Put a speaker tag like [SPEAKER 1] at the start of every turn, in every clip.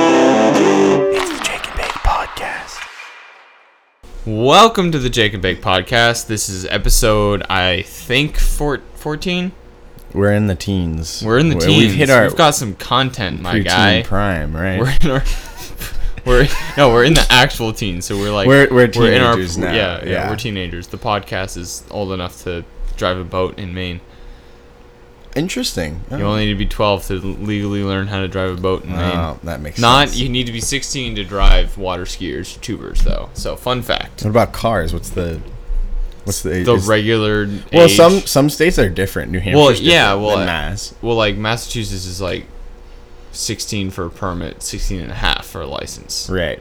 [SPEAKER 1] It's the Jake and Bake Podcast.
[SPEAKER 2] Welcome to the Jake and Bake podcast. This is episode, I think, four, 14.
[SPEAKER 1] We're in the teens.
[SPEAKER 2] We're in the
[SPEAKER 1] We-
[SPEAKER 2] teens.
[SPEAKER 1] We've hit our
[SPEAKER 2] We've got some content, my
[SPEAKER 1] preteen
[SPEAKER 2] guy.
[SPEAKER 1] prime, right?
[SPEAKER 2] We're in our. We're no, we're in the actual teens. So we're like
[SPEAKER 1] We're- we're
[SPEAKER 2] in our-
[SPEAKER 1] teenagers now,
[SPEAKER 2] Yeah, yeah,
[SPEAKER 1] yeah.
[SPEAKER 2] we're teenagers. The podcast is old enough to drive a boat in Maine.
[SPEAKER 1] Interesting.
[SPEAKER 2] You
[SPEAKER 1] Oh.
[SPEAKER 2] only need to be 12 to legally learn how to drive a boat in Maine.
[SPEAKER 1] Oh, that makes
[SPEAKER 2] Not
[SPEAKER 1] sense.
[SPEAKER 2] you need to be 16 to drive water skiers, tubers though. So fun fact.
[SPEAKER 1] What about cars? What's the what's the age?
[SPEAKER 2] The
[SPEAKER 1] is-
[SPEAKER 2] regular
[SPEAKER 1] Well,
[SPEAKER 2] age-
[SPEAKER 1] some some states are different. New Hampshire's
[SPEAKER 2] Well, yeah,
[SPEAKER 1] different
[SPEAKER 2] well,
[SPEAKER 1] than
[SPEAKER 2] I-
[SPEAKER 1] Mass.
[SPEAKER 2] well like massachusetts is like 16 for a permit 16 and a half for a license
[SPEAKER 1] Right.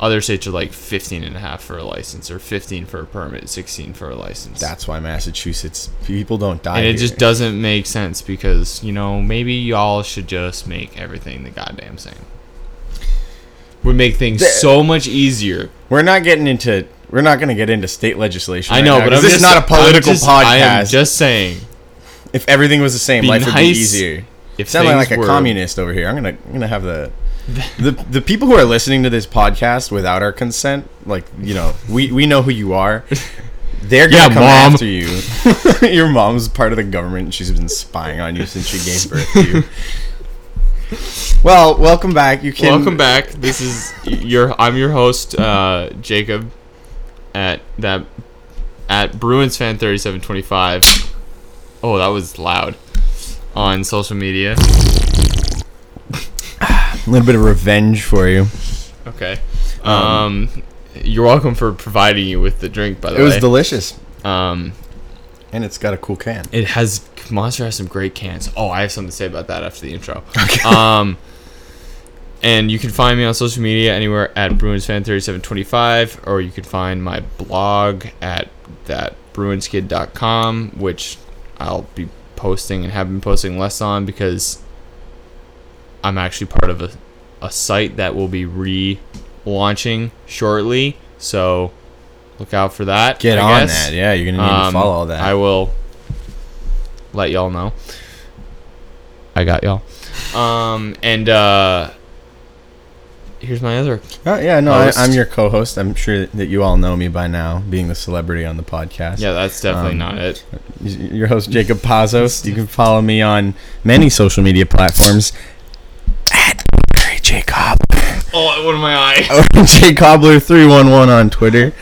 [SPEAKER 2] other states are like 15 and a half for a license or 15 for a permit 16 for a license
[SPEAKER 1] That's why Massachusetts people don't die.
[SPEAKER 2] and it
[SPEAKER 1] here.
[SPEAKER 2] just doesn't make sense because you know maybe y'all should just make everything the goddamn same would make things
[SPEAKER 1] The-
[SPEAKER 2] so much easier
[SPEAKER 1] We're not getting into. We're not going to get into state legislation.
[SPEAKER 2] i
[SPEAKER 1] right
[SPEAKER 2] know
[SPEAKER 1] now,
[SPEAKER 2] but
[SPEAKER 1] 'cause
[SPEAKER 2] I'm
[SPEAKER 1] this
[SPEAKER 2] just,
[SPEAKER 1] is not a
[SPEAKER 2] I'm
[SPEAKER 1] political
[SPEAKER 2] just-
[SPEAKER 1] podcast.
[SPEAKER 2] i am just saying
[SPEAKER 1] if everything was the same,
[SPEAKER 2] Be
[SPEAKER 1] life would be
[SPEAKER 2] nice
[SPEAKER 1] easier.
[SPEAKER 2] if
[SPEAKER 1] Sounding
[SPEAKER 2] things
[SPEAKER 1] like a
[SPEAKER 2] were-
[SPEAKER 1] communist over here. I'm gonna I'm gonna have the the the people who are listening to this podcast without our consent, like you know, we we know who you are. They're gonna
[SPEAKER 2] Yeah,
[SPEAKER 1] come
[SPEAKER 2] Mom.
[SPEAKER 1] after you. Your mom's part of the government. and She's been spying on you since she gave birth to you. Well, welcome back. You can
[SPEAKER 2] Welcome back. This is your. I'm your host, uh, Jacob, at that at Bruins fan thirty seven twenty five. Oh, that was loud on social media.
[SPEAKER 1] A little bit of revenge for you.
[SPEAKER 2] Okay. Um, you're welcome for providing you with the drink. By the
[SPEAKER 1] It was
[SPEAKER 2] way,
[SPEAKER 1] delicious,
[SPEAKER 2] um,
[SPEAKER 1] and it's got a cool can.
[SPEAKER 2] it has Monster has some great cans. Oh, I have something to say about that after the intro. Um, and you can find me on social media anywhere at BruinsFan3725, or you can find my blog at thatbruinskid.com, which I'll be posting and have been posting less on because I'm actually part of a, a site that will be relaunching shortly. So look out for that.
[SPEAKER 1] Get
[SPEAKER 2] I
[SPEAKER 1] on
[SPEAKER 2] guess.
[SPEAKER 1] that. Yeah, you're gonna need to
[SPEAKER 2] Um,
[SPEAKER 1] follow all that.
[SPEAKER 2] I will let y'all know. I got y'all. Um, and uh, here's my other.
[SPEAKER 1] Oh, yeah, no, I,
[SPEAKER 2] host.
[SPEAKER 1] I'm your co-host. I'm sure that you all know me by now, being the celebrity on the podcast.
[SPEAKER 2] Yeah, that's definitely
[SPEAKER 1] Um,
[SPEAKER 2] not it.
[SPEAKER 1] Your host, Jacob Pazos. You can follow me on many social media platforms at Harry J. Cobb
[SPEAKER 2] Oh, what am I?
[SPEAKER 1] or J. Cobbler three one one on Twitter.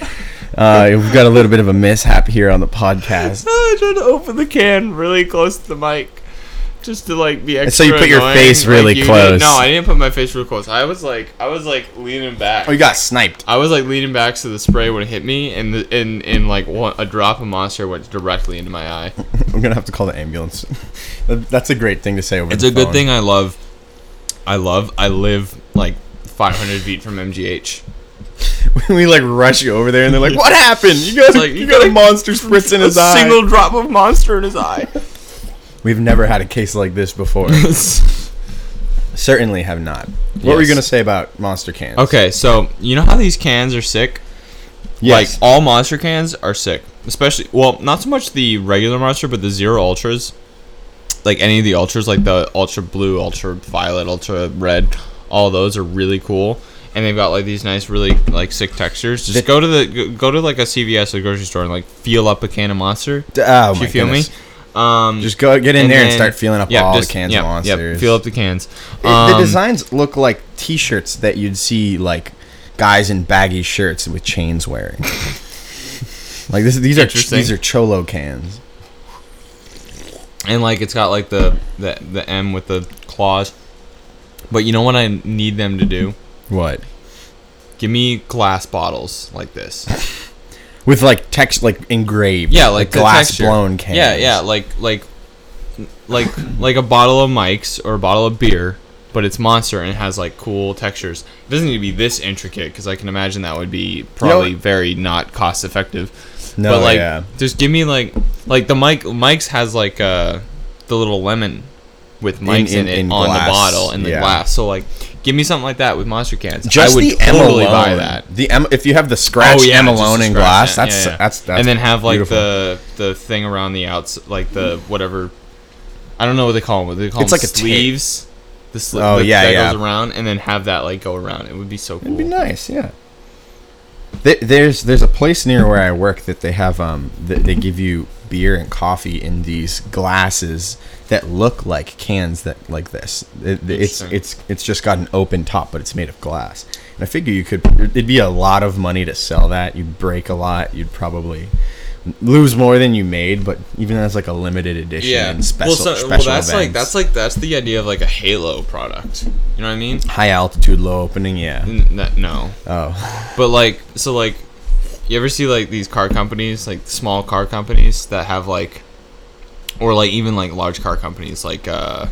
[SPEAKER 1] Uh, we've got a little bit of a mishap here on the podcast.
[SPEAKER 2] I tried to open the can really close to the mic, just to like be extra.
[SPEAKER 1] so you put your
[SPEAKER 2] annoying,
[SPEAKER 1] face
[SPEAKER 2] like
[SPEAKER 1] really
[SPEAKER 2] you did.
[SPEAKER 1] close.
[SPEAKER 2] No, I didn't put my face real close. I was like, I was like leaning back.
[SPEAKER 1] Oh, you got sniped.
[SPEAKER 2] I was like leaning back so the spray would not hit me, and the, and and like one, a drop of monster went directly into my eye.
[SPEAKER 1] I'm gonna have to call the ambulance. That- That's a great thing to say over.
[SPEAKER 2] It's
[SPEAKER 1] the
[SPEAKER 2] a good
[SPEAKER 1] phone.
[SPEAKER 2] thing I love. I love. I live like 500 feet from MGH.
[SPEAKER 1] we like rush you over there, and they're like, "What happened? You got a,
[SPEAKER 2] like,
[SPEAKER 1] you,
[SPEAKER 2] you
[SPEAKER 1] got,
[SPEAKER 2] got
[SPEAKER 1] a
[SPEAKER 2] a-
[SPEAKER 1] monster spritz in his eye."
[SPEAKER 2] drop of monster in his eye.
[SPEAKER 1] We've never had a case like this before. Certainly have not. What were you
[SPEAKER 2] Yes.
[SPEAKER 1] gonna say about monster cans?
[SPEAKER 2] okay, so you know how these cans are sick.
[SPEAKER 1] Yes.
[SPEAKER 2] Like all monster cans are sick, especially well, not so much the regular monster, but the zero ultras. Like any of the ultras, like the ultra blue, ultra violet, ultra red, all those are really cool, and they've got like these nice, really like sick textures. Just
[SPEAKER 1] The-
[SPEAKER 2] go to the go- go to like a CVS or grocery store and like feel up a can of monster.
[SPEAKER 1] D- oh
[SPEAKER 2] Do
[SPEAKER 1] my
[SPEAKER 2] you feel
[SPEAKER 1] goodness.
[SPEAKER 2] me? Um,
[SPEAKER 1] Just go get in there and
[SPEAKER 2] then-
[SPEAKER 1] start feeling up
[SPEAKER 2] yeah,
[SPEAKER 1] all
[SPEAKER 2] just-
[SPEAKER 1] the cans
[SPEAKER 2] yeah,
[SPEAKER 1] of monsters.
[SPEAKER 2] Yeah, feel up the cans.
[SPEAKER 1] It- the
[SPEAKER 2] Um,
[SPEAKER 1] designs look like T-shirts that you'd see like guys in baggy shirts with chains wearing. like this, these are
[SPEAKER 2] Interesting.
[SPEAKER 1] these are cholo cans.
[SPEAKER 2] and like it's got like the, the the M with the claws. But you know what I need them to do?
[SPEAKER 1] What?
[SPEAKER 2] Give me glass bottles like this.
[SPEAKER 1] With like text, like engraved.
[SPEAKER 2] Yeah, like the
[SPEAKER 1] glass
[SPEAKER 2] texture.
[SPEAKER 1] blown cans.
[SPEAKER 2] Yeah, yeah, like like like like a bottle of Mike's or a bottle of beer, but it's monster and it has like cool textures. It doesn't need to be this intricate because I can imagine that would be probably very not cost effective.
[SPEAKER 1] No,
[SPEAKER 2] but like,
[SPEAKER 1] yeah.
[SPEAKER 2] just give me like, like the Mike Mike's has like uh the little lemon with Mike's
[SPEAKER 1] in-
[SPEAKER 2] in, it
[SPEAKER 1] in
[SPEAKER 2] on
[SPEAKER 1] glass,
[SPEAKER 2] the bottle and the
[SPEAKER 1] yeah.
[SPEAKER 2] glass. So like, give me something like that with monster cans.
[SPEAKER 1] Just
[SPEAKER 2] I would
[SPEAKER 1] the
[SPEAKER 2] totally
[SPEAKER 1] M alone.
[SPEAKER 2] buy that.
[SPEAKER 1] The M, if you have the scratch M
[SPEAKER 2] just
[SPEAKER 1] alone
[SPEAKER 2] the
[SPEAKER 1] in
[SPEAKER 2] scratch,
[SPEAKER 1] glass,
[SPEAKER 2] Oh, yeah,
[SPEAKER 1] that's,
[SPEAKER 2] yeah, yeah.
[SPEAKER 1] that's that's
[SPEAKER 2] and then have like
[SPEAKER 1] beautiful.
[SPEAKER 2] the the thing around the outs, like the whatever. I don't know what they call them. What they call
[SPEAKER 1] It's
[SPEAKER 2] them
[SPEAKER 1] like a tape.
[SPEAKER 2] sleeves. The sli-
[SPEAKER 1] Oh,
[SPEAKER 2] that-
[SPEAKER 1] yeah,
[SPEAKER 2] that
[SPEAKER 1] yeah.
[SPEAKER 2] goes around, and then have that like go around. It would be so
[SPEAKER 1] It'd
[SPEAKER 2] cool.
[SPEAKER 1] be nice, yeah. There- There's there's a place near where I work that they have um that they give you beer and coffee in these glasses that look like cans that like this. It- it's
[SPEAKER 2] Interesting.
[SPEAKER 1] it's it's just got an open top, but it's made of glass. And I figure you could it'd be a lot of money to sell that. You'd break a lot. You'd probably lose more than you made. But even as like a limited edition and special
[SPEAKER 2] well, so,
[SPEAKER 1] special
[SPEAKER 2] well, that's like
[SPEAKER 1] events.
[SPEAKER 2] that's like that's the idea of like a Halo product. You know what I mean?
[SPEAKER 1] high altitude, low opening. Yeah.
[SPEAKER 2] N- n- no,
[SPEAKER 1] Oh,
[SPEAKER 2] but like so like you ever see like these car companies like small car companies that have like or like even like large car companies like uh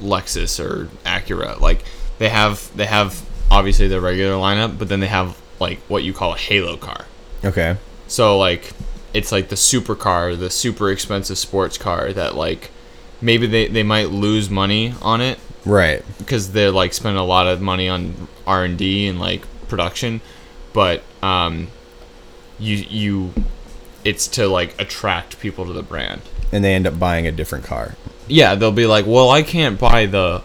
[SPEAKER 2] Lexus or Acura like they have they have obviously their regular lineup but then they have like what you call a halo car
[SPEAKER 1] okay.
[SPEAKER 2] so like it's like the supercar, the super expensive sports car that like maybe they, they might lose money on it
[SPEAKER 1] Right.
[SPEAKER 2] because they're like spending a lot of money on R and D and like production, but um, you you it's to like attract people to the brand.
[SPEAKER 1] And they end up buying a different car.
[SPEAKER 2] Yeah, they'll be like, well, I can't buy the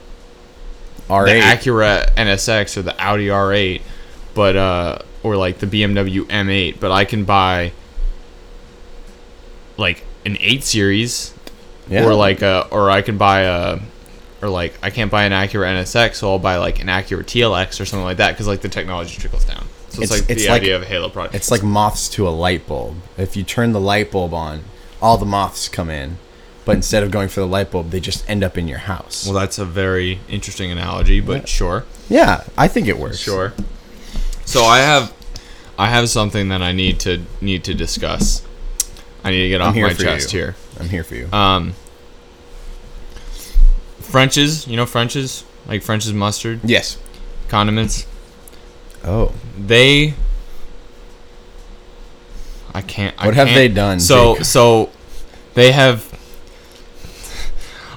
[SPEAKER 1] R8.
[SPEAKER 2] the Acura NSX or the Audi R8, but uh, or like the BMW M8, but I can buy like an 8 series
[SPEAKER 1] Yeah.
[SPEAKER 2] or like a or I can buy a or like I can't buy an Acura NSX, so I'll buy like an Acura TLX or something like that because like the technology trickles down. So it's,
[SPEAKER 1] It's-
[SPEAKER 2] like
[SPEAKER 1] it's
[SPEAKER 2] the
[SPEAKER 1] like-
[SPEAKER 2] idea of a Halo product.
[SPEAKER 1] it's like moths to a light bulb. If you turn the light bulb on, all the moths come in, but instead of going for the light bulb, they just end up in your house.
[SPEAKER 2] well, that's a very interesting analogy, but sure.
[SPEAKER 1] yeah, I think it works.
[SPEAKER 2] Sure. So I have, I have something that I need to need to discuss. I need to get off
[SPEAKER 1] here
[SPEAKER 2] my
[SPEAKER 1] for
[SPEAKER 2] chest
[SPEAKER 1] you.
[SPEAKER 2] here.
[SPEAKER 1] I'm here for you.
[SPEAKER 2] Um, French's, you know French's, like French's mustard,
[SPEAKER 1] yes.
[SPEAKER 2] condiments.
[SPEAKER 1] Oh,
[SPEAKER 2] They, I can't. I
[SPEAKER 1] What have
[SPEAKER 2] can't-
[SPEAKER 1] they done,
[SPEAKER 2] So
[SPEAKER 1] Jake?
[SPEAKER 2] so, they have.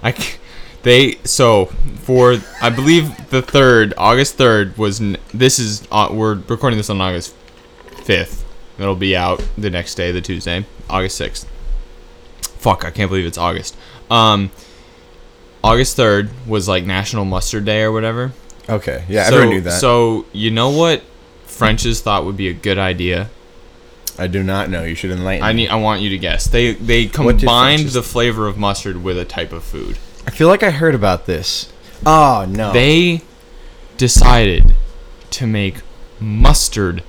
[SPEAKER 2] I c- they so for I believe the third August third was n- this is uh, we're recording this on August fifth. It'll be out the next day, the Tuesday, August sixth. Fuck, I can't believe it's August. Um, August third was like National Mustard Day or whatever.
[SPEAKER 1] okay. Yeah,
[SPEAKER 2] so,
[SPEAKER 1] everyone knew that.
[SPEAKER 2] So you know what French's thought would be a good idea?
[SPEAKER 1] I do not know. You should enlighten
[SPEAKER 2] I
[SPEAKER 1] me.
[SPEAKER 2] need. I want you to guess. They they
[SPEAKER 1] did
[SPEAKER 2] combined
[SPEAKER 1] French's-
[SPEAKER 2] the flavor of mustard with a type of food.
[SPEAKER 1] I feel like I heard about this. Oh, no.
[SPEAKER 2] They decided to make mustard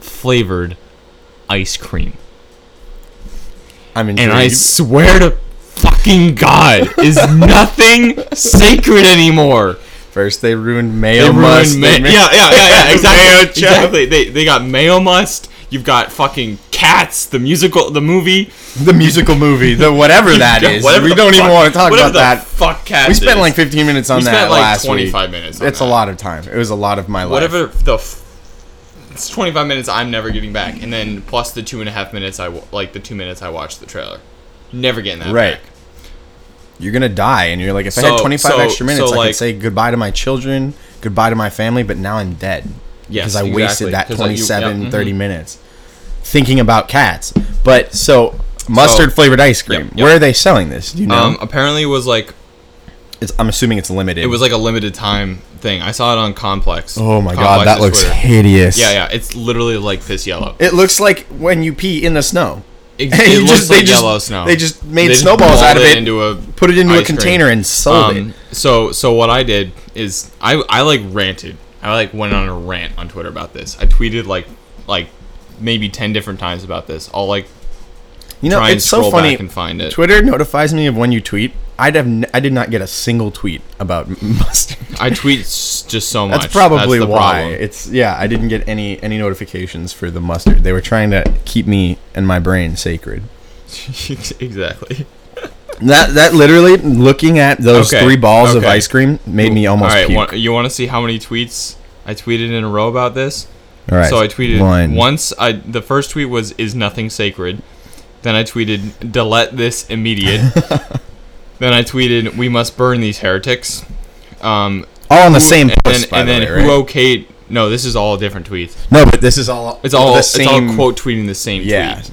[SPEAKER 2] flavored ice cream,
[SPEAKER 1] I'm
[SPEAKER 2] and
[SPEAKER 1] intrigued.
[SPEAKER 2] I swear to fucking god, is nothing sacred anymore.
[SPEAKER 1] First, they ruined mayo
[SPEAKER 2] They
[SPEAKER 1] must.
[SPEAKER 2] ruined ma-
[SPEAKER 1] they made-
[SPEAKER 2] yeah, yeah, yeah, yeah,
[SPEAKER 1] Mayo
[SPEAKER 2] exactly.
[SPEAKER 1] chop.
[SPEAKER 2] exactly. They they got mayo must. You've got fucking cats, the musical, the movie.
[SPEAKER 1] The musical movie, the whatever that is. we
[SPEAKER 2] the
[SPEAKER 1] don't even
[SPEAKER 2] fuck-
[SPEAKER 1] want to talk
[SPEAKER 2] whatever
[SPEAKER 1] about
[SPEAKER 2] the
[SPEAKER 1] that.
[SPEAKER 2] Fuck cats.
[SPEAKER 1] We spent
[SPEAKER 2] is.
[SPEAKER 1] like 15 minutes on
[SPEAKER 2] We
[SPEAKER 1] that
[SPEAKER 2] spent like
[SPEAKER 1] last
[SPEAKER 2] 25
[SPEAKER 1] week.
[SPEAKER 2] minutes on
[SPEAKER 1] It's
[SPEAKER 2] that.
[SPEAKER 1] a lot of time. It was a lot of my life.
[SPEAKER 2] whatever the f- it's 25 minutes i'm never getting back and then plus the two and a half minutes i wa- like the two minutes i watched the trailer never getting that
[SPEAKER 1] Right.
[SPEAKER 2] back
[SPEAKER 1] You're gonna die, and you're like, if I had
[SPEAKER 2] So-
[SPEAKER 1] 25
[SPEAKER 2] so-
[SPEAKER 1] extra minutes,
[SPEAKER 2] so,
[SPEAKER 1] I
[SPEAKER 2] like-
[SPEAKER 1] could say goodbye to my children, goodbye to my family, but now I'm dead.
[SPEAKER 2] Yes,
[SPEAKER 1] because I
[SPEAKER 2] exactly.
[SPEAKER 1] wasted that
[SPEAKER 2] 'Cause, like, you-
[SPEAKER 1] 27,
[SPEAKER 2] yeah, mhm.
[SPEAKER 1] 30 minutes thinking about cats. But so mustard flavored ice cream.
[SPEAKER 2] Yep, yep.
[SPEAKER 1] Where are they selling this? Do you know?
[SPEAKER 2] um apparently it was like
[SPEAKER 1] it's, I'm assuming it's limited.
[SPEAKER 2] it was like a limited time thing i saw it on complex
[SPEAKER 1] oh my
[SPEAKER 2] Complex's
[SPEAKER 1] god, that looks
[SPEAKER 2] Twitter.
[SPEAKER 1] hideous.
[SPEAKER 2] yeah yeah it's literally like this yellow
[SPEAKER 1] It looks like when you pee in the snow.
[SPEAKER 2] it,
[SPEAKER 1] Hey, you
[SPEAKER 2] it looks
[SPEAKER 1] just-
[SPEAKER 2] like
[SPEAKER 1] they just-
[SPEAKER 2] yellow snow
[SPEAKER 1] they just made
[SPEAKER 2] just
[SPEAKER 1] snowballs out of
[SPEAKER 2] balled
[SPEAKER 1] it,
[SPEAKER 2] into a
[SPEAKER 1] Put it into a
[SPEAKER 2] ice cream.
[SPEAKER 1] container and sold it.
[SPEAKER 2] Um, so so what I did is I I like ranted. I like went on a rant on Twitter about this. I tweeted like like maybe ten different times about this. I'll like
[SPEAKER 1] You know,
[SPEAKER 2] try and
[SPEAKER 1] it's so
[SPEAKER 2] scroll
[SPEAKER 1] funny.
[SPEAKER 2] back and find it.
[SPEAKER 1] Twitter notifies me of when you tweet. I'd have n- I did not get a single tweet about mustard.
[SPEAKER 2] I tweet s- just so much.
[SPEAKER 1] That's probably
[SPEAKER 2] the
[SPEAKER 1] why
[SPEAKER 2] problem.
[SPEAKER 1] it's yeah. I didn't get any any notifications for the mustard. They were trying to keep me and my brain sacred.
[SPEAKER 2] exactly.
[SPEAKER 1] That that literally looking at those
[SPEAKER 2] Okay,
[SPEAKER 1] three balls of
[SPEAKER 2] okay.
[SPEAKER 1] ice cream made me almost.
[SPEAKER 2] All right,
[SPEAKER 1] puke.
[SPEAKER 2] wa- you want to see how many tweets I tweeted in a row about this?
[SPEAKER 1] All right.
[SPEAKER 2] So I tweeted
[SPEAKER 1] one.
[SPEAKER 2] once. I the first tweet was "Is nothing sacred." Then I tweeted "Delete this immediate." then I tweeted "We must burn these heretics." Um,
[SPEAKER 1] all on the same
[SPEAKER 2] and
[SPEAKER 1] post.
[SPEAKER 2] then,
[SPEAKER 1] by
[SPEAKER 2] and
[SPEAKER 1] the
[SPEAKER 2] then
[SPEAKER 1] way,
[SPEAKER 2] who
[SPEAKER 1] right?
[SPEAKER 2] okayed? No, this is all different tweets.
[SPEAKER 1] No, but this is all.
[SPEAKER 2] It's all
[SPEAKER 1] the same.
[SPEAKER 2] it's all quote tweeting the same
[SPEAKER 1] Yeah.
[SPEAKER 2] tweet.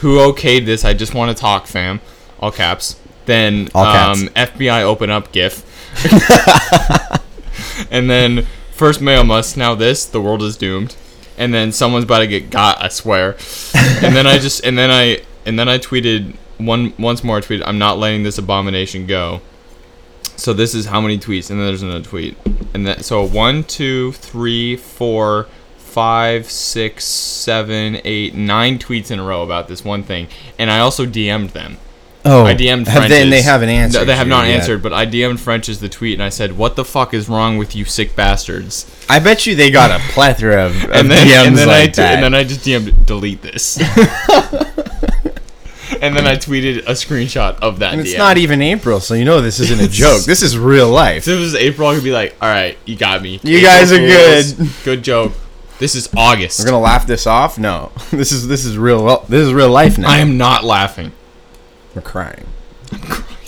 [SPEAKER 2] who okayed this? I just want to talk, fam. All caps. Then
[SPEAKER 1] All caps.
[SPEAKER 2] Um, FBI open up GIF. and then first mail must now this the world is doomed. And then someone's about to get got. I swear. And then I just and then I and then I tweeted one once more. I tweeted I'm not letting this abomination go. So this is how many tweets, and then there's another tweet, and that so one, two, three, four, five, six, seven, eight, nine tweets in a row about this one thing, and I also DM'd them.
[SPEAKER 1] Oh,
[SPEAKER 2] I DM'd
[SPEAKER 1] have
[SPEAKER 2] French's.
[SPEAKER 1] they, and they haven't
[SPEAKER 2] No,
[SPEAKER 1] answered.
[SPEAKER 2] they have
[SPEAKER 1] you
[SPEAKER 2] not
[SPEAKER 1] yet.
[SPEAKER 2] answered, but I DM'd French's the tweet, and I said, "What the fuck is wrong with you, sick bastards?"
[SPEAKER 1] I bet you they got a plethora of, of
[SPEAKER 2] And then,
[SPEAKER 1] DMs
[SPEAKER 2] and then
[SPEAKER 1] like
[SPEAKER 2] I t-
[SPEAKER 1] that.
[SPEAKER 2] and then I just DM'd, "Delete this." and then I tweeted a screenshot of that.
[SPEAKER 1] And it's
[SPEAKER 2] DM.
[SPEAKER 1] not even April, so you know this isn't a joke. This is real life.
[SPEAKER 2] If it was April, I could be like, all right, you got me.
[SPEAKER 1] You
[SPEAKER 2] April
[SPEAKER 1] guys are
[SPEAKER 2] Fools.
[SPEAKER 1] good."
[SPEAKER 2] Good joke. This is August.
[SPEAKER 1] We're gonna laugh this off? No, this is this is real. This is real life now.
[SPEAKER 2] I am not laughing.
[SPEAKER 1] We're crying.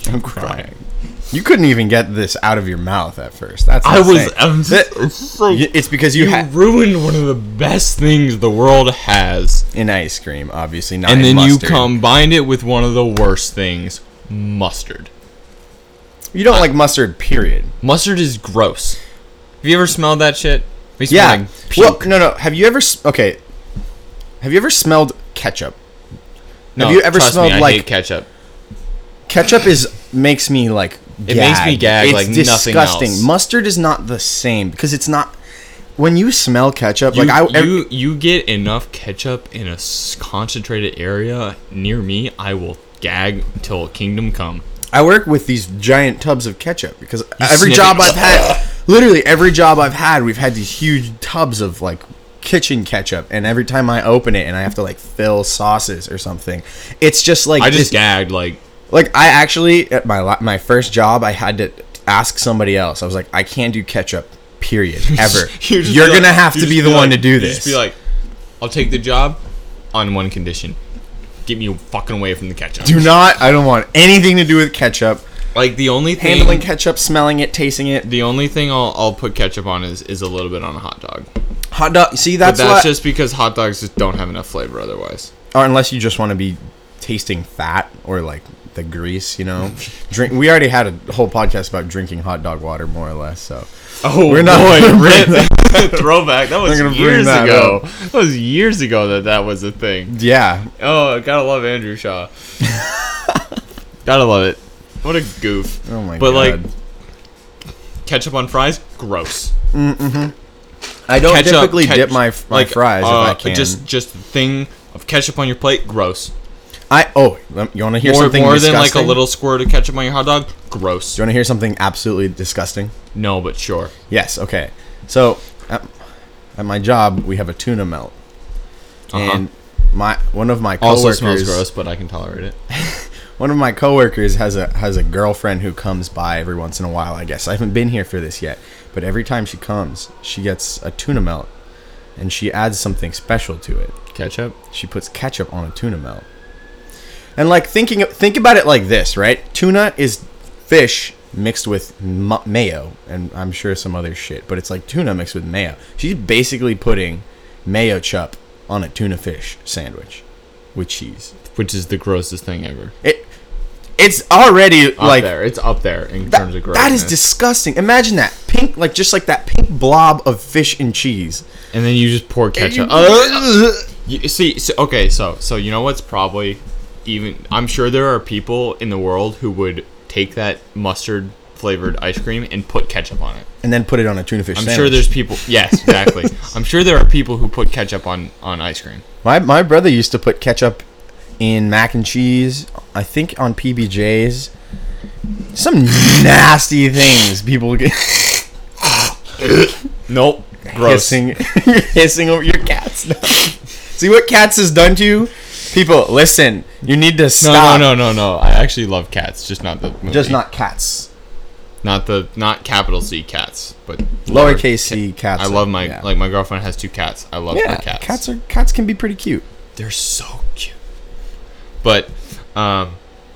[SPEAKER 1] I'm crying. You couldn't even get this out of your mouth at first. That's
[SPEAKER 2] I was.
[SPEAKER 1] insane.
[SPEAKER 2] I'm
[SPEAKER 1] That-
[SPEAKER 2] just, so,
[SPEAKER 1] Y- It's because you
[SPEAKER 2] you
[SPEAKER 1] had
[SPEAKER 2] ruined one of the best things the world has,
[SPEAKER 1] in ice cream, obviously not.
[SPEAKER 2] and
[SPEAKER 1] in
[SPEAKER 2] then
[SPEAKER 1] mustard.
[SPEAKER 2] you combined it with one of the worst things: mustard.
[SPEAKER 1] You don't like mustard, period.
[SPEAKER 2] Mustard is gross. Have you ever smelled that shit? We smell
[SPEAKER 1] Yeah.
[SPEAKER 2] like puke.
[SPEAKER 1] Well, no, no. Have you ever? s- Okay. Have you ever smelled ketchup?
[SPEAKER 2] no,
[SPEAKER 1] you ever
[SPEAKER 2] trust
[SPEAKER 1] smelled
[SPEAKER 2] me, I
[SPEAKER 1] like-
[SPEAKER 2] hate ketchup?
[SPEAKER 1] Ketchup is makes me like.
[SPEAKER 2] It makes me gag
[SPEAKER 1] It's
[SPEAKER 2] like nothing
[SPEAKER 1] disgusting.
[SPEAKER 2] else.
[SPEAKER 1] Mustard is not the same because it's not. When you smell ketchup,
[SPEAKER 2] You,
[SPEAKER 1] like I,
[SPEAKER 2] you, you get enough ketchup in a s- concentrated area near me, I will gag till kingdom come.
[SPEAKER 1] I work with these giant tubs of ketchup because every
[SPEAKER 2] sniff
[SPEAKER 1] job
[SPEAKER 2] it.
[SPEAKER 1] I've had, literally every job I've had, we've had these huge tubs of like kitchen ketchup, and every time I open it and I have to like fill sauces or something, it's just like
[SPEAKER 2] I just
[SPEAKER 1] this-
[SPEAKER 2] gagged like
[SPEAKER 1] like I actually at my la- my first job I had to ask somebody else. I was like, I can't do ketchup, period, ever.
[SPEAKER 2] you'd just
[SPEAKER 1] You're
[SPEAKER 2] be
[SPEAKER 1] gonna
[SPEAKER 2] like-
[SPEAKER 1] have to
[SPEAKER 2] you'd
[SPEAKER 1] be
[SPEAKER 2] just
[SPEAKER 1] the one to
[SPEAKER 2] like-
[SPEAKER 1] do
[SPEAKER 2] you'd
[SPEAKER 1] this.
[SPEAKER 2] Just be like, I'll take the job on one condition: get me fucking away from the ketchup.
[SPEAKER 1] do not. I don't want anything to do with ketchup.
[SPEAKER 2] like the only thing,
[SPEAKER 1] Handling ketchup, smelling it, tasting it.
[SPEAKER 2] the only thing I'll, I'll put ketchup on is is a little bit on a hot dog.
[SPEAKER 1] Hot dog. See,
[SPEAKER 2] But
[SPEAKER 1] that's,
[SPEAKER 2] that's
[SPEAKER 1] what.
[SPEAKER 2] just because hot dogs just don't have enough flavor otherwise.
[SPEAKER 1] or unless you just want to be tasting fat or like the grease, you know. Drink. We already had a whole podcast about drinking hot dog water, more or less. So
[SPEAKER 2] Oh,
[SPEAKER 1] We're not
[SPEAKER 2] boy,
[SPEAKER 1] gonna bring
[SPEAKER 2] rip. throwback. That was
[SPEAKER 1] gonna bring
[SPEAKER 2] years
[SPEAKER 1] that
[SPEAKER 2] ago. That was years ago that that was a thing.
[SPEAKER 1] yeah,
[SPEAKER 2] Oh, gotta love Andrew Shaw. gotta love it. What a goof.
[SPEAKER 1] Oh my
[SPEAKER 2] but But
[SPEAKER 1] God.
[SPEAKER 2] like, ketchup on fries, gross.
[SPEAKER 1] I don't
[SPEAKER 2] Ketchup,
[SPEAKER 1] typically
[SPEAKER 2] ketch-
[SPEAKER 1] dip my my
[SPEAKER 2] like,
[SPEAKER 1] fries if I
[SPEAKER 2] uh,
[SPEAKER 1] can.
[SPEAKER 2] Just, just the thing of ketchup on your plate, gross.
[SPEAKER 1] I oh, lem- you want to hear
[SPEAKER 2] More,
[SPEAKER 1] something
[SPEAKER 2] more
[SPEAKER 1] disgusting?
[SPEAKER 2] than like a little squirt of ketchup on your hot dog, gross.
[SPEAKER 1] Do you want to hear something absolutely disgusting?
[SPEAKER 2] No, but sure.
[SPEAKER 1] Yes. Okay. So, at, at my job, we have a tuna melt, and my one of my coworkers
[SPEAKER 2] Uh-huh. Also smells gross, but I can tolerate it.
[SPEAKER 1] One of my coworkers has a has a girlfriend who comes by every once in a while. I guess I haven't been here for this yet, but every time she comes, she gets a tuna melt, and she adds something special to it.
[SPEAKER 2] Ketchup.
[SPEAKER 1] She puts ketchup on a tuna melt, and like thinking think about it like this, right? Tuna is fish mixed with ma- mayo, and I'm sure some other shit, but it's like tuna mixed with mayo. She's basically putting mayo chup on a tuna fish sandwich with cheese.
[SPEAKER 2] which is the grossest thing ever.
[SPEAKER 1] It it's already
[SPEAKER 2] Up
[SPEAKER 1] like
[SPEAKER 2] there, it's up there in
[SPEAKER 1] That-
[SPEAKER 2] terms of grossness.
[SPEAKER 1] that is disgusting. Imagine that pink, like just like that pink blob of fish and cheese.
[SPEAKER 2] and then you just pour ketchup. Uh, You see, so, okay, so so you know what's probably even I'm sure there are people in the world who would take that mustard flavored ice cream and put ketchup on it.
[SPEAKER 1] and then put it on a tuna fish.
[SPEAKER 2] I'm
[SPEAKER 1] sandwich.
[SPEAKER 2] sure there's people. Yes, exactly. I'm sure there are people who put ketchup on on ice cream.
[SPEAKER 1] my my brother used to put ketchup in mac and cheese. I think on PBJs. Some nasty things people get
[SPEAKER 2] Nope. Gross.
[SPEAKER 1] hissing. you're hissing over your cats. Now. See what cats has done to you, people. Listen, you need to
[SPEAKER 2] No,
[SPEAKER 1] stop.
[SPEAKER 2] no, no, no, no. I actually love cats, just not the movie.
[SPEAKER 1] Just not cats.
[SPEAKER 2] not the not capital C cats, but
[SPEAKER 1] Lowercase c cats.
[SPEAKER 2] I
[SPEAKER 1] are-
[SPEAKER 2] love my
[SPEAKER 1] yeah.
[SPEAKER 2] like my girlfriend has two cats. I love
[SPEAKER 1] yeah.
[SPEAKER 2] her cats.
[SPEAKER 1] Cats are cats can be pretty cute.
[SPEAKER 2] they're so cute. But um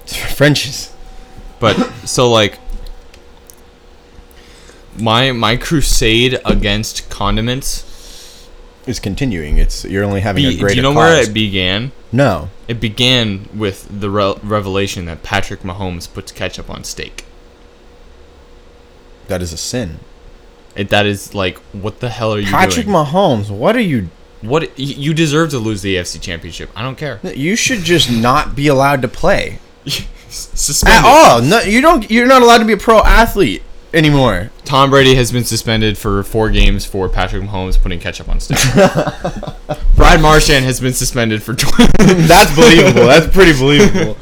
[SPEAKER 1] Frenchies.
[SPEAKER 2] but so like my my crusade against condiments
[SPEAKER 1] is continuing. It's you're only having
[SPEAKER 2] be,
[SPEAKER 1] a
[SPEAKER 2] do
[SPEAKER 1] greater.
[SPEAKER 2] you know where it began?
[SPEAKER 1] No.
[SPEAKER 2] It began with the re- revelation that Patrick Mahomes puts ketchup on steak.
[SPEAKER 1] That is a sin.
[SPEAKER 2] It, that is like, what the hell are you
[SPEAKER 1] Patrick
[SPEAKER 2] doing?
[SPEAKER 1] Mahomes, what are you?
[SPEAKER 2] what y- you deserve to lose the AFC Championship. I don't care.
[SPEAKER 1] You should just not be allowed to play at
[SPEAKER 2] Suspended.
[SPEAKER 1] all. No, you don't. You're not allowed to be a pro athlete anymore.
[SPEAKER 2] Tom Brady has been suspended for four games for Patrick Mahomes putting ketchup on steak. Brad Marchand has been suspended for. Tw-
[SPEAKER 1] That's believable. That's pretty believable.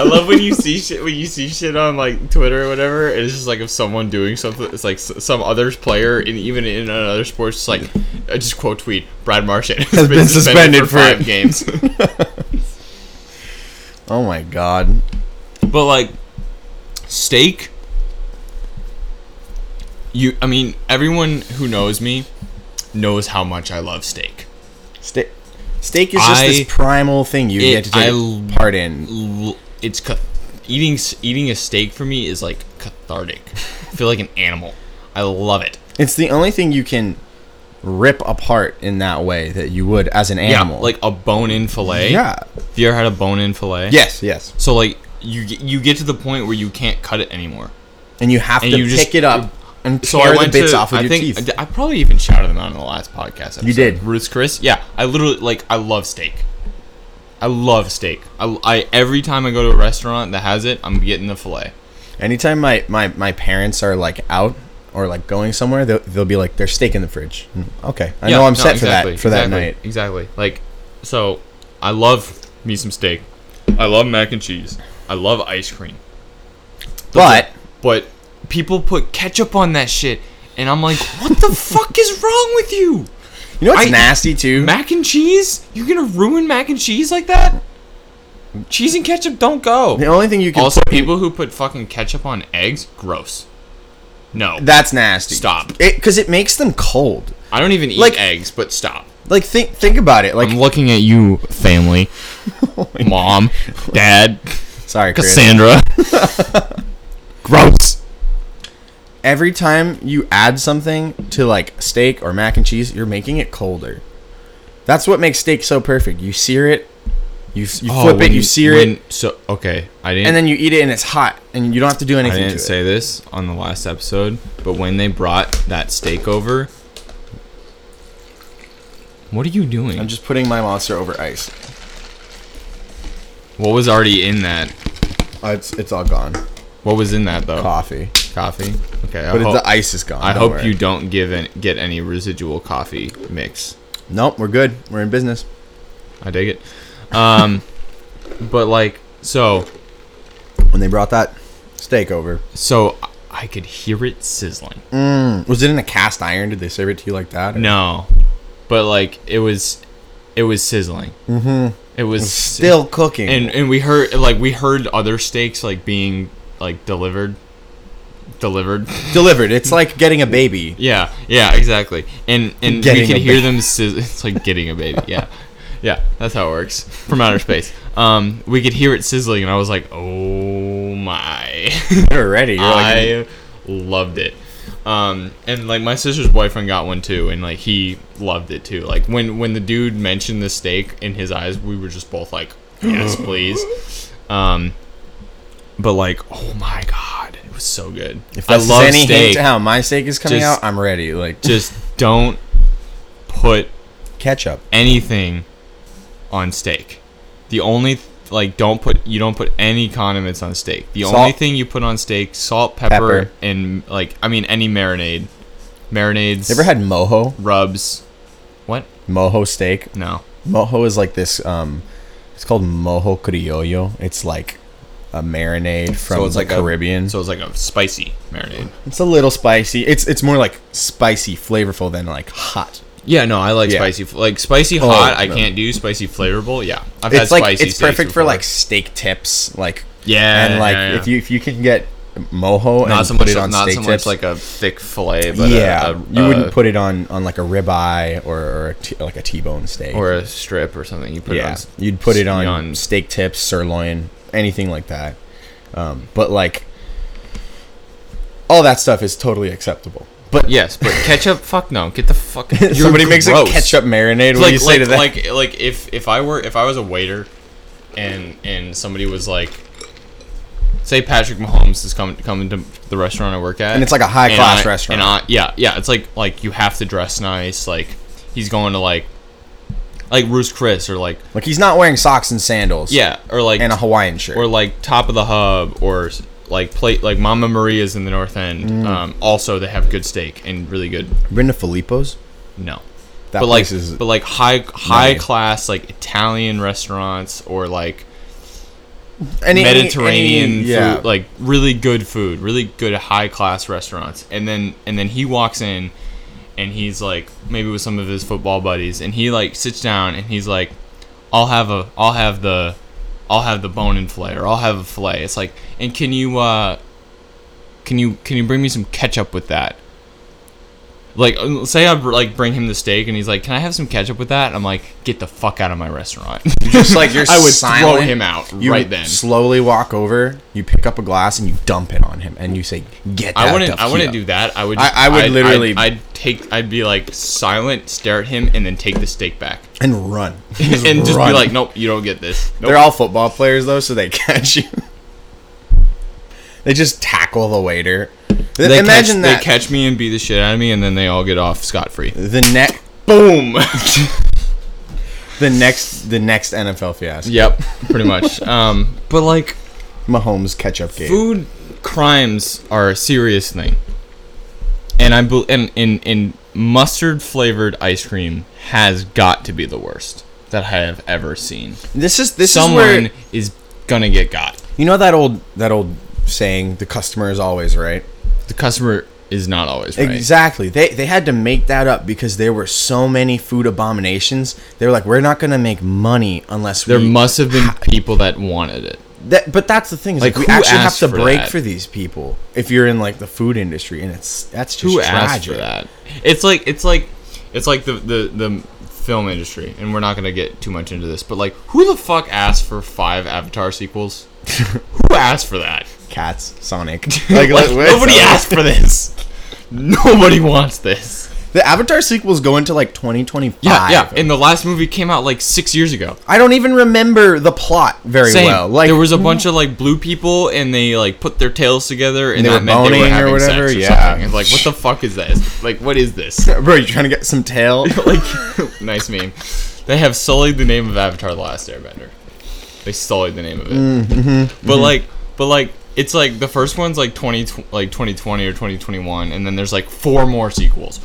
[SPEAKER 2] I love when you see shit when you see shit on like Twitter or whatever. And it's just like of someone doing something. It's like s- some other player, and even in another sport, just like I just quote tweet Brad Marchand has,
[SPEAKER 1] been suspended for-
[SPEAKER 2] five games.
[SPEAKER 1] Oh my god.
[SPEAKER 2] But like steak you I mean everyone who knows me knows how much I love steak.
[SPEAKER 1] Steak. Steak is just
[SPEAKER 2] I-
[SPEAKER 1] this primal thing you
[SPEAKER 2] it-
[SPEAKER 1] get to take
[SPEAKER 2] I-
[SPEAKER 1] part in.
[SPEAKER 2] L- It's ca- eating s- eating a steak for me is like cathartic. I feel like an animal. I love it.
[SPEAKER 1] It's the only thing you can rip apart in that way that you would as an animal.
[SPEAKER 2] Yeah, like a bone-in fillet.
[SPEAKER 1] yeah.
[SPEAKER 2] Have you ever had a bone-in fillet?
[SPEAKER 1] Yes, yes.
[SPEAKER 2] So like you g- you get to the point where you can't cut it anymore.
[SPEAKER 1] And you have
[SPEAKER 2] And
[SPEAKER 1] to
[SPEAKER 2] you
[SPEAKER 1] pick
[SPEAKER 2] just-
[SPEAKER 1] it up and
[SPEAKER 2] So
[SPEAKER 1] tear
[SPEAKER 2] I
[SPEAKER 1] the
[SPEAKER 2] went
[SPEAKER 1] bits
[SPEAKER 2] to,
[SPEAKER 1] off with
[SPEAKER 2] I
[SPEAKER 1] your
[SPEAKER 2] think,
[SPEAKER 1] teeth.
[SPEAKER 2] I probably even shouted them out in the last podcast. Episode.
[SPEAKER 1] You did.
[SPEAKER 2] Ruth's Chris. Yeah, I literally like. I love steak. I love steak. I, I every time I go to a restaurant that has it, I'm getting the fillet.
[SPEAKER 1] Anytime my, my, my parents are like out or like going somewhere, they'll, they'll be like, "There's steak in the fridge." Mm, Okay, I know I'm set for that for that night.
[SPEAKER 2] Exactly. Like, so I love me some steak. I love mac and cheese. I love ice cream.
[SPEAKER 1] But
[SPEAKER 2] But people put ketchup on that shit, and I'm like, what the fuck is wrong with you?
[SPEAKER 1] you know what's
[SPEAKER 2] I-
[SPEAKER 1] nasty too?
[SPEAKER 2] Mac and cheese? You're gonna ruin mac and cheese like that? Cheese and ketchup don't go.
[SPEAKER 1] the only thing you can
[SPEAKER 2] Also,
[SPEAKER 1] put in-
[SPEAKER 2] people who put fucking ketchup on eggs, gross. No,
[SPEAKER 1] that's nasty.
[SPEAKER 2] Stop.
[SPEAKER 1] because it makes them cold.
[SPEAKER 2] I don't even eat
[SPEAKER 1] Like-
[SPEAKER 2] eggs, but stop.
[SPEAKER 1] Like think think about it. Like
[SPEAKER 2] I'm looking at you, family, mom, dad,
[SPEAKER 1] sorry, Chris.
[SPEAKER 2] Cassandra. gross.
[SPEAKER 1] Every time you add something to like steak or mac and cheese, you're making it colder. That's what makes steak so perfect. You sear it, you you
[SPEAKER 2] Oh,
[SPEAKER 1] flip it, you, sear it,
[SPEAKER 2] So okay, I didn't.
[SPEAKER 1] and then you eat it, and it's hot, and you don't have to do
[SPEAKER 2] I
[SPEAKER 1] anything to
[SPEAKER 2] didn't
[SPEAKER 1] it.
[SPEAKER 2] say this on the last episode, but when they brought that steak over, what are you doing?
[SPEAKER 1] I'm just putting my monster over ice.
[SPEAKER 2] What was already in that?
[SPEAKER 1] Uh, it's it's all gone.
[SPEAKER 2] What was in that though?
[SPEAKER 1] Coffee,
[SPEAKER 2] Coffee. Okay. I
[SPEAKER 1] but it-
[SPEAKER 2] hope,
[SPEAKER 1] the ice is gone.
[SPEAKER 2] I
[SPEAKER 1] don't
[SPEAKER 2] hope
[SPEAKER 1] worry.
[SPEAKER 2] you don't give an, get any residual coffee mix.
[SPEAKER 1] Nope, we're good. We're in business.
[SPEAKER 2] I dig it. Um, but like so
[SPEAKER 1] When they brought that steak over,
[SPEAKER 2] so I- I could hear it sizzling.
[SPEAKER 1] was it in a cast iron? Did they serve it to you like that? or-
[SPEAKER 2] No, but like it was, it was sizzling. Mm-hmm. It was
[SPEAKER 1] still cooking.
[SPEAKER 2] and and we heard like we heard other steaks like being like delivered, delivered.
[SPEAKER 1] delivered. It's like getting a baby.
[SPEAKER 2] Yeah, yeah, exactly. And and
[SPEAKER 1] Getting
[SPEAKER 2] we can
[SPEAKER 1] a
[SPEAKER 2] hear
[SPEAKER 1] baby.
[SPEAKER 2] them. Sizz- it's like getting a baby. Yeah, yeah, that's how it works from outer space. Um, we could hear it sizzling, and I was like, oh my,
[SPEAKER 1] You're ready. You're like,
[SPEAKER 2] I loved it. Um, and like my sister's boyfriend got one too, and like he loved it too. Like when when the dude mentioned the steak in his eyes, we were just both like, yes, please. Um, but like, oh my god, it was so good.
[SPEAKER 1] If that's
[SPEAKER 2] I love
[SPEAKER 1] any
[SPEAKER 2] steak.
[SPEAKER 1] hint to how my steak is coming
[SPEAKER 2] Just-
[SPEAKER 1] out, I'm ready. Like
[SPEAKER 2] just don't put
[SPEAKER 1] ketchup.
[SPEAKER 2] anything on steak. The only th- like don't put you don't put any condiments on steak. The
[SPEAKER 1] Salt.
[SPEAKER 2] only thing you put on steak, salt, pepper,
[SPEAKER 1] Pepper.
[SPEAKER 2] and like I mean any marinade. Marinades.
[SPEAKER 1] You ever had mojo?
[SPEAKER 2] rubs? What?
[SPEAKER 1] Mojo steak.
[SPEAKER 2] No.
[SPEAKER 1] Mojo is like this. Um, it's called mojo criollo. It's like a marinade from the Caribbean.
[SPEAKER 2] A, so it's like a spicy marinade.
[SPEAKER 1] it's a little spicy. It's it's more like spicy, flavorful than like hot.
[SPEAKER 2] Yeah, no, I like
[SPEAKER 1] Yeah.
[SPEAKER 2] spicy. Like spicy
[SPEAKER 1] Oh,
[SPEAKER 2] hot, I
[SPEAKER 1] no.
[SPEAKER 2] can't do spicy flavorful. Yeah, I've
[SPEAKER 1] It's like
[SPEAKER 2] spicy
[SPEAKER 1] it's
[SPEAKER 2] steaks
[SPEAKER 1] perfect for
[SPEAKER 2] before.
[SPEAKER 1] like steak tips, like
[SPEAKER 2] yeah,
[SPEAKER 1] and like
[SPEAKER 2] yeah, yeah.
[SPEAKER 1] if you if you can get mojo
[SPEAKER 2] not
[SPEAKER 1] and
[SPEAKER 2] so
[SPEAKER 1] put
[SPEAKER 2] much
[SPEAKER 1] it on
[SPEAKER 2] not
[SPEAKER 1] steak
[SPEAKER 2] so much
[SPEAKER 1] tips,
[SPEAKER 2] like a thick fillet, but uh,
[SPEAKER 1] yeah,
[SPEAKER 2] a, a,
[SPEAKER 1] you
[SPEAKER 2] a-
[SPEAKER 1] wouldn't put it on on like a ribeye or, or a t- like a T-bone steak
[SPEAKER 2] or a strip or something. You put it on.
[SPEAKER 1] yeah,
[SPEAKER 2] s-
[SPEAKER 1] you'd put it on
[SPEAKER 2] on-
[SPEAKER 1] steak tips, sirloin, anything like that. Um, but like, all that stuff is totally acceptable. But
[SPEAKER 2] Yes, but ketchup, fuck no. Get the fuck. you're
[SPEAKER 1] somebody makes
[SPEAKER 2] gross.
[SPEAKER 1] a ketchup marinade. What
[SPEAKER 2] like,
[SPEAKER 1] do you say
[SPEAKER 2] like,
[SPEAKER 1] to that?
[SPEAKER 2] Like, like if if I were if I was a waiter, and and somebody was like, say Patrick Mahomes is coming coming to the restaurant I work at,
[SPEAKER 1] And it's like a high
[SPEAKER 2] and
[SPEAKER 1] class
[SPEAKER 2] I-
[SPEAKER 1] restaurant.
[SPEAKER 2] and I, yeah, yeah, it's like like you have to dress nice. Like he's going to like like Roost Chris or like
[SPEAKER 1] like he's not wearing socks and sandals.
[SPEAKER 2] yeah or like
[SPEAKER 1] and a Hawaiian shirt.
[SPEAKER 2] or like top of the hub or s- like plate like Mama Maria's in the North End.
[SPEAKER 1] Mm.
[SPEAKER 2] Um, also, they have good steak and really good
[SPEAKER 1] Brenda Filippo's.
[SPEAKER 2] no
[SPEAKER 1] That
[SPEAKER 2] but like
[SPEAKER 1] place is
[SPEAKER 2] but like high high
[SPEAKER 1] Nice.
[SPEAKER 2] class like Italian restaurants or like
[SPEAKER 1] any, any-
[SPEAKER 2] Mediterranean
[SPEAKER 1] any- yeah.
[SPEAKER 2] food, like really good food, really good high class restaurants. And then and then he walks in and he's like maybe with some of his football buddies and he like sits down and he's like I'll have a I'll have the I'll have the bone and fillet or I'll have a fillet. It's like and can you uh can you can you bring me some ketchup with that? Like uh, say I br- like bring him the steak and he's like, "Can I have some ketchup with that?" I'm like, "Get the fuck out of my restaurant."
[SPEAKER 1] just like you're
[SPEAKER 2] I would
[SPEAKER 1] silent.
[SPEAKER 2] throw him out
[SPEAKER 1] You
[SPEAKER 2] right then.
[SPEAKER 1] slowly walk over, you pick up a glass, and you dump it on him, and you say, "Get that."
[SPEAKER 2] I wouldn't. I
[SPEAKER 1] tequila."
[SPEAKER 2] wouldn't do that. I would.
[SPEAKER 1] I- I would
[SPEAKER 2] I'd-
[SPEAKER 1] literally-
[SPEAKER 2] I'd, I'd take. I'd be like silent, stare at him, and then take the steak back,
[SPEAKER 1] and run,
[SPEAKER 2] and just
[SPEAKER 1] run.
[SPEAKER 2] be like, "Nope, you don't get this." Nope.
[SPEAKER 1] They're all football players though, so they catch you. they just tackle the waiter.
[SPEAKER 2] They
[SPEAKER 1] Imagine
[SPEAKER 2] catch,
[SPEAKER 1] that.
[SPEAKER 2] They catch me and beat the shit out of me, and then they all get off scot free.
[SPEAKER 1] the next,
[SPEAKER 2] Boom.
[SPEAKER 1] the next, the next NFL fiasco.
[SPEAKER 2] yep. Pretty much. Um. But like,
[SPEAKER 1] Mahomes catch-up game.
[SPEAKER 2] food crimes are a serious thing, and I bel and in in mustard flavored ice cream has got to be the worst that I have ever seen.
[SPEAKER 1] This is this is
[SPEAKER 2] Someone
[SPEAKER 1] where
[SPEAKER 2] is gonna get got.
[SPEAKER 1] you know that old that old saying: "The customer is always right."
[SPEAKER 2] the customer is not always right.
[SPEAKER 1] Exactly. They they had to make that up because there were so many food abominations. They were like, "We're not going to make money unless
[SPEAKER 2] There
[SPEAKER 1] we
[SPEAKER 2] must have been people that wanted it.
[SPEAKER 1] That, but that's the thing is like,
[SPEAKER 2] Like,
[SPEAKER 1] we
[SPEAKER 2] who
[SPEAKER 1] actually have
[SPEAKER 2] asked
[SPEAKER 1] to
[SPEAKER 2] for
[SPEAKER 1] break
[SPEAKER 2] that?
[SPEAKER 1] for these people if you're in like the food industry and it's that's just
[SPEAKER 2] Who
[SPEAKER 1] tragic.
[SPEAKER 2] asked for that? It's like it's like it's like the the the film industry, and we're not gonna get too much into this, but like, who the fuck asked for five Avatar sequels? who asked for that?
[SPEAKER 1] Cats, Sonic.
[SPEAKER 2] Like,
[SPEAKER 1] like, wait,
[SPEAKER 2] nobody
[SPEAKER 1] so-
[SPEAKER 2] asked for this. Nobody wants this.
[SPEAKER 1] The Avatar sequels go into like 2025.
[SPEAKER 2] Yeah, yeah. And the last movie came out like six years ago.
[SPEAKER 1] I don't even remember the plot very
[SPEAKER 2] Same.
[SPEAKER 1] well. Like
[SPEAKER 2] there was a bunch of like blue people, and they like put their tails together, and
[SPEAKER 1] They
[SPEAKER 2] that
[SPEAKER 1] were
[SPEAKER 2] meant they were
[SPEAKER 1] boning or
[SPEAKER 2] having
[SPEAKER 1] whatever,
[SPEAKER 2] sex or
[SPEAKER 1] yeah.
[SPEAKER 2] something. It's like, what the fuck is this? Like, what is this?
[SPEAKER 1] bro, you trying to get some tail?
[SPEAKER 2] like, nice meme. They have sullied the name of Avatar: The Last Airbender. They sullied the name of it.
[SPEAKER 1] Mm-hmm.
[SPEAKER 2] but like, but like, it's like the first one's like twenty, tw- like twenty twenty or twenty twenty one, and then there's like four more sequels.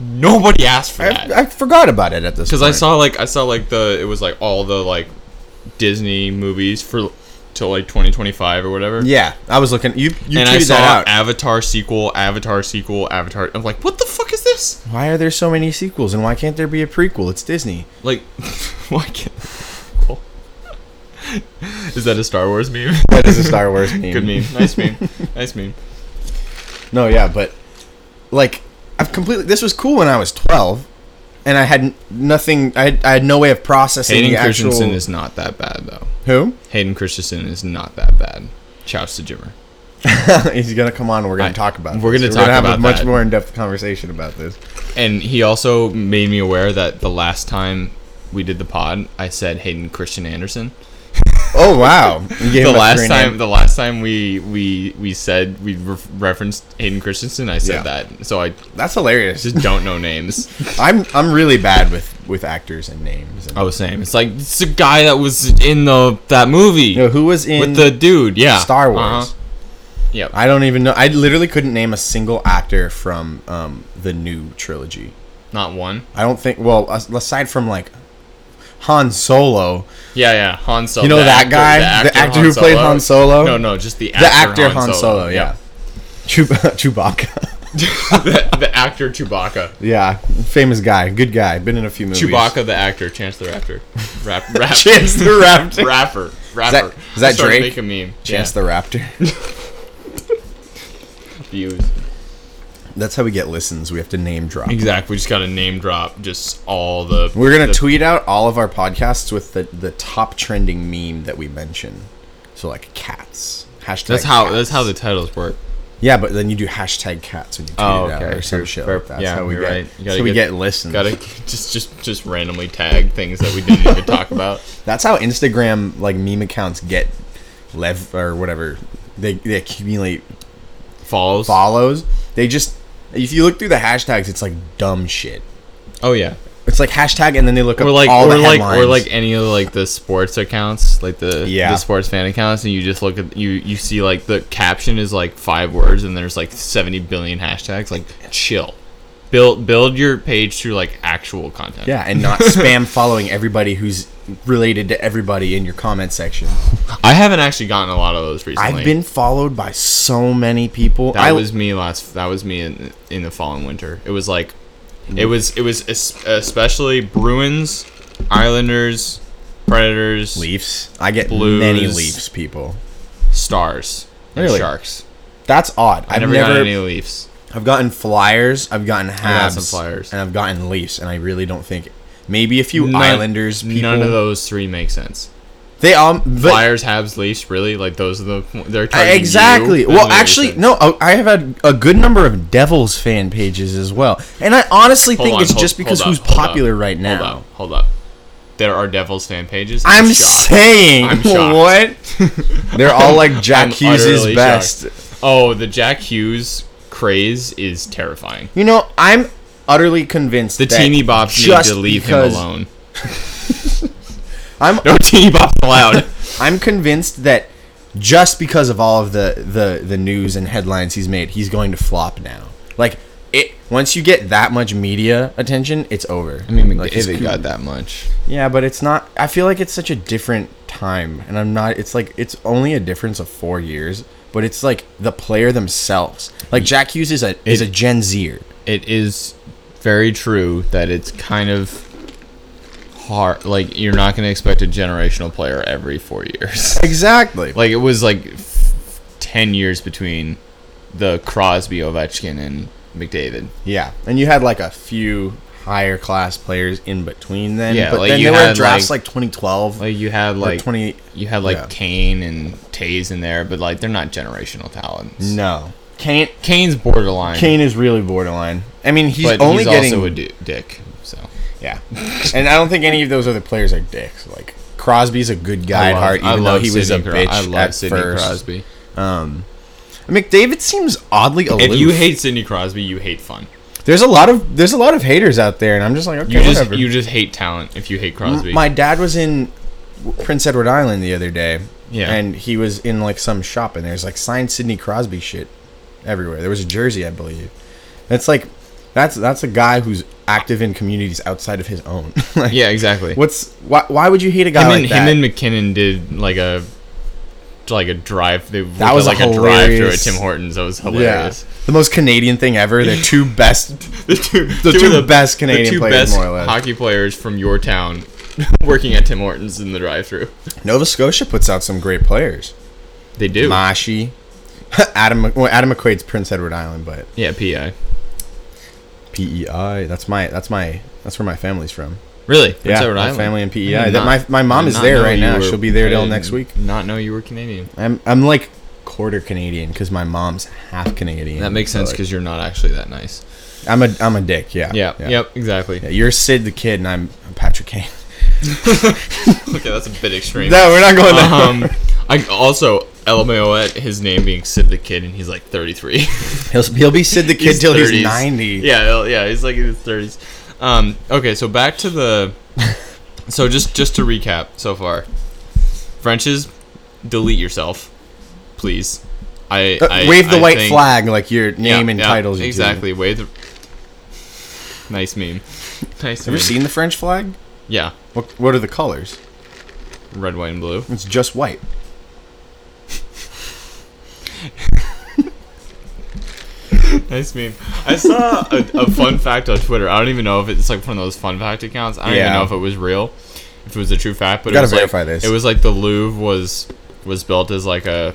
[SPEAKER 2] Nobody asked for that
[SPEAKER 1] I, I forgot about it at this
[SPEAKER 2] because
[SPEAKER 1] point.
[SPEAKER 2] I saw like I saw like the it was like all the like Disney movies for till like 2025 or whatever.
[SPEAKER 1] Yeah, I was looking. You you tweeted
[SPEAKER 2] and I saw
[SPEAKER 1] that out.
[SPEAKER 2] Avatar sequel, Avatar sequel, Avatar. I'm like, what the fuck is this?
[SPEAKER 1] why are there so many sequels and why can't there be a prequel? It's Disney.
[SPEAKER 2] Like, why can't? Cool. Is that a Star Wars meme?
[SPEAKER 1] That is a Star Wars meme.
[SPEAKER 2] Good meme. Nice meme. Nice meme.
[SPEAKER 1] No, yeah, but like I've completely. This was cool when I was twelve, and I had n- nothing. I had, I had no way of processing
[SPEAKER 2] Hayden
[SPEAKER 1] the actual.
[SPEAKER 2] Christensen is not that bad though.
[SPEAKER 1] who?
[SPEAKER 2] Hayden Christensen is not that bad. Shouts to Jimmer.
[SPEAKER 1] He's gonna come on. and We're gonna
[SPEAKER 2] I-
[SPEAKER 1] talk about.
[SPEAKER 2] we're
[SPEAKER 1] this.
[SPEAKER 2] gonna
[SPEAKER 1] we're
[SPEAKER 2] talk
[SPEAKER 1] gonna have a
[SPEAKER 2] about
[SPEAKER 1] much
[SPEAKER 2] that.
[SPEAKER 1] more in depth conversation about this.
[SPEAKER 2] And he also made me aware that the last time we did the pod, I said Hayden Christian Anderson.
[SPEAKER 1] Oh wow! You gave
[SPEAKER 2] the
[SPEAKER 1] him a
[SPEAKER 2] last
[SPEAKER 1] screen
[SPEAKER 2] time,
[SPEAKER 1] name.
[SPEAKER 2] the last time we we we said we re- referenced Hayden Christensen, I said
[SPEAKER 1] Yeah.
[SPEAKER 2] that. So I
[SPEAKER 1] that's hilarious.
[SPEAKER 2] just don't know names.
[SPEAKER 1] I'm I'm really bad with with actors and names. And,
[SPEAKER 2] I was saying it's like it's a guy that was in the that movie
[SPEAKER 1] you know, who was in
[SPEAKER 2] with the dude, yeah,
[SPEAKER 1] Star Wars?
[SPEAKER 2] Uh-huh. Yep.
[SPEAKER 1] I don't even know. I literally couldn't name a single actor from um, the new trilogy.
[SPEAKER 2] not one.
[SPEAKER 1] I don't think. Well, as- aside from like Han Solo,
[SPEAKER 2] Yeah, yeah, Han Solo.
[SPEAKER 1] You know
[SPEAKER 2] the
[SPEAKER 1] that
[SPEAKER 2] actor-
[SPEAKER 1] guy? The actor who played Han Solo?
[SPEAKER 2] No, no, just the actor,
[SPEAKER 1] the actor Han, Solo, yeah.
[SPEAKER 2] yeah.
[SPEAKER 1] Chew- Chewbacca.
[SPEAKER 2] the, the actor Chewbacca.
[SPEAKER 1] yeah, famous guy, good guy, been in a few movies.
[SPEAKER 2] Chewbacca, the actor, Chance the Raptor, rap, rap,
[SPEAKER 1] Chance the Raptor.
[SPEAKER 2] rapper,
[SPEAKER 1] that-
[SPEAKER 2] rapper.
[SPEAKER 1] is that
[SPEAKER 2] I started to
[SPEAKER 1] Drake?
[SPEAKER 2] Make a meme.
[SPEAKER 1] Chance
[SPEAKER 2] yeah.
[SPEAKER 1] the Raptor.
[SPEAKER 2] the views.
[SPEAKER 1] That's how we get listens. We have to name drop.
[SPEAKER 2] Exactly. We just got to name drop just all the.
[SPEAKER 1] We're gonna
[SPEAKER 2] the,
[SPEAKER 1] tweet out all of our podcasts with the, the top trending meme that we mention. So like cats. Hashtag
[SPEAKER 2] That's how.
[SPEAKER 1] cats.
[SPEAKER 2] That's how the titles work.
[SPEAKER 1] Yeah, but then you do hashtag cats when you tweet
[SPEAKER 2] Oh,
[SPEAKER 1] it out
[SPEAKER 2] okay.
[SPEAKER 1] or some
[SPEAKER 2] Fair-
[SPEAKER 1] shit
[SPEAKER 2] fair-
[SPEAKER 1] like that.
[SPEAKER 2] yeah,
[SPEAKER 1] so we
[SPEAKER 2] you're
[SPEAKER 1] get,
[SPEAKER 2] right. You gotta
[SPEAKER 1] so we
[SPEAKER 2] get-
[SPEAKER 1] get listens.
[SPEAKER 2] Gotta just just just randomly tag things that we didn't even talk about.
[SPEAKER 1] That's how Instagram like meme accounts get lev or whatever. They they accumulate
[SPEAKER 2] Follows.
[SPEAKER 1] follows. They just if you look through the hashtags, it's like dumb shit.
[SPEAKER 2] oh yeah.
[SPEAKER 1] It's like hashtag, and then they look
[SPEAKER 2] Or
[SPEAKER 1] up
[SPEAKER 2] like
[SPEAKER 1] all
[SPEAKER 2] or
[SPEAKER 1] the
[SPEAKER 2] like
[SPEAKER 1] headlines.
[SPEAKER 2] or like any of like the sports accounts, like the
[SPEAKER 1] Yeah.
[SPEAKER 2] the sports fan accounts, and you just look at you you see like the caption is like five words, and there's like seventy billion hashtags. Like chill. Build build your page through like actual content.
[SPEAKER 1] yeah, and not spam following everybody who's related to everybody in your comment section.
[SPEAKER 2] I haven't actually gotten a lot of those recently.
[SPEAKER 1] I've been followed by so many people.
[SPEAKER 2] That
[SPEAKER 1] I
[SPEAKER 2] was me last. That was me in in the fall and winter. It was like, it was it was es- especially Bruins, Islanders, Predators,
[SPEAKER 1] Leafs. I get
[SPEAKER 2] Blues.
[SPEAKER 1] many Leafs people.
[SPEAKER 2] Stars, and
[SPEAKER 1] Really?
[SPEAKER 2] Sharks.
[SPEAKER 1] That's odd.
[SPEAKER 2] I
[SPEAKER 1] I've
[SPEAKER 2] never,
[SPEAKER 1] never,
[SPEAKER 2] got any Leafs.
[SPEAKER 1] I've gotten Flyers, I've gotten Habs,
[SPEAKER 2] got some Flyers.
[SPEAKER 1] and I've gotten Leafs, and I really don't think maybe a few
[SPEAKER 2] None-
[SPEAKER 1] Islanders people.
[SPEAKER 2] None of those three make sense.
[SPEAKER 1] They all but
[SPEAKER 2] Flyers, Habs, Leafs. Really, like those are the they're
[SPEAKER 1] I-
[SPEAKER 2] targeting
[SPEAKER 1] exactly.
[SPEAKER 2] you.
[SPEAKER 1] well,
[SPEAKER 2] Doesn't make any
[SPEAKER 1] actually,
[SPEAKER 2] sense.
[SPEAKER 1] no. uh, I- I have had a good number of Devils fan pages as well, and I honestly
[SPEAKER 2] Hold
[SPEAKER 1] think
[SPEAKER 2] on,
[SPEAKER 1] it's
[SPEAKER 2] hold-
[SPEAKER 1] just because
[SPEAKER 2] hold
[SPEAKER 1] who's
[SPEAKER 2] up, hold up,
[SPEAKER 1] popular right now.
[SPEAKER 2] Hold up, hold up. There are Devils fan pages.
[SPEAKER 1] I'm
[SPEAKER 2] shocked.
[SPEAKER 1] saying
[SPEAKER 2] I'm shocked.
[SPEAKER 1] what they're all like Jack
[SPEAKER 2] I'm
[SPEAKER 1] Hughes is
[SPEAKER 2] utterly
[SPEAKER 1] best.
[SPEAKER 2] shocked. Oh, the Jack Hughes craze is terrifying.
[SPEAKER 1] You know, I'm utterly convinced
[SPEAKER 2] The
[SPEAKER 1] that
[SPEAKER 2] teeny bops need
[SPEAKER 1] just
[SPEAKER 2] to leave
[SPEAKER 1] because-
[SPEAKER 2] him alone.
[SPEAKER 1] I'm
[SPEAKER 2] No teeny bops allowed.
[SPEAKER 1] I'm convinced that just because of all of the, the, the news and headlines he's made, he's going to flop now. Like it once you get that much media attention, it's over. like, he's cool.
[SPEAKER 2] that much.
[SPEAKER 1] Yeah, but it's not. I feel like it's such a different time, and I'm not. It's like it's only a difference of four years, but it's like the player themselves. Like Jack Hughes is a is
[SPEAKER 2] It-
[SPEAKER 1] a Gen Zer.
[SPEAKER 2] It is very true that it's kind of hard. Like you're not going to expect a generational player every four years.
[SPEAKER 1] Exactly.
[SPEAKER 2] like it was like f- ten years between the Crosby, Ovechkin, and McDavid.
[SPEAKER 1] Yeah, and you had like a few higher class players in between then.
[SPEAKER 2] Yeah,
[SPEAKER 1] but
[SPEAKER 2] like,
[SPEAKER 1] then
[SPEAKER 2] you
[SPEAKER 1] there were
[SPEAKER 2] had,
[SPEAKER 1] drafts
[SPEAKER 2] like-
[SPEAKER 1] like, 2012,
[SPEAKER 2] Like you had
[SPEAKER 1] or
[SPEAKER 2] like
[SPEAKER 1] 20.
[SPEAKER 2] you had like
[SPEAKER 1] yeah.
[SPEAKER 2] Kane and Tays in there, but like they're not generational talents.
[SPEAKER 1] No, Kane.
[SPEAKER 2] Kane's borderline.
[SPEAKER 1] Kane is really borderline. I mean, he's
[SPEAKER 2] but
[SPEAKER 1] only
[SPEAKER 2] he's
[SPEAKER 1] getting
[SPEAKER 2] also a d- dick. So
[SPEAKER 1] yeah, and I don't think any of those other players are dicks. Like Crosby's a good guy at heart, even though he was
[SPEAKER 2] Sidney
[SPEAKER 1] a
[SPEAKER 2] Cro-
[SPEAKER 1] bitch
[SPEAKER 2] I love
[SPEAKER 1] at
[SPEAKER 2] Sidney
[SPEAKER 1] first.
[SPEAKER 2] Crosby.
[SPEAKER 1] McDavid seems oddly aloof.
[SPEAKER 2] If you hate Sidney Crosby, you hate fun.
[SPEAKER 1] there's a lot of there's a lot of haters out there, and I'm just like, okay,
[SPEAKER 2] You just
[SPEAKER 1] whatever.
[SPEAKER 2] you just hate talent if you hate Crosby.
[SPEAKER 1] My dad was in Prince Edward Island the other day.
[SPEAKER 2] Yeah.
[SPEAKER 1] And he was in like some shop and there's like signed Sidney Crosby shit everywhere. There was a jersey, I believe. It's like that's that's a guy who's active in communities outside of his own. like,
[SPEAKER 2] yeah, exactly.
[SPEAKER 1] What's why, why would you hate a guy
[SPEAKER 2] him
[SPEAKER 1] like
[SPEAKER 2] and
[SPEAKER 1] that?
[SPEAKER 2] him and McKinnon did like a like a drive. They
[SPEAKER 1] That was
[SPEAKER 2] like
[SPEAKER 1] a
[SPEAKER 2] a drive through at
[SPEAKER 1] hilarious-
[SPEAKER 2] Tim Hortons. That was
[SPEAKER 1] yeah.
[SPEAKER 2] hilarious.
[SPEAKER 1] The most Canadian thing ever. They're two best
[SPEAKER 2] The two,
[SPEAKER 1] The
[SPEAKER 2] of
[SPEAKER 1] two best Canadian players, more or less.
[SPEAKER 2] hockey players from your town working at Tim Hortons in the drive through.
[SPEAKER 1] Nova Scotia puts out some great players.
[SPEAKER 2] They do.
[SPEAKER 1] Mashi. Adam well, Adam McQuaid's Prince Edward Island, but
[SPEAKER 2] yeah, PI.
[SPEAKER 1] PEI. That's my that's my that's where my family's from.
[SPEAKER 2] Really?
[SPEAKER 1] yeah,
[SPEAKER 2] Prince Edward
[SPEAKER 1] my
[SPEAKER 2] Island?
[SPEAKER 1] family in
[SPEAKER 2] I
[SPEAKER 1] PEI.
[SPEAKER 2] did
[SPEAKER 1] That my
[SPEAKER 2] not-
[SPEAKER 1] my
[SPEAKER 2] I
[SPEAKER 1] mom
[SPEAKER 2] did
[SPEAKER 1] is
[SPEAKER 2] not
[SPEAKER 1] there
[SPEAKER 2] know
[SPEAKER 1] right
[SPEAKER 2] you
[SPEAKER 1] now.
[SPEAKER 2] were-
[SPEAKER 1] She'll be there
[SPEAKER 2] I
[SPEAKER 1] till
[SPEAKER 2] did
[SPEAKER 1] next week.
[SPEAKER 2] Not know you were Canadian.
[SPEAKER 1] I'm I'm like quarter Canadian because my mom's half Canadian.
[SPEAKER 2] That makes
[SPEAKER 1] So,
[SPEAKER 2] sense
[SPEAKER 1] like,
[SPEAKER 2] because you're not actually that nice.
[SPEAKER 1] I'm a I'm a dick. Yeah.
[SPEAKER 2] Yeah. Yep. Exactly.
[SPEAKER 1] Yeah, You're Sid the kid, and I'm, I'm Patrick Kane.
[SPEAKER 2] Okay, that's a bit extreme.
[SPEAKER 1] no, we're not going there.
[SPEAKER 2] um, I also LMAO at his name being Sid the Kid, and he's like 33.
[SPEAKER 1] he'll he'll be Sid the kid
[SPEAKER 2] He's
[SPEAKER 1] till
[SPEAKER 2] 30s.
[SPEAKER 1] he's ninety.
[SPEAKER 2] Yeah, he'll- yeah, he's like in his 30s. Um, okay, so back to the. So just just to recap so far, Frenches, delete yourself, please. I,
[SPEAKER 1] Uh,
[SPEAKER 2] I
[SPEAKER 1] wave the
[SPEAKER 2] I
[SPEAKER 1] white
[SPEAKER 2] think-
[SPEAKER 1] flag like your
[SPEAKER 2] Yeah,
[SPEAKER 1] name and
[SPEAKER 2] yeah,
[SPEAKER 1] titles. you do.
[SPEAKER 2] exactly. Wave. The, nice meme.
[SPEAKER 1] Have
[SPEAKER 2] Nice.
[SPEAKER 1] you
[SPEAKER 2] meme.
[SPEAKER 1] ever seen the French flag?
[SPEAKER 2] Yeah,
[SPEAKER 1] What what are the colors?
[SPEAKER 2] red, white, and blue.
[SPEAKER 1] It's just white.
[SPEAKER 2] Nice meme. I saw a, a fun fact on Twitter. I don't even know if it's like one of those fun fact accounts. I don't even
[SPEAKER 1] Yeah.
[SPEAKER 2] know if it was real, if it was a true fact. But it
[SPEAKER 1] Gotta
[SPEAKER 2] was
[SPEAKER 1] verify
[SPEAKER 2] like,
[SPEAKER 1] this.
[SPEAKER 2] It was like the Louvre was was built as like a,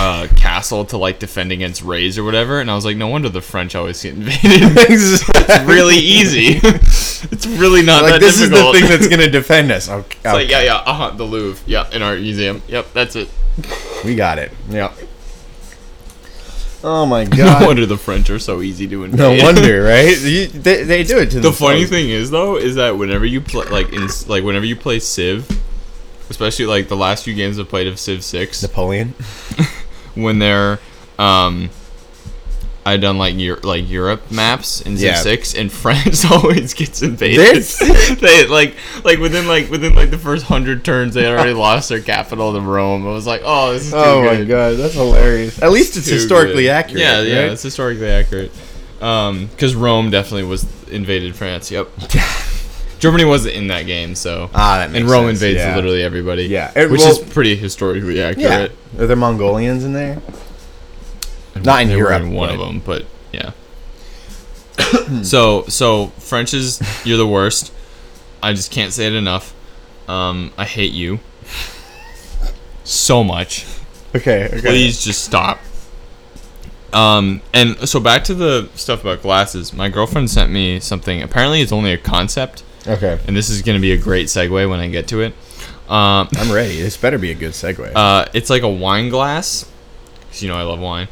[SPEAKER 2] a castle to like defend against raids or whatever. And I was like, no wonder the French always get invaded. it's really easy. it's really not
[SPEAKER 1] like
[SPEAKER 2] that
[SPEAKER 1] this
[SPEAKER 2] difficult.
[SPEAKER 1] is the thing that's gonna defend us. Okay,
[SPEAKER 2] It's like yeah, yeah, uh huh, the Louvre, yeah, in our museum, yep, that's it.
[SPEAKER 1] we got it. Yeah. Oh my
[SPEAKER 2] No
[SPEAKER 1] god.
[SPEAKER 2] wonder the French are so easy to invade.
[SPEAKER 1] No wonder, right? You- they, they do it to
[SPEAKER 2] the funny
[SPEAKER 1] themselves.
[SPEAKER 2] thing is though is that whenever you play like in like whenever you play Civ, especially like the last few games I've played of Civ Six,
[SPEAKER 1] Napoleon.
[SPEAKER 2] when they're um I done like Eur- like Europe maps in Civ
[SPEAKER 1] Yeah.
[SPEAKER 2] Six, and France always gets invaded.
[SPEAKER 1] This-
[SPEAKER 2] they like like within like within like the first hundred turns, they already lost their capital to Rome. I was like, oh, this is too
[SPEAKER 1] Oh
[SPEAKER 2] good.
[SPEAKER 1] my god, that's hilarious. At least it's
[SPEAKER 2] Too
[SPEAKER 1] historically
[SPEAKER 2] good.
[SPEAKER 1] accurate.
[SPEAKER 2] Yeah, yeah,
[SPEAKER 1] right?
[SPEAKER 2] it's historically accurate. Um, because Rome definitely was invaded France. Yep. Germany wasn't in that game, so
[SPEAKER 1] Ah, that makes
[SPEAKER 2] and Rome
[SPEAKER 1] sense,
[SPEAKER 2] invades
[SPEAKER 1] yeah.
[SPEAKER 2] literally everybody.
[SPEAKER 1] Yeah, it-
[SPEAKER 2] which
[SPEAKER 1] well-
[SPEAKER 2] is pretty historically
[SPEAKER 1] Yeah.
[SPEAKER 2] accurate.
[SPEAKER 1] Are there Mongolians in there? Not in
[SPEAKER 2] They were
[SPEAKER 1] Europe,
[SPEAKER 2] in one
[SPEAKER 1] but-
[SPEAKER 2] of them, but yeah. so so French is you're the worst. I just can't say it enough. Um, I hate you so much.
[SPEAKER 1] Okay, okay.
[SPEAKER 2] Please just stop. Um, and so back to the stuff about glasses. My girlfriend sent me something. Apparently, it's only a concept,
[SPEAKER 1] Okay.
[SPEAKER 2] and this is going to be a great segue when I get to it. Um,
[SPEAKER 1] I'm ready. This better be a good segue.
[SPEAKER 2] uh, it's like a wine glass, 'cause you know I love wine.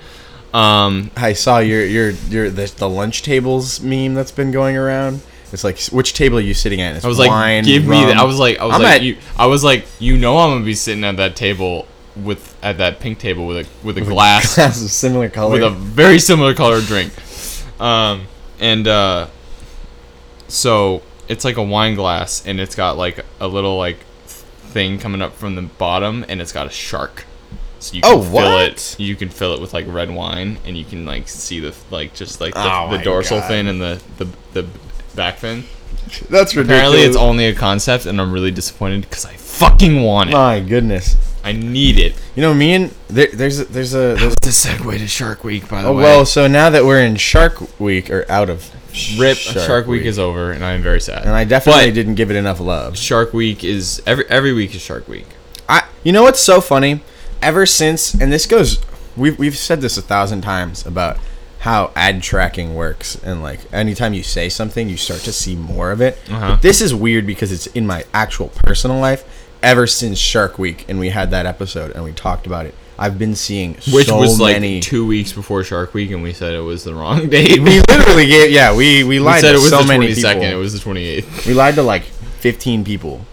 [SPEAKER 2] Um,
[SPEAKER 1] I saw your your your the, the lunch tables meme that's been going around. It's like which table are you sitting at? It's
[SPEAKER 2] I was like,
[SPEAKER 1] wine,
[SPEAKER 2] give me.
[SPEAKER 1] rum.
[SPEAKER 2] The, I was like, I was
[SPEAKER 1] I'm
[SPEAKER 2] like,
[SPEAKER 1] at-
[SPEAKER 2] you, I was like, you know, I'm gonna be sitting at that table with at that pink table with a with a glass
[SPEAKER 1] Glasses of similar color.
[SPEAKER 2] with a very similar colored drink. Um, and uh, so it's like a wine glass, and it's got like a little like thing coming up from the bottom, and it's got a shark. So you can
[SPEAKER 1] Oh,
[SPEAKER 2] fill
[SPEAKER 1] what?
[SPEAKER 2] it. You can fill it with like red wine, and you can like see the like just like the,
[SPEAKER 1] Oh
[SPEAKER 2] the
[SPEAKER 1] my
[SPEAKER 2] dorsal
[SPEAKER 1] God.
[SPEAKER 2] fin and the the the back fin.
[SPEAKER 1] that's ridiculous.
[SPEAKER 2] Apparently, it's only a concept, and I'm really disappointed because I fucking want it.
[SPEAKER 1] My goodness.
[SPEAKER 2] I need it.
[SPEAKER 1] You know, me and there, there's a, there's a there's,
[SPEAKER 2] The segue to Shark Week, by the
[SPEAKER 1] oh
[SPEAKER 2] way.
[SPEAKER 1] well. So now that we're in Shark Week or out of
[SPEAKER 2] Rip Shark, Week, is over, and I am very sad.
[SPEAKER 1] and I definitely
[SPEAKER 2] But
[SPEAKER 1] didn't give it enough love.
[SPEAKER 2] Shark Week is every every week is Shark Week.
[SPEAKER 1] I you know what's so funny? Ever since and this goes we've we've said this a thousand times about how ad tracking works and like anytime you say something you start to see more of it.
[SPEAKER 2] Uh-huh.
[SPEAKER 1] But this is weird because it's in my actual personal life ever since Shark Week and we had that episode and we talked about it. I've been seeing
[SPEAKER 2] Which
[SPEAKER 1] so
[SPEAKER 2] was like
[SPEAKER 1] many
[SPEAKER 2] two weeks before Shark Week, and we said it was the wrong date.
[SPEAKER 1] we literally gave yeah, we we
[SPEAKER 2] We
[SPEAKER 1] lied
[SPEAKER 2] said
[SPEAKER 1] to
[SPEAKER 2] it was
[SPEAKER 1] so
[SPEAKER 2] the
[SPEAKER 1] many
[SPEAKER 2] twenty
[SPEAKER 1] people.
[SPEAKER 2] second. It was the twenty eighth.
[SPEAKER 1] we lied to like 15 people.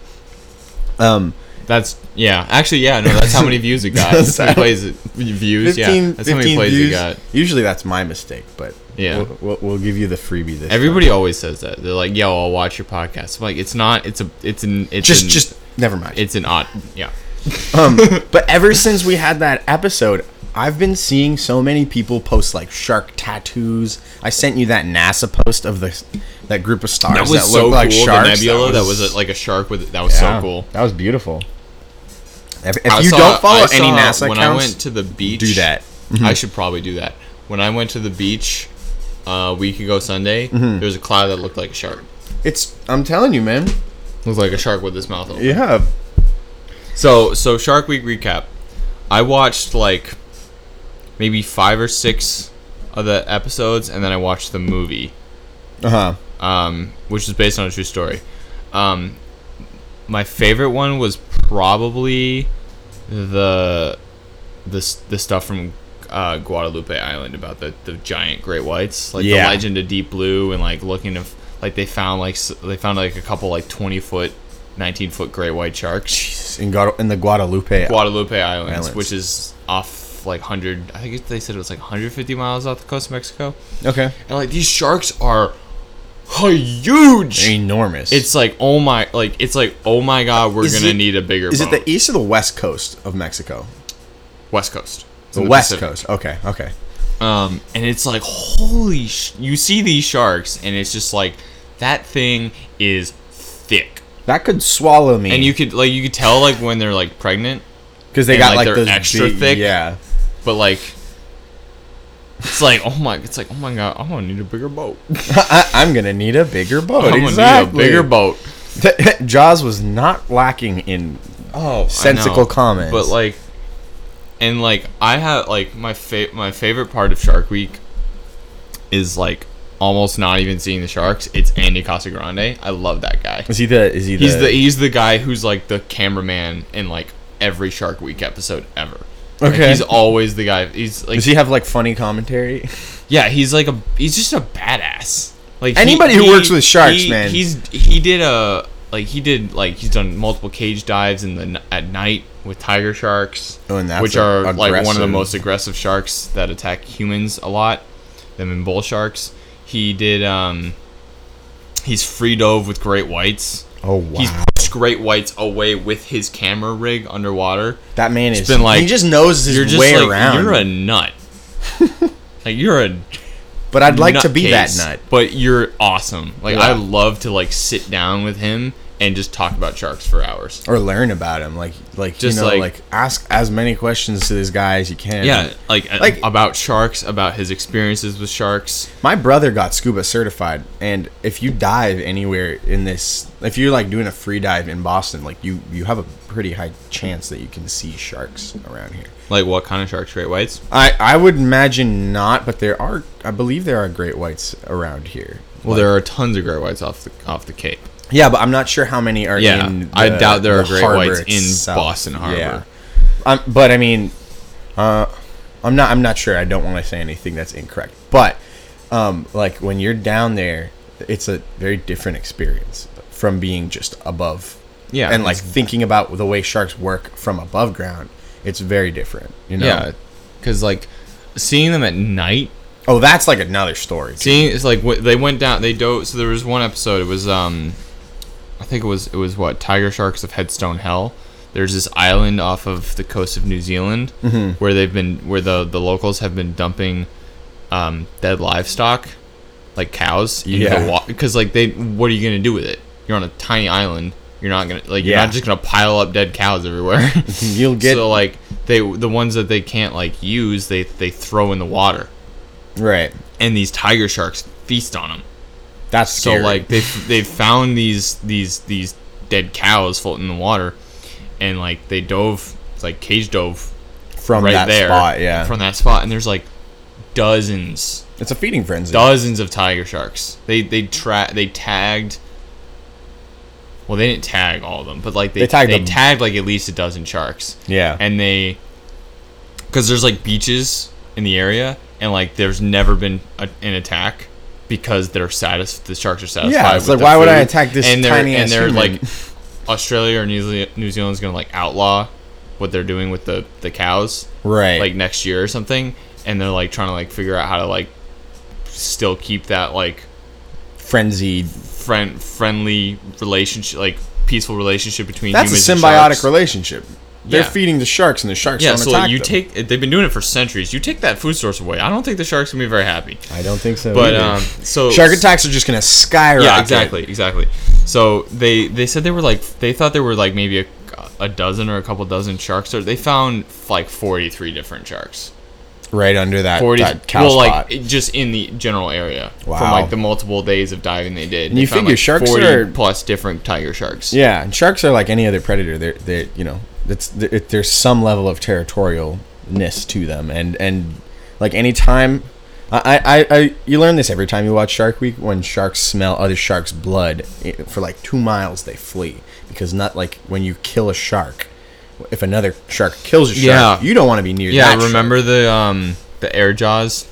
[SPEAKER 1] Um
[SPEAKER 2] That's yeah. Actually, yeah. No, that's how many views it got. That's how many plays it, views.
[SPEAKER 1] 15,
[SPEAKER 2] yeah, that's how many
[SPEAKER 1] 15
[SPEAKER 2] plays
[SPEAKER 1] views.
[SPEAKER 2] it got.
[SPEAKER 1] Usually that's my mistake, but
[SPEAKER 2] Yeah.
[SPEAKER 1] we'll, we'll, we'll give you the freebie this.
[SPEAKER 2] Everybody always says that. They're like, "Yo, I'll watch your podcast." I'm like, it's not. It's a. It's an. It's
[SPEAKER 1] just
[SPEAKER 2] an,
[SPEAKER 1] just never mind.
[SPEAKER 2] It's an odd. Yeah.
[SPEAKER 1] um, but ever since we had that episode, I've been seeing so many people post like shark tattoos. I sent you that NASA post of the that group of stars
[SPEAKER 2] That
[SPEAKER 1] that,
[SPEAKER 2] was so
[SPEAKER 1] look
[SPEAKER 2] cool.
[SPEAKER 1] like sharks.
[SPEAKER 2] the nebula. That was,
[SPEAKER 1] was-
[SPEAKER 2] like a shark with. That was
[SPEAKER 1] yeah,
[SPEAKER 2] so cool.
[SPEAKER 1] That was beautiful. If, if
[SPEAKER 2] I
[SPEAKER 1] you
[SPEAKER 2] saw-
[SPEAKER 1] don't follow
[SPEAKER 2] I
[SPEAKER 1] any
[SPEAKER 2] saw
[SPEAKER 1] NASA
[SPEAKER 2] when
[SPEAKER 1] accounts,
[SPEAKER 2] I went to the beach,
[SPEAKER 1] do that. Mm-hmm.
[SPEAKER 2] I should probably do that. When I went to the beach uh, a week ago Sunday,
[SPEAKER 1] Mm-hmm.
[SPEAKER 2] there was a cloud that looked like a shark.
[SPEAKER 1] it's I'm telling you, man.
[SPEAKER 2] Looked like a shark with his mouth open.
[SPEAKER 1] Yeah,
[SPEAKER 2] So so Shark Week recap. I watched like maybe five or six of the episodes, and then I watched the movie,
[SPEAKER 1] uh huh.
[SPEAKER 2] um, which is based on a true story. Um, my favorite one was probably the the s- the stuff from uh, Guadalupe Island about the, the giant great whites, like
[SPEAKER 1] Yeah.
[SPEAKER 2] the legend of deep blue, and like looking to f- like they found like s- they found like a couple like twenty foot, nineteen foot great white sharks,
[SPEAKER 1] In, Guada- in the Guadalupe.
[SPEAKER 2] Guadalupe Islands,
[SPEAKER 1] Islands.
[SPEAKER 2] which is off like hundred. I think they said it was like hundred fifty miles off the coast of Mexico,
[SPEAKER 1] okay.
[SPEAKER 2] and like these sharks are huge.
[SPEAKER 1] Enormous.
[SPEAKER 2] It's like oh my, like it's like oh my god, we're
[SPEAKER 1] Is
[SPEAKER 2] gonna
[SPEAKER 1] it-
[SPEAKER 2] need a bigger.
[SPEAKER 1] Is it
[SPEAKER 2] boat.
[SPEAKER 1] the east or the west coast of Mexico?
[SPEAKER 2] West Coast? It's
[SPEAKER 1] The,
[SPEAKER 2] in
[SPEAKER 1] west
[SPEAKER 2] Pacific.
[SPEAKER 1] coast. Okay, okay.
[SPEAKER 2] Um, and it's like, holy sh! You see these sharks, and it's just like that thing is thick,
[SPEAKER 1] That could swallow me.
[SPEAKER 2] and you could like you could tell like when they're like pregnant,
[SPEAKER 1] because they
[SPEAKER 2] and,
[SPEAKER 1] got
[SPEAKER 2] like,
[SPEAKER 1] like,
[SPEAKER 2] they're
[SPEAKER 1] those
[SPEAKER 2] extra
[SPEAKER 1] big-
[SPEAKER 2] thick.
[SPEAKER 1] Yeah.
[SPEAKER 2] but like. It's like oh my! It's like oh my god! I'm gonna need a bigger boat.
[SPEAKER 1] I, I'm gonna need a bigger boat.
[SPEAKER 2] I'm
[SPEAKER 1] exactly.
[SPEAKER 2] gonna need a bigger boat.
[SPEAKER 1] boat. Jaws was not lacking in.
[SPEAKER 2] Oh,
[SPEAKER 1] Sensical comments.
[SPEAKER 2] But like, and like, I have like my fa- my favorite part of Shark Week is like almost not even seeing the sharks. It's Andy Casagrande. I love that guy.
[SPEAKER 1] Is he the? Is he the?
[SPEAKER 2] He's the he's the guy who's like the cameraman in like every Shark Week episode ever. Like,
[SPEAKER 1] Okay.
[SPEAKER 2] he's always the guy. He's like
[SPEAKER 1] Does he have like funny commentary?
[SPEAKER 2] Yeah, he's like a he's just a badass. Like he-
[SPEAKER 1] Anybody who works with sharks,
[SPEAKER 2] he-
[SPEAKER 1] man.
[SPEAKER 2] He's he did a like he did like he's done multiple cage dives in the n- at night with tiger sharks,
[SPEAKER 1] Oh, and that's
[SPEAKER 2] which
[SPEAKER 1] a-
[SPEAKER 2] are like one of the
[SPEAKER 1] aggressive.
[SPEAKER 2] most aggressive sharks that attack humans a lot. Them and bull sharks. He did um he's free dove with great whites.
[SPEAKER 1] Oh wow,
[SPEAKER 2] He's pushed great whites away with his camera rig underwater.
[SPEAKER 1] that man is.
[SPEAKER 2] been like-
[SPEAKER 1] he just knows his
[SPEAKER 2] You're just
[SPEAKER 1] way
[SPEAKER 2] like
[SPEAKER 1] around.
[SPEAKER 2] you're a nut. like you're a
[SPEAKER 1] but I'd like to be
[SPEAKER 2] nutcase,
[SPEAKER 1] that nut.
[SPEAKER 2] But you're awesome. Like
[SPEAKER 1] Yeah.
[SPEAKER 2] I love to like sit down with him and just talk about sharks for hours.
[SPEAKER 1] or learn about him. Like like
[SPEAKER 2] Just
[SPEAKER 1] you know
[SPEAKER 2] like-
[SPEAKER 1] like, ask as many questions to this guy as you can.
[SPEAKER 2] Yeah, like, uh,
[SPEAKER 1] Like-
[SPEAKER 2] about sharks, about his experiences with sharks.
[SPEAKER 1] My brother got scuba certified, and if you dive anywhere in this, if you're like doing a free dive in Boston, like you you have a pretty high chance that you can see sharks around here.
[SPEAKER 2] Like what kind of sharks? Great whites.
[SPEAKER 1] I I would imagine not, but there are I believe there are great whites around here.
[SPEAKER 2] Well, there are tons of great whites off the off the Cape.
[SPEAKER 1] Yeah, but I'm not sure how many are
[SPEAKER 2] Yeah,
[SPEAKER 1] in.
[SPEAKER 2] I
[SPEAKER 1] the-
[SPEAKER 2] doubt there
[SPEAKER 1] the
[SPEAKER 2] are great
[SPEAKER 1] harbor
[SPEAKER 2] whites in
[SPEAKER 1] itself.
[SPEAKER 2] Boston Harbor.
[SPEAKER 1] Um, but I mean, uh, I'm not. I'm not sure. I don't want to say anything that's incorrect. But um, like when you're down there, it's a very different experience from being just above.
[SPEAKER 2] Yeah,
[SPEAKER 1] and like
[SPEAKER 2] it's-
[SPEAKER 1] thinking about the way sharks work from above ground, it's very different. You know.
[SPEAKER 2] Yeah, because like seeing them at night
[SPEAKER 1] Oh, that's like another story. dude.
[SPEAKER 2] Seeing it's like wh- they went down. They dove. So there was one episode. It was um, I think it was it was what tiger sharks of Headstone Hell. There's this island off of the coast of New Zealand
[SPEAKER 1] Mm-hmm.
[SPEAKER 2] where they've been where the the locals have been dumping um, dead livestock like cows into
[SPEAKER 1] Yeah.
[SPEAKER 2] the water because like they what are you gonna do with it? You're on a tiny island. You're not gonna like you're
[SPEAKER 1] Yeah.
[SPEAKER 2] not just gonna pile up dead cows everywhere.
[SPEAKER 1] You'll get
[SPEAKER 2] so like they the ones that they can't like use they they throw in the water
[SPEAKER 1] right.
[SPEAKER 2] and these tiger sharks feast on them.
[SPEAKER 1] That's
[SPEAKER 2] So
[SPEAKER 1] scary.
[SPEAKER 2] like they they found these these these dead cows floating in the water, and like they dove it's like cage dove
[SPEAKER 1] from
[SPEAKER 2] right
[SPEAKER 1] that
[SPEAKER 2] there
[SPEAKER 1] spot. Yeah,
[SPEAKER 2] from that spot, and there's like dozens
[SPEAKER 1] it's a feeding frenzy.
[SPEAKER 2] dozens of tiger sharks. They they tra- they tagged. Well, they didn't tag all of them, but like they
[SPEAKER 1] They tagged
[SPEAKER 2] they
[SPEAKER 1] them.
[SPEAKER 2] tagged like at least a dozen sharks
[SPEAKER 1] Yeah,
[SPEAKER 2] and they because there's like beaches in the area and like there's never been a, an attack because they're satis- the sharks are satisfied
[SPEAKER 1] Yeah, it's like,
[SPEAKER 2] with their
[SPEAKER 1] why would I
[SPEAKER 2] food,
[SPEAKER 1] attack this
[SPEAKER 2] and they're,
[SPEAKER 1] tiny
[SPEAKER 2] and
[SPEAKER 1] ass
[SPEAKER 2] they're
[SPEAKER 1] human?
[SPEAKER 2] like australia or new, Zeal- new zealand's gonna like outlaw what they're doing with the the cows
[SPEAKER 1] right.
[SPEAKER 2] like next year or something and they're like trying to like figure out how to like still keep that like
[SPEAKER 1] frenzied.
[SPEAKER 2] friend friendly relationship like peaceful relationship between
[SPEAKER 1] That's a
[SPEAKER 2] humans and
[SPEAKER 1] symbiotic
[SPEAKER 2] sharks.
[SPEAKER 1] relationship. They're
[SPEAKER 2] Yeah.
[SPEAKER 1] feeding the sharks, and the sharks
[SPEAKER 2] Yeah,
[SPEAKER 1] don't
[SPEAKER 2] so
[SPEAKER 1] attack
[SPEAKER 2] you
[SPEAKER 1] them.
[SPEAKER 2] take they've been doing it for centuries. You take that food source away. I don't think the sharks gonna be very happy.
[SPEAKER 1] I don't think so.
[SPEAKER 2] But um, so
[SPEAKER 1] shark attacks are just gonna skyrocket.
[SPEAKER 2] Yeah, exactly, exactly. So they they said they were like they thought there were like maybe a, a dozen or a couple dozen sharks. Or they found like forty three different sharks.
[SPEAKER 1] Right under that,
[SPEAKER 2] Forty.
[SPEAKER 1] that cow
[SPEAKER 2] well,
[SPEAKER 1] spot.
[SPEAKER 2] like it- just in the general area from
[SPEAKER 1] Wow.
[SPEAKER 2] like the multiple days of diving they did.
[SPEAKER 1] And
[SPEAKER 2] they
[SPEAKER 1] you
[SPEAKER 2] found,
[SPEAKER 1] figure
[SPEAKER 2] like,
[SPEAKER 1] sharks
[SPEAKER 2] 40
[SPEAKER 1] are-
[SPEAKER 2] plus different tiger sharks.
[SPEAKER 1] yeah, and sharks are like any other predator. They're they you know it's it, there's some level of territorialness to them, and and like any time. I, I, I, you learn this every time you watch Shark Week. When sharks smell other sharks' blood, it, for like two miles they flee because not like when you kill a shark, if another shark kills a shark,
[SPEAKER 2] Yeah.
[SPEAKER 1] you don't want to be near.
[SPEAKER 2] Yeah,
[SPEAKER 1] that shark.
[SPEAKER 2] remember the um the Air Jaws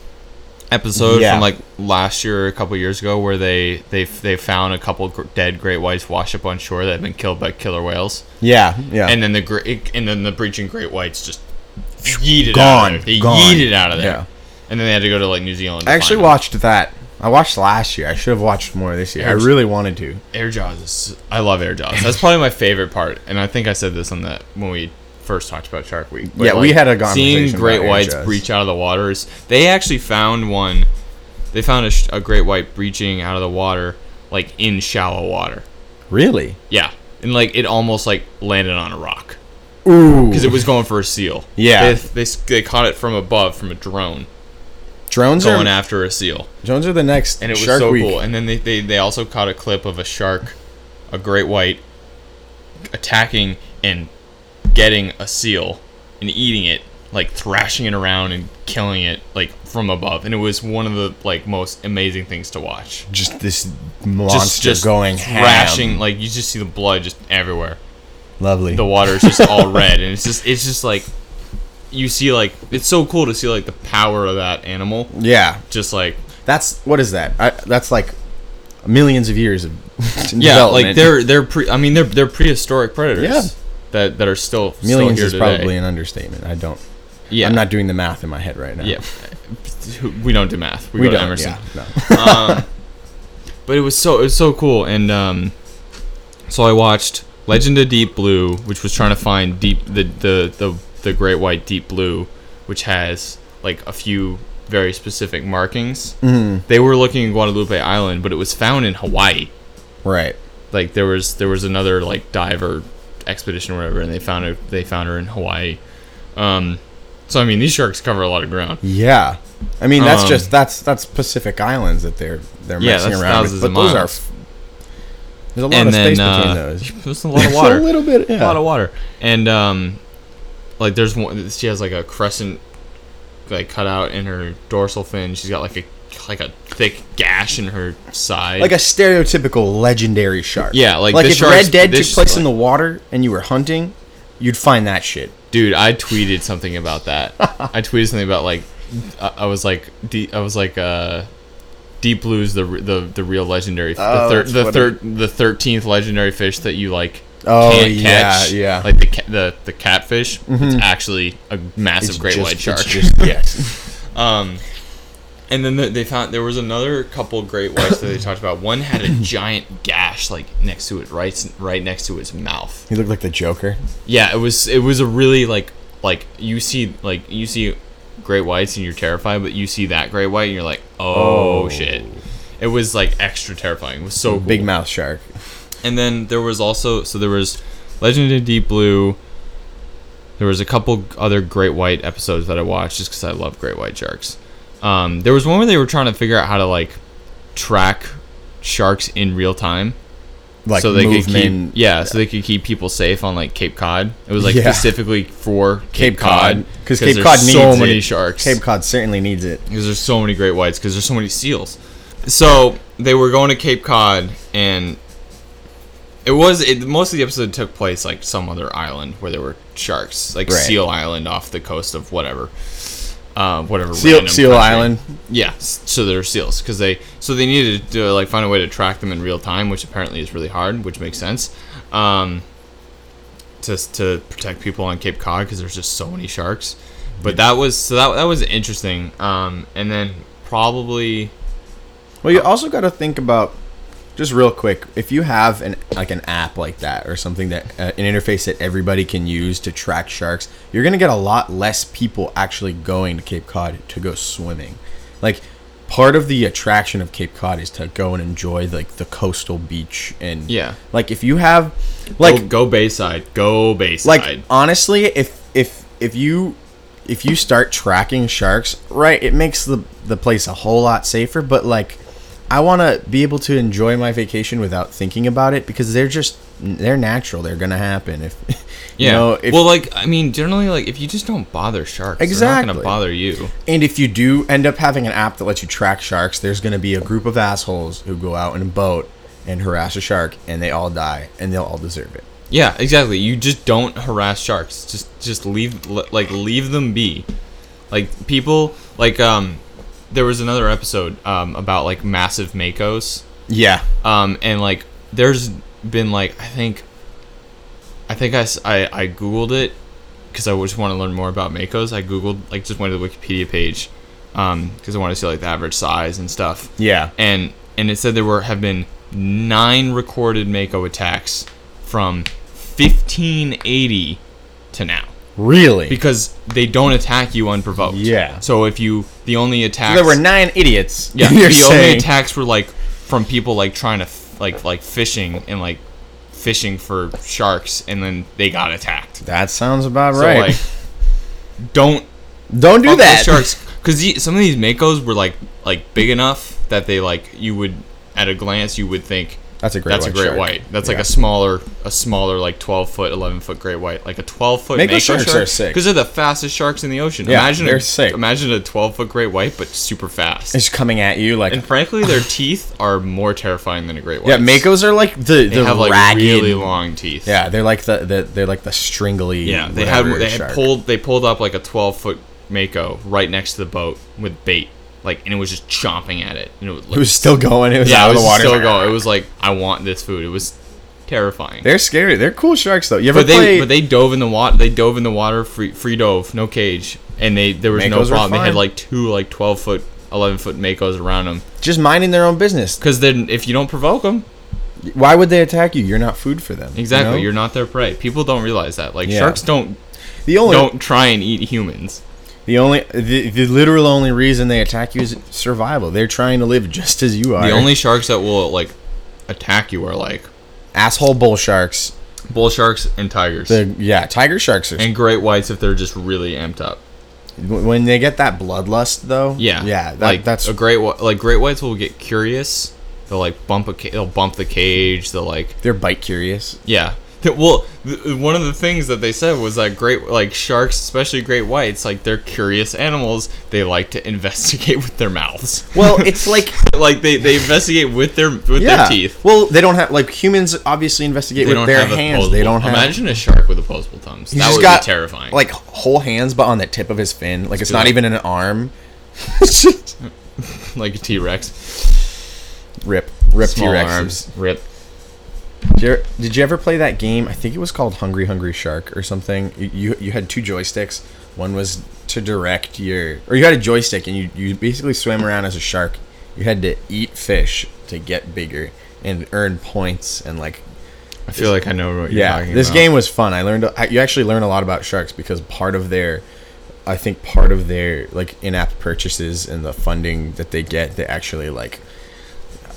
[SPEAKER 2] episode
[SPEAKER 1] Yeah.
[SPEAKER 2] from like last year or a couple years ago where they they they found a couple gr- dead great whites washed up on shore that had been killed by killer whales,
[SPEAKER 1] Yeah, yeah.
[SPEAKER 2] and then the gre- and then the breaching great whites just yeeted out
[SPEAKER 1] Gone,
[SPEAKER 2] of there. They
[SPEAKER 1] gone.
[SPEAKER 2] yeeted out of there,
[SPEAKER 1] Yeah.
[SPEAKER 2] and then they had to go to like New Zealand. to
[SPEAKER 1] I actually
[SPEAKER 2] find them.
[SPEAKER 1] watched that. I watched last year. I should have watched more this year. I
[SPEAKER 2] Airj-
[SPEAKER 1] really wanted to.
[SPEAKER 2] Air Jaws. Is, I love Air Jaws. That's probably my favorite part, and I think I said this on that when we first talked about Shark Week.
[SPEAKER 1] Yeah, we had a
[SPEAKER 2] seeing
[SPEAKER 1] conversation
[SPEAKER 2] great
[SPEAKER 1] about Air
[SPEAKER 2] whites
[SPEAKER 1] Jaws.
[SPEAKER 2] breach out of the waters. They actually found one. They found a, sh- a great white breaching out of the water, like in shallow water.
[SPEAKER 1] Really?
[SPEAKER 2] Yeah, and like it almost like landed on a rock
[SPEAKER 1] Ooh.
[SPEAKER 2] because it was going for a seal.
[SPEAKER 1] Yeah.
[SPEAKER 2] they, they, s- they caught it from above from a drone
[SPEAKER 1] drones are
[SPEAKER 2] going after a seal
[SPEAKER 1] drones are the next
[SPEAKER 2] and it was
[SPEAKER 1] Shark
[SPEAKER 2] so
[SPEAKER 1] Week.
[SPEAKER 2] cool. And then they, they, they also caught a clip of a shark, a great white, attacking and getting a seal and eating it, like thrashing it around and killing it like from above. And it was one of the like most amazing things to watch.
[SPEAKER 1] Just this monster
[SPEAKER 2] Just just
[SPEAKER 1] going
[SPEAKER 2] thrashing
[SPEAKER 1] ham.
[SPEAKER 2] like you just see the blood just everywhere.
[SPEAKER 1] Lovely.
[SPEAKER 2] The water is just all red, and it's just it's just like you see like it's so cool to see like the power of that animal.
[SPEAKER 1] Yeah,
[SPEAKER 2] Just like
[SPEAKER 1] that's what is that? I, that's like millions of years of
[SPEAKER 2] yeah, like
[SPEAKER 1] development.
[SPEAKER 2] they're they're pre. I mean they're they're prehistoric predators.
[SPEAKER 1] Yeah.
[SPEAKER 2] That that are still
[SPEAKER 1] millions
[SPEAKER 2] still
[SPEAKER 1] is
[SPEAKER 2] here today.
[SPEAKER 1] probably an understatement. I don't.
[SPEAKER 2] yeah
[SPEAKER 1] I'm not doing the math in my head right now.
[SPEAKER 2] yeah. We don't do math. We,
[SPEAKER 1] we
[SPEAKER 2] go
[SPEAKER 1] don't.
[SPEAKER 2] to Emerson.
[SPEAKER 1] Yeah,
[SPEAKER 2] But it was so it was so cool, and um, so I watched Legend of Deep Blue, which was trying to find deep the the the, the great white deep blue, which has like a few very specific markings.
[SPEAKER 1] Mm-hmm.
[SPEAKER 2] Mm. They were looking at Guadalupe Island, but it was found in Hawaii.
[SPEAKER 1] no. right.
[SPEAKER 2] Like there was there was another like diver expedition or whatever, and they found her they found her in Hawaii. Um, so I mean these sharks cover a lot of ground.
[SPEAKER 1] Yeah, I mean that's
[SPEAKER 2] Um,
[SPEAKER 1] just that's that's Pacific Islands that they're they're
[SPEAKER 2] Yeah,
[SPEAKER 1] messing
[SPEAKER 2] that's
[SPEAKER 1] around with.
[SPEAKER 2] thousands
[SPEAKER 1] But
[SPEAKER 2] of
[SPEAKER 1] those
[SPEAKER 2] miles.
[SPEAKER 1] are there's a lot
[SPEAKER 2] and
[SPEAKER 1] of
[SPEAKER 2] then
[SPEAKER 1] space between
[SPEAKER 2] uh,
[SPEAKER 1] those.
[SPEAKER 2] there's a lot of water.
[SPEAKER 1] a little bit.
[SPEAKER 2] a
[SPEAKER 1] Yeah.
[SPEAKER 2] lot of water. And um, like there's one. She has like a crescent, like cut out in her dorsal fin. She's got like a like a thick gash in her side.
[SPEAKER 1] like a stereotypical legendary shark.
[SPEAKER 2] Yeah, like
[SPEAKER 1] like
[SPEAKER 2] this
[SPEAKER 1] if
[SPEAKER 2] shark's-
[SPEAKER 1] Red Dead
[SPEAKER 2] this
[SPEAKER 1] took place
[SPEAKER 2] shark-
[SPEAKER 1] in the water and you were hunting, you'd find that shit.
[SPEAKER 2] dude. I tweeted something about that. I tweeted something about like I, I was like de- I was like uh. Deep blue's the re- the the real legendary,
[SPEAKER 1] Oh,
[SPEAKER 2] the third
[SPEAKER 1] that's
[SPEAKER 2] the
[SPEAKER 1] funny.
[SPEAKER 2] third the thirteenth legendary fish that you like
[SPEAKER 1] Oh,
[SPEAKER 2] can't
[SPEAKER 1] yeah,
[SPEAKER 2] catch,
[SPEAKER 1] yeah. Mm-hmm.
[SPEAKER 2] like the ca- the the catfish. It's actually a massive
[SPEAKER 1] It's
[SPEAKER 2] great
[SPEAKER 1] just-
[SPEAKER 2] white shark.
[SPEAKER 1] It's just, yes.
[SPEAKER 2] Um, and then the, they found there was another couple great whites that they talked about. One had a giant gash like next to it, right right next to its mouth.
[SPEAKER 1] He looked like the Joker.
[SPEAKER 2] Yeah, it was it was a really like like you see like you see great whites and you're terrified, but you see that great white and you're like, oh,
[SPEAKER 1] Oh.
[SPEAKER 2] shit. It was like extra terrifying. It was so cool.
[SPEAKER 1] Big mouth shark.
[SPEAKER 2] And then there was also so there was Legend of Deep Blue. There was a couple other Great White episodes that I watched just because I love Great White sharks. Um, there was one where they were trying to figure out how to like track sharks in real time,
[SPEAKER 1] Like
[SPEAKER 2] so they could keep
[SPEAKER 1] movement.
[SPEAKER 2] yeah, so they could keep people safe on like Cape Cod. It was like
[SPEAKER 1] Yeah.
[SPEAKER 2] specifically for Cape,
[SPEAKER 1] Cape Cod.
[SPEAKER 2] Cod
[SPEAKER 1] Because Cape
[SPEAKER 2] there's
[SPEAKER 1] Cod needs
[SPEAKER 2] so many
[SPEAKER 1] it.
[SPEAKER 2] sharks
[SPEAKER 1] Cape Cod certainly needs it.
[SPEAKER 2] because there's so many great whites because there's so many seals. So they were going to Cape Cod, and it was it, most of the episode took place like some other island where there were sharks, like
[SPEAKER 1] Right.
[SPEAKER 2] Seal Island off the coast of whatever, uh, whatever
[SPEAKER 1] Seal,
[SPEAKER 2] random
[SPEAKER 1] Seal
[SPEAKER 2] country.
[SPEAKER 1] Island.
[SPEAKER 2] Yeah, s- so there are seals because they so they needed to like find a way to track them in real time, which apparently is really hard, which makes sense. Um, to to protect people on Cape Cod because there's just so many sharks. But that was so that that was interesting. Um, and then probably
[SPEAKER 1] Well, you also got to think about just real quick if you have an like an app like that or something that uh, an interface that everybody can use to track sharks, you're gonna get a lot less people actually going to Cape Cod to go swimming. Like part of the attraction of Cape Cod is to go and enjoy like the coastal beach and
[SPEAKER 2] Yeah.
[SPEAKER 1] Like if you have
[SPEAKER 2] like
[SPEAKER 1] like
[SPEAKER 2] go, go Bayside, go Bayside.
[SPEAKER 1] like honestly if if if you if you start tracking sharks right it makes the the place a whole lot safer but like i want to be able to enjoy my vacation without thinking about it because they're just they're natural they're gonna happen if you
[SPEAKER 2] yeah.
[SPEAKER 1] know if,
[SPEAKER 2] well, like I mean, generally, like if you just don't bother sharks, they're not
[SPEAKER 1] Exactly.
[SPEAKER 2] gonna bother you.
[SPEAKER 1] and if you do end up having an app that lets you track sharks there's gonna be a group of assholes who go out in a boat and harass a shark and they all die and they'll all deserve it
[SPEAKER 2] Yeah, exactly. You just don't harass sharks. Just just leave le- like leave them be. Like people like um there was another episode um about like massive makos.
[SPEAKER 1] yeah
[SPEAKER 2] Um and like there's been like I think I think I s- I, I googled it cuz I just want to learn more about makos. I googled like just went to the Wikipedia page um cuz I wanted to see like the average size and stuff
[SPEAKER 1] yeah
[SPEAKER 2] and and it said there were have been nine recorded Mako attacks from 1580 to now
[SPEAKER 1] really
[SPEAKER 2] because they don't attack you unprovoked.
[SPEAKER 1] Yeah.
[SPEAKER 2] So if you the only attacks
[SPEAKER 1] there were nine idiots
[SPEAKER 2] yeah
[SPEAKER 1] you're
[SPEAKER 2] the only
[SPEAKER 1] saying.
[SPEAKER 2] attacks were like from people like trying to f- like like fishing and like fishing for sharks and then they got attacked.
[SPEAKER 1] that sounds about
[SPEAKER 2] So
[SPEAKER 1] right
[SPEAKER 2] like don't
[SPEAKER 1] Don't do
[SPEAKER 2] fuck with
[SPEAKER 1] that.
[SPEAKER 2] sharks because some of these makos were like like big enough that they like you would at a glance you would think
[SPEAKER 1] That's a great.
[SPEAKER 2] That's
[SPEAKER 1] white
[SPEAKER 2] a great
[SPEAKER 1] shark.
[SPEAKER 2] white. That's like
[SPEAKER 1] Yeah.
[SPEAKER 2] a smaller, a smaller like twelve foot, eleven foot great white, like a twelve foot
[SPEAKER 1] Mako
[SPEAKER 2] mako
[SPEAKER 1] sharks
[SPEAKER 2] shark.
[SPEAKER 1] are sick.
[SPEAKER 2] Because they're the fastest sharks in the ocean.
[SPEAKER 1] Yeah,
[SPEAKER 2] imagine
[SPEAKER 1] they're
[SPEAKER 2] a,
[SPEAKER 1] sick.
[SPEAKER 2] Imagine a twelve foot great white, but super fast.
[SPEAKER 1] It's coming at you like.
[SPEAKER 2] and frankly, their teeth are more terrifying than a great white.
[SPEAKER 1] yeah, makos are like the
[SPEAKER 2] They
[SPEAKER 1] the
[SPEAKER 2] have like
[SPEAKER 1] ragged.
[SPEAKER 2] really long teeth.
[SPEAKER 1] yeah, they're like the, the they're like the stringly.
[SPEAKER 2] Yeah, they had
[SPEAKER 1] whatever
[SPEAKER 2] they had
[SPEAKER 1] shark.
[SPEAKER 2] pulled they pulled up like a twelve foot mako right next to the boat with bait, like and it was just chomping at it. And it was,
[SPEAKER 1] It was still going. It was
[SPEAKER 2] yeah,
[SPEAKER 1] out
[SPEAKER 2] it
[SPEAKER 1] of
[SPEAKER 2] was
[SPEAKER 1] the water.
[SPEAKER 2] still going. It was like I want this food. It was terrifying.
[SPEAKER 1] They're scary. They're cool sharks though. You ever
[SPEAKER 2] but they
[SPEAKER 1] play?
[SPEAKER 2] but they dove in the water. They dove in the water free free dove, no cage, and they there was
[SPEAKER 1] Makos were
[SPEAKER 2] no problem. They
[SPEAKER 1] fine.
[SPEAKER 2] had like two like twelve foot, eleven foot makos around them.
[SPEAKER 1] just minding their own business.
[SPEAKER 2] Because then if you don't provoke them,
[SPEAKER 1] Why would they attack you? You're not food for them. you
[SPEAKER 2] exactly,
[SPEAKER 1] know?
[SPEAKER 2] you're not their prey. People don't realize that. Like
[SPEAKER 1] Yeah.
[SPEAKER 2] sharks don't
[SPEAKER 1] the only
[SPEAKER 2] don't try and eat humans.
[SPEAKER 1] the only the, the literal only reason they attack you is survival. They're trying to live just as you are.
[SPEAKER 2] The only sharks that will like attack you are like
[SPEAKER 1] asshole bull sharks.
[SPEAKER 2] bull sharks and tigers
[SPEAKER 1] The yeah, tiger sharks are.
[SPEAKER 2] and great whites if they're just really amped up.
[SPEAKER 1] when they get that bloodlust though.
[SPEAKER 2] Yeah,
[SPEAKER 1] yeah, that,
[SPEAKER 2] like
[SPEAKER 1] that's
[SPEAKER 2] a great whi- like great whites will get curious. They'll like bump a ca- they'll bump the cage. They'll like
[SPEAKER 1] they're bite curious.
[SPEAKER 2] yeah. Th- Well, th- one of the things that they said was that great like sharks, especially great whites, like they're curious animals. They like to investigate with their mouths.
[SPEAKER 1] Well, it's like
[SPEAKER 2] like they, they investigate with their with
[SPEAKER 1] yeah.
[SPEAKER 2] their teeth.
[SPEAKER 1] Well, they don't have like humans obviously investigate with their hands. They
[SPEAKER 2] opposable-
[SPEAKER 1] don't have.
[SPEAKER 2] Imagine a shark with opposable thumbs.
[SPEAKER 1] He's
[SPEAKER 2] that
[SPEAKER 1] just
[SPEAKER 2] would
[SPEAKER 1] got
[SPEAKER 2] be terrifying.
[SPEAKER 1] Like whole hands, but on the tip of his fin. Like it's
[SPEAKER 2] do
[SPEAKER 1] not
[SPEAKER 2] that.
[SPEAKER 1] even an arm.
[SPEAKER 2] like a T Rex.
[SPEAKER 1] Rip, rip T
[SPEAKER 2] Small
[SPEAKER 1] Rexes.
[SPEAKER 2] arms. Rip.
[SPEAKER 1] Did you, did you ever play that game? I think it was called Hungry Hungry Shark or something. You you, you had two joysticks. One was to direct your, or you had a joystick and you, you basically swam around as a shark. You had to eat fish to get bigger and earn points and like
[SPEAKER 2] I feel like I know what you're
[SPEAKER 1] yeah.
[SPEAKER 2] talking
[SPEAKER 1] This
[SPEAKER 2] about.
[SPEAKER 1] game was fun. I learned I, you actually learn a lot about sharks because part of their, I think part of their like in-app purchases and the funding that they get, they actually like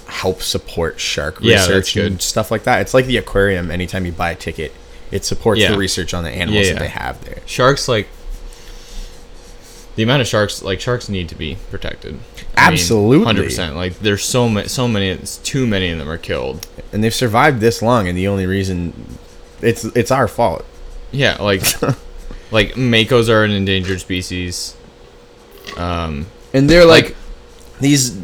[SPEAKER 1] help support shark
[SPEAKER 2] Yeah, that's
[SPEAKER 1] research and
[SPEAKER 2] good.
[SPEAKER 1] stuff like that. It's like the aquarium. Anytime you buy a ticket, it supports
[SPEAKER 2] Yeah.
[SPEAKER 1] the research on the animals that
[SPEAKER 2] Yeah, yeah.
[SPEAKER 1] they have there.
[SPEAKER 2] Sharks like the amount of sharks like sharks need to be protected.
[SPEAKER 1] Absolutely.
[SPEAKER 2] hundred percent. Like there's so many, so many, it's too many of them are killed.
[SPEAKER 1] And they've survived this long, and the only reason it's it's our fault.
[SPEAKER 2] Yeah, like like makos are an endangered species. Um,
[SPEAKER 1] And they're
[SPEAKER 2] like-
[SPEAKER 1] these.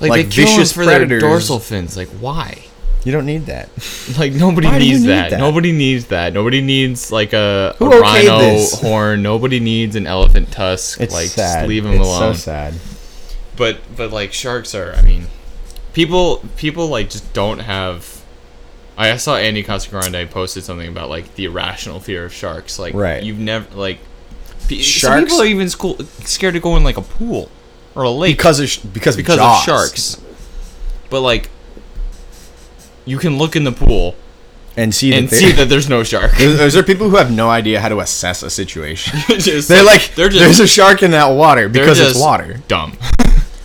[SPEAKER 2] like,
[SPEAKER 1] Like
[SPEAKER 2] they kill 'em
[SPEAKER 1] vicious
[SPEAKER 2] for
[SPEAKER 1] predators.
[SPEAKER 2] their dorsal fins. Like why?
[SPEAKER 1] You don't need that.
[SPEAKER 2] Like nobody
[SPEAKER 1] Why do you
[SPEAKER 2] needs
[SPEAKER 1] need
[SPEAKER 2] that.
[SPEAKER 1] that?
[SPEAKER 2] Nobody needs that. Nobody needs like a, a
[SPEAKER 1] Who okayed
[SPEAKER 2] rhino
[SPEAKER 1] this?
[SPEAKER 2] horn. Nobody needs an elephant tusk.
[SPEAKER 1] It's
[SPEAKER 2] like
[SPEAKER 1] sad.
[SPEAKER 2] just leave them
[SPEAKER 1] it's
[SPEAKER 2] alone.
[SPEAKER 1] So sad.
[SPEAKER 2] but but like sharks are i mean people people like just don't have i saw andy casagrande posted something about like the irrational fear of sharks like
[SPEAKER 1] Right.
[SPEAKER 2] you've never like pe-
[SPEAKER 1] Sharks-
[SPEAKER 2] some people are even school, scared to go in like a pool or a lake
[SPEAKER 1] because of sh- because
[SPEAKER 2] because
[SPEAKER 1] Jaws.
[SPEAKER 2] of sharks but like you can look in the pool
[SPEAKER 1] and see
[SPEAKER 2] and
[SPEAKER 1] that
[SPEAKER 2] see
[SPEAKER 1] they
[SPEAKER 2] that there's no shark
[SPEAKER 1] Those those are people who have no idea how to assess a situation.
[SPEAKER 2] Just,
[SPEAKER 1] They're like,
[SPEAKER 2] they're just
[SPEAKER 1] there's a shark in that water
[SPEAKER 2] they're
[SPEAKER 1] because it's
[SPEAKER 2] just
[SPEAKER 1] water.
[SPEAKER 2] dumb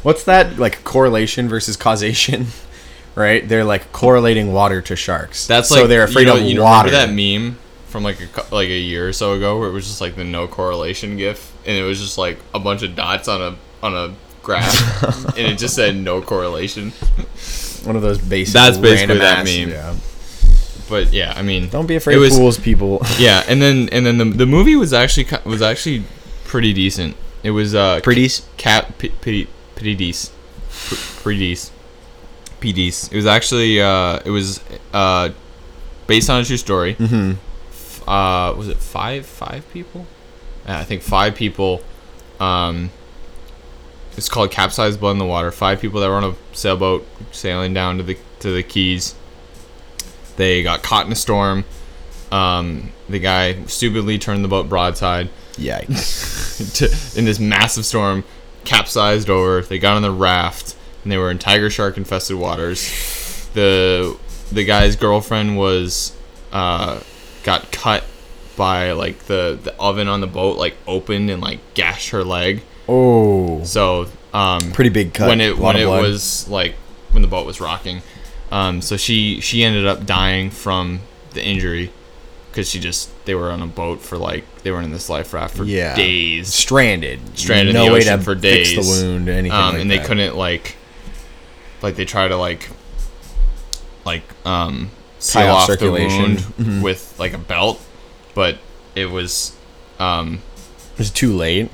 [SPEAKER 1] What's that like correlation versus causation? Right? They're like correlating water to sharks.
[SPEAKER 2] That's
[SPEAKER 1] so
[SPEAKER 2] like
[SPEAKER 1] they're afraid
[SPEAKER 2] you know,
[SPEAKER 1] of
[SPEAKER 2] you
[SPEAKER 1] water.
[SPEAKER 2] Remember that meme from like a cou- like a year or so ago where it was just like the no correlation gif, and it was just like a bunch of dots on a on a graph, and it just said no correlation.
[SPEAKER 1] One of those basic.
[SPEAKER 2] That's
[SPEAKER 1] random
[SPEAKER 2] basically that
[SPEAKER 1] ass-
[SPEAKER 2] meme.
[SPEAKER 1] yeah.
[SPEAKER 2] But yeah, I mean,
[SPEAKER 1] Don't be afraid
[SPEAKER 2] It was
[SPEAKER 1] of fools, people.
[SPEAKER 2] yeah, and then and then the the movie was actually ki- was actually pretty decent. It was uh
[SPEAKER 1] Pretty s-
[SPEAKER 2] cat pretty pretty decent pretty decent. PDs. It was actually uh, it was uh, based on a true story. Mm-hmm. Uh, was it five five people? Yeah, I think five people. Um, it's called capsized blood in the water. Five people that were on a sailboat sailing down to the to the Keys. They got caught in a storm. Um, the guy stupidly turned the boat broadside
[SPEAKER 1] Yikes.
[SPEAKER 2] to, in this massive storm, capsized over. They got on the raft and they were in tiger shark infested waters. The the guy's girlfriend was uh, got cut by like the, the oven on the boat like opened and like gashed her leg.
[SPEAKER 1] Oh,
[SPEAKER 2] So um,
[SPEAKER 1] pretty big cut.
[SPEAKER 2] when it
[SPEAKER 1] Lot
[SPEAKER 2] when
[SPEAKER 1] of
[SPEAKER 2] it
[SPEAKER 1] blood.
[SPEAKER 2] was like when the boat was rocking. Um, so she she ended up dying from the injury because she just they were on a boat for like they were in this life raft for
[SPEAKER 1] Yeah.
[SPEAKER 2] days
[SPEAKER 1] stranded,
[SPEAKER 2] stranded
[SPEAKER 1] no
[SPEAKER 2] in the
[SPEAKER 1] way
[SPEAKER 2] ocean
[SPEAKER 1] to
[SPEAKER 2] for
[SPEAKER 1] fix
[SPEAKER 2] days.
[SPEAKER 1] the wound, anything
[SPEAKER 2] um,
[SPEAKER 1] like
[SPEAKER 2] and they
[SPEAKER 1] that.
[SPEAKER 2] couldn't like, like they try to like, like um seal
[SPEAKER 1] off
[SPEAKER 2] off, the
[SPEAKER 1] circulation. Mm-hmm.
[SPEAKER 2] wound with like a belt, but it was um
[SPEAKER 1] It's too late.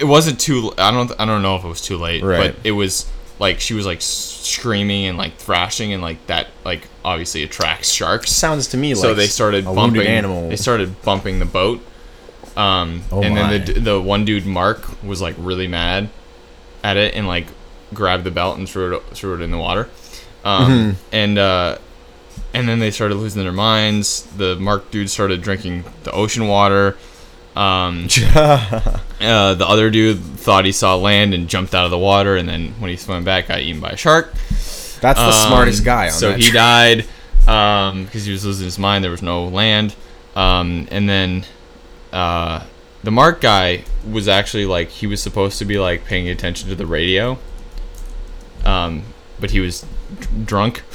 [SPEAKER 2] it wasn't too I don't I don't know if it was too late,
[SPEAKER 1] Right.
[SPEAKER 2] but it was like she was like s- screaming and like thrashing and like that like obviously attracts sharks.
[SPEAKER 1] Sounds to me like
[SPEAKER 2] so they started
[SPEAKER 1] a
[SPEAKER 2] bumping
[SPEAKER 1] wounded animal.
[SPEAKER 2] they started bumping the boat um
[SPEAKER 1] Oh
[SPEAKER 2] and
[SPEAKER 1] my.
[SPEAKER 2] then the, d- the one dude mark was like really mad at it and like grabbed the belt and threw it threw it in the water um
[SPEAKER 1] Mm-hmm.
[SPEAKER 2] and uh and then they started losing their minds the mark dude started drinking the ocean water um uh, the other dude thought he saw land and jumped out of the water and then when he swam back got eaten by a shark
[SPEAKER 1] That's the
[SPEAKER 2] um,
[SPEAKER 1] smartest guy on
[SPEAKER 2] so
[SPEAKER 1] that.
[SPEAKER 2] he
[SPEAKER 1] trip.
[SPEAKER 2] died because he was losing his mind. There was no land, um, and then uh, the Mark guy was actually like he was supposed to be like paying attention to the radio, um, but he was dr- drunk.